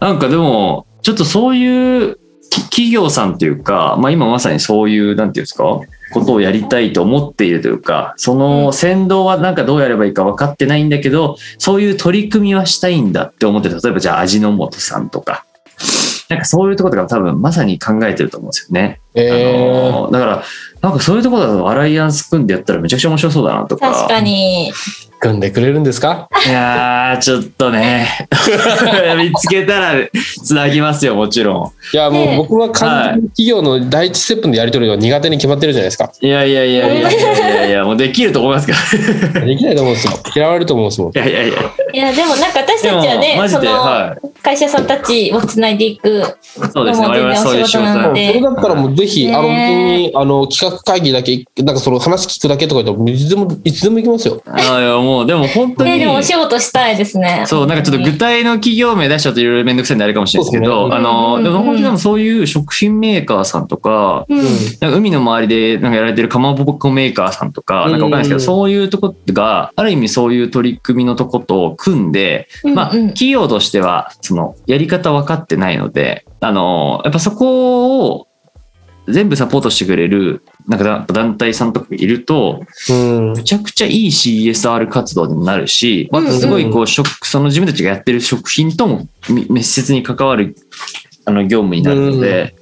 Speaker 1: なんかでもちょっとそういうき企業さんというか、まあ、今まさにそういうなんていうんですかことをやりたいと思っているというかその先導はなんかどうやればいいか分かってないんだけどそういう取り組みはしたいんだって思ってる例えばじゃあ味の素さんとかなんかそういうところとか多分まさに考えてると思うんですよね。
Speaker 3: え
Speaker 1: あ
Speaker 3: ー、
Speaker 1: のだからなんかそういうところだとアライアンス組んでやったらめちゃくちゃ面白そうだなとか。
Speaker 2: 確かに
Speaker 3: 組んでくれるんですか
Speaker 1: いやー、ちょっとね。 見つけたら、つなぎますよ、もちろ
Speaker 3: いや、も
Speaker 2: ね
Speaker 3: う僕は完全に企業の第一ステップのやり取りが苦手に決まってるじゃないですか。
Speaker 1: ん。いやいやいやいやいやいや いや、もうできると思いますか
Speaker 3: できないと思うんですよ。嫌われると思うんですもん。
Speaker 1: ら。 いやいやいや。
Speaker 2: いやでもなんか私
Speaker 1: で
Speaker 2: た
Speaker 1: も
Speaker 2: ちは、ね
Speaker 1: マジ
Speaker 2: そ
Speaker 1: で、
Speaker 2: の、
Speaker 1: はい。
Speaker 2: 会社さんたちをつないでいく
Speaker 1: そうですね、
Speaker 2: もう
Speaker 1: 我
Speaker 2: 全然
Speaker 1: 々はそういう仕事
Speaker 2: お仕事な
Speaker 1: な
Speaker 2: の
Speaker 1: んで。
Speaker 2: で
Speaker 3: それだったらもうぜひ、
Speaker 2: ね
Speaker 3: あの、本当に、あの、企画会議だけ、なんかその話聞くだけとか言っても、いつでも、いつでも行きますよ。
Speaker 1: ああ、いやもう、でも本当
Speaker 2: ね、
Speaker 1: に
Speaker 2: で。もお仕事したいですね。
Speaker 1: そう、なんかちょっと具体の企業名出しちゃうといろいろめんどくさいになるかもしれないですけ
Speaker 3: そ
Speaker 1: ど、
Speaker 3: うです
Speaker 2: ね
Speaker 1: あの、で
Speaker 2: うんうんう
Speaker 1: も
Speaker 2: ん
Speaker 1: 本当にでもそういう食品メーカーさんとか、
Speaker 2: うん。
Speaker 1: なんか海の周りでなんかやられてるかまぼこメーカーさんとか、なんかわかんないですけ
Speaker 3: う
Speaker 1: ど、
Speaker 3: ん
Speaker 1: そういうとこが、ある意味そういう取り組みのとこと組んで、
Speaker 2: うん
Speaker 1: まあ、
Speaker 2: うん
Speaker 1: 企業としては、その、やり方分かってないので、あの、やっぱそこを全部サポートしてくれる、なんかだ団体さんとかいると、
Speaker 3: うん。
Speaker 1: むちゃくちゃいい CSR 活動にもなるし、ま
Speaker 2: うん
Speaker 1: あ、すごいこう、食、その自分たちがやってる食品ともみ密接に関わる、あの、業務になるので、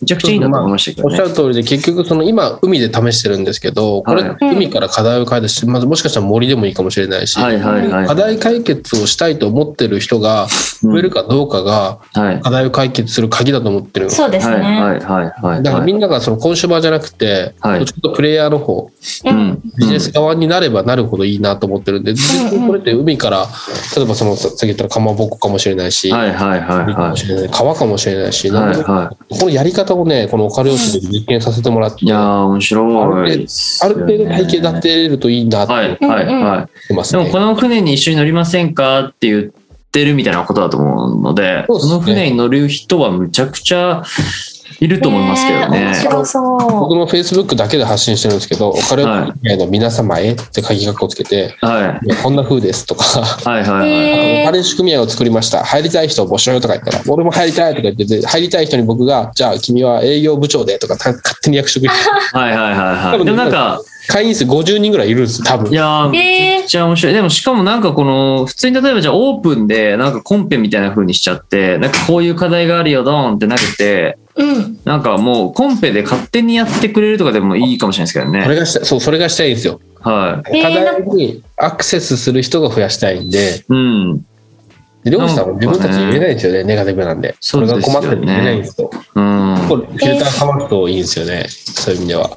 Speaker 1: めちゃくちゃいいなと思いましたけ
Speaker 3: お
Speaker 1: どね
Speaker 3: っしゃ。る通りで、結局、その今、海で試してるんですけど、これ、
Speaker 1: はい
Speaker 3: 海から課題を解決して、まずもしかしたら森でもいいかもしれないし、
Speaker 1: はいはいはい。
Speaker 3: 課題解決をしたいと思ってる人が増えるかどうかが、
Speaker 1: うんはい。
Speaker 3: 課題を解決する鍵だと思ってるの。
Speaker 2: そうです
Speaker 1: は
Speaker 2: ね。
Speaker 1: いはいはいはい。
Speaker 3: だからみんながそのコンシューマーじゃなくて、
Speaker 1: はい
Speaker 3: どっちょっとプレイヤーの方、
Speaker 1: う
Speaker 2: うん
Speaker 1: ん。
Speaker 3: ビジネス側になればなるほどいいなと思ってるんで、実際これって海から、例えばそのささっき言ったらかまぼっこかもしれないし、
Speaker 1: はいはいはい
Speaker 3: 海か
Speaker 1: は
Speaker 3: もしれない川かもしれないし、
Speaker 1: い。はいは
Speaker 3: このやり方をね、このオカ漁師で実験させてもらって、
Speaker 1: い。いやー、面白いです
Speaker 3: あ
Speaker 1: よ
Speaker 3: る
Speaker 1: ね、
Speaker 3: 程度体系立てれるといいなと
Speaker 1: は
Speaker 3: 思っ
Speaker 1: いはいは
Speaker 3: てま
Speaker 1: い。
Speaker 3: す
Speaker 1: で
Speaker 3: ね。
Speaker 1: も、この船に一緒に乗りませんかって言ってるみたいなことだと思うので、
Speaker 3: そうっ
Speaker 1: こ
Speaker 3: すね
Speaker 1: の船に乗る人はむちゃくちゃいると思いますけど
Speaker 2: え面
Speaker 1: ね。
Speaker 2: 白そ
Speaker 3: 僕の Facebook だけで発信してるんですけど、オカ漁師以外の皆様へって鍵括弧つけて、
Speaker 1: はい
Speaker 3: やこんな風ですとか、
Speaker 1: い。はいは
Speaker 2: う。
Speaker 1: いはい。
Speaker 2: へ
Speaker 3: あ
Speaker 2: え
Speaker 3: れ仕組合を作りました。入りたい人を募集とか言ったら、俺も入りたいとか言ってて、入りたい人に僕が、じゃあ君は営業部長でとか、た勝手に役職に。
Speaker 1: はいはいはい
Speaker 3: 多
Speaker 1: は
Speaker 3: 分
Speaker 1: い。
Speaker 3: ね
Speaker 1: でもなんか、
Speaker 3: 会員数50人ぐらいいるんですよ多分
Speaker 1: いやー、
Speaker 2: えー
Speaker 1: めっちゃ面白い。でもしかもなんかこの、普通に例えばじゃあオープンで、なんかコンペみたいな風にしちゃって、なんかこういう課題があるよ、ドーンって投げて、
Speaker 2: うん。
Speaker 1: なんかもうコンペで勝手にやってくれるとかでもいいかもしれないですけど
Speaker 3: そ
Speaker 1: ね
Speaker 3: れ。がしたそうそれがしたいんですよ
Speaker 1: は
Speaker 3: 課
Speaker 2: えー
Speaker 3: 題にアクセスする人が増やしたいんで
Speaker 1: い。うん。
Speaker 3: で漁師さんも自分たちに言えないんですよねネガティブなんで
Speaker 1: そうですよね
Speaker 3: れが困ってるんで言えないんですよ
Speaker 1: うん。
Speaker 3: これフィルターかまるといいんですよねそういう意味では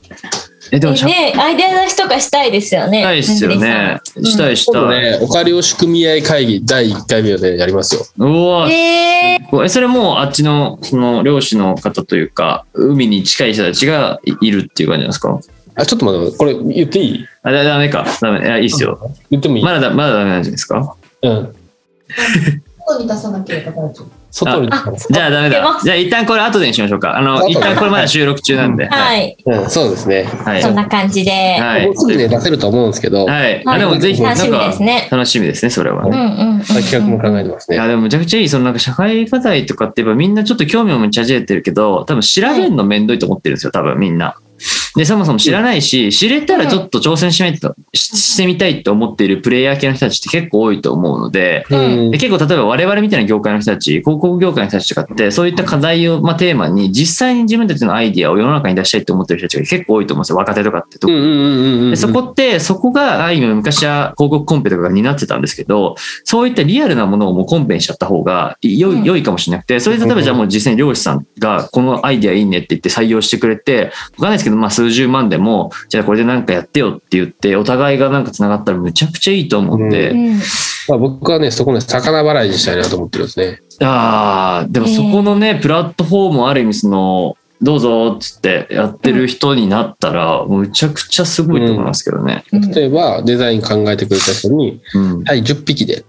Speaker 1: え、でもしゃ
Speaker 2: ね、アイデア出しとかしたいですよね。
Speaker 1: したいっすよね。した
Speaker 2: い。
Speaker 1: いした
Speaker 3: 今度
Speaker 1: い。
Speaker 3: ねお借りを仕組み合い会議第1回目をねやりますよ
Speaker 1: うわ
Speaker 2: えー、
Speaker 1: え、それもうあっちの、その、漁師の方というか、海に近い人たちがいいるっていう感じなんですか
Speaker 3: あちょっと待ってこれ言っていい
Speaker 1: あ、だダメか。ダメ。いや、いいっすよ。
Speaker 3: 言ってもいい、
Speaker 1: まだだ、まだダメなんじゃないですか
Speaker 3: うん
Speaker 4: 外に出さなければ大丈夫。
Speaker 3: 外に出たん
Speaker 1: じゃあダメ
Speaker 2: 出ま
Speaker 1: だ。
Speaker 2: す
Speaker 1: じゃあ一旦これ後でにしましょうか。あ
Speaker 3: 後
Speaker 1: の、
Speaker 3: で
Speaker 1: 一旦これまだ収録中なんで。い。
Speaker 2: はい、
Speaker 3: うん、そうですね。
Speaker 1: はい。
Speaker 2: そんな感じで。
Speaker 1: はい
Speaker 3: もうすぐね、出せると思うんですけど、
Speaker 1: はい。あでもぜひ、なん
Speaker 2: 楽しみで
Speaker 1: か
Speaker 2: す、ね。
Speaker 1: 楽しみですね、それは
Speaker 2: うんう
Speaker 1: ね。
Speaker 2: んうんうん。
Speaker 3: 企画も考えてます
Speaker 1: い
Speaker 3: ね。
Speaker 1: や、でもめちゃくちゃいい。そのなんか社会課題とかって言えばみんなちょっと興味を持ち始めてるけど、多分調べるのめんどいと思ってるんですよ、多分みんな。で、そもそも知らないし、知れたらちょっと挑戦しないと、ししてみたいと思っているプレイヤー系の人たちって結構多いと思うので、
Speaker 2: うん
Speaker 3: うん
Speaker 1: で。結構例えば我々みたいな業界の人たち、広告業界の人たちとかって、そういった課題を、まあ、テーマに、実際に自分たちのアイディアを世の中に出したいと思ってる人たちが結構多いと思うんですよ、若手とかって特
Speaker 3: うん
Speaker 1: に。
Speaker 3: うんうんうんう
Speaker 1: で
Speaker 3: ん。
Speaker 1: そこって、そこが、あ今昔は広告コンペとかが担ってたんですけど、そういったリアルなものをもうコンペにしちゃった方がい良
Speaker 2: うん
Speaker 1: い良いかもしれなくて、それで例えばじゃあもう実際に漁師さんが、このアイディアいいねって言って採用してくれて、わかんないですけど、まあ数十万でも、じゃあこれでなんかやってよって言って、お互いがなんか繋がったらむちゃくちゃいいと思って、
Speaker 2: うん
Speaker 3: まあ、僕はね、そこね、魚払いにしたいなと思ってるんですね。
Speaker 1: ああ、でもそこのね、プラットフォームをある意味その、どうぞっつってやってる人になったら、もうむちゃくちゃすごいと思いますけどね。
Speaker 2: うん
Speaker 3: 例えば、デザイン考えてくれた人に、
Speaker 1: うん。
Speaker 3: はい、10匹で。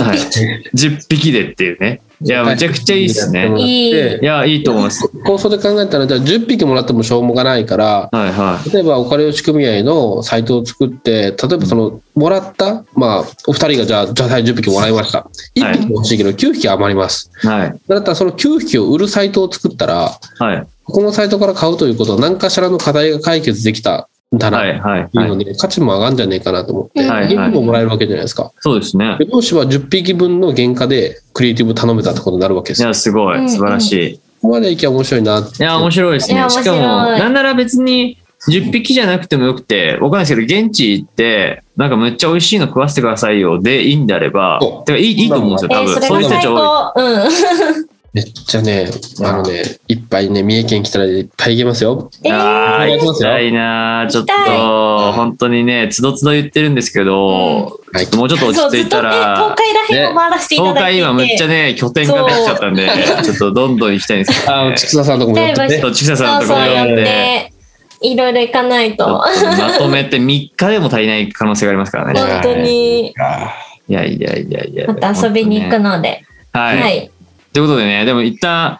Speaker 1: はい。10匹でっていうね。いや、めちゃくちゃいいです
Speaker 3: やっても
Speaker 1: ね。
Speaker 3: らっ
Speaker 2: いい
Speaker 3: て
Speaker 1: いや、いいと思います。
Speaker 3: 構想で考えたら、じゃあ10匹もらってもしょうもがないから、
Speaker 1: はいは
Speaker 3: 例えば、お金を仕組合のサイトを作って、例えばその、もらった、まあ、お二人がじゃあ、じゃあ、はい、10匹もらいました。1匹も欲しいけど、9匹余ります。
Speaker 1: い。はい。
Speaker 3: だったら、その9匹を売るサイトを作ったら、
Speaker 1: はい。
Speaker 3: このサイトから買うということは何かしらの課題が解決できたんだなっ
Speaker 1: はい。はい。
Speaker 3: ていうの
Speaker 1: はい。
Speaker 3: で、価値も上がるんじゃねえかなと思って、
Speaker 1: はい
Speaker 3: 原価ももらえるわけじゃないですか。
Speaker 1: そうですね
Speaker 3: で。漁師は10匹分の原価でクリエイティブ頼めたってことになるわけで
Speaker 1: い
Speaker 3: すよ。
Speaker 1: や、すごい。素晴らしい。
Speaker 3: ここまでいきゃ面白いなって。
Speaker 1: いや、面白いです
Speaker 2: いや
Speaker 1: ね。
Speaker 2: 面白
Speaker 1: し
Speaker 2: い
Speaker 1: かも、なんなら別に10匹じゃなくてもよくて、わかんないですけど、現地行って、なんかめっちゃ美味しいの食わせてくださいよでいいんであれば
Speaker 3: そ、う
Speaker 1: てかいいいいと思うんですよ、
Speaker 2: え
Speaker 1: 多
Speaker 2: ー、
Speaker 1: 分。
Speaker 2: それ
Speaker 1: そう
Speaker 2: も
Speaker 1: いう人た
Speaker 2: 最
Speaker 1: ち多
Speaker 2: 高。うん。
Speaker 3: めっちゃね、あのね、いっぱいね、三重県来たらいっぱい行けますよ。
Speaker 1: い。
Speaker 2: えー、
Speaker 1: ああ、
Speaker 3: えー
Speaker 1: 行きたいなーちょっ
Speaker 2: 行きたい
Speaker 1: と、本当にね、つどつど言ってるんですけど、
Speaker 3: はい
Speaker 1: もうちょっと落
Speaker 2: そう、
Speaker 1: ち着
Speaker 2: ずっ
Speaker 1: いた
Speaker 2: とね、東
Speaker 1: ら、
Speaker 2: 海ら辺を回らせていただ
Speaker 1: 東
Speaker 2: いていて。
Speaker 1: 海今めっちゃね、拠点ができちゃったんで、ちょっとどんどん行きたいんですけど
Speaker 3: あ
Speaker 1: ね、
Speaker 3: の、ちくささんとかもやって
Speaker 1: ちょ
Speaker 3: ね
Speaker 1: っ。と千草さん
Speaker 2: そう
Speaker 1: と
Speaker 2: そ
Speaker 1: か
Speaker 2: う
Speaker 1: も
Speaker 2: や
Speaker 1: 呼
Speaker 2: っ
Speaker 1: んで。
Speaker 2: て、いろいろ行かない
Speaker 1: ちょ
Speaker 2: と。
Speaker 1: っとまとめて3日でも足りない可能性がありますからね。
Speaker 2: 本当に、
Speaker 1: いやいやいやいや。
Speaker 2: また遊びに行くので。
Speaker 1: はい。
Speaker 2: は
Speaker 1: とい、
Speaker 2: い。
Speaker 1: うことでね、でも一旦、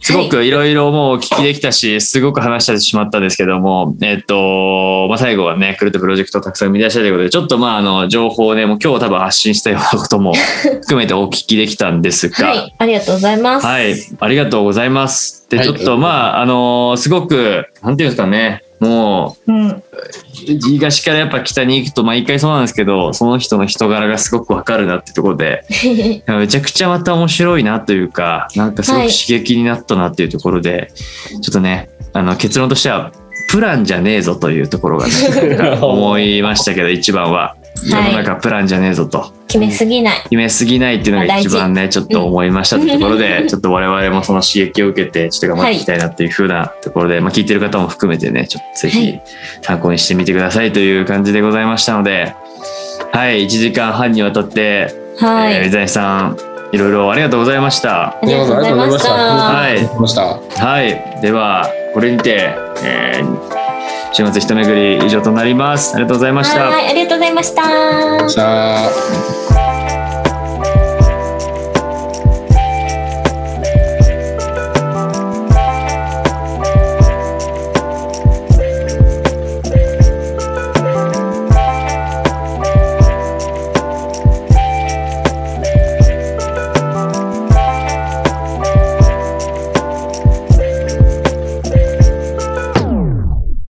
Speaker 1: すごくいろいろもうお聞きできたし、すごく話してしまったんですけども、えっと、まあ、最後はね、クルトプロジェクトをたくさん生み出したということで、ちょっとまあ、あの、情報をね、もう今日多分発信したようなことも含めてお聞きできたんですが、
Speaker 2: はい。ありがとうございます。
Speaker 1: はい、ありがとうございます。で、
Speaker 3: はい
Speaker 1: ちょっとまあ、あのすごく、なんていうんですかね、もう、
Speaker 2: うん。
Speaker 1: 東からやっぱ北に行くと毎回そうなんですけど、その人の人柄がすごくわかるなってところで、いやめちゃくちゃまた面白いなというか、なんかすごく
Speaker 2: はい
Speaker 1: 刺激になったなっていうところで、ちょっとね、あの結論としては、プランじゃねえぞというところがね、 思いましたけど、一番は。世の中プランじゃねえぞと。
Speaker 2: 決めすぎない。
Speaker 1: 決めすぎないっていうのが一番ね、ちょっと思いましたというところ で、ちょっと我々もその刺激を受けて、ちょっと頑張っていきたいなっていうふうなところで、まあ聞いてる方も含めてね、ちょっとぜ
Speaker 2: は
Speaker 1: ひ
Speaker 2: い
Speaker 1: 参考にしてみてくださいという感じでございましたので、はい、1時間半にわたって、
Speaker 2: は
Speaker 1: えー
Speaker 2: い。
Speaker 1: 水谷さんいろいろありがとうございました
Speaker 2: ありがとうございました。
Speaker 1: あ
Speaker 2: は
Speaker 1: りが
Speaker 2: い。
Speaker 3: ありがとうございまし
Speaker 1: はいではこれにて、えー、週末一巡り以上となりますありがとうございました
Speaker 2: ありがとうございました。
Speaker 3: た。さあ。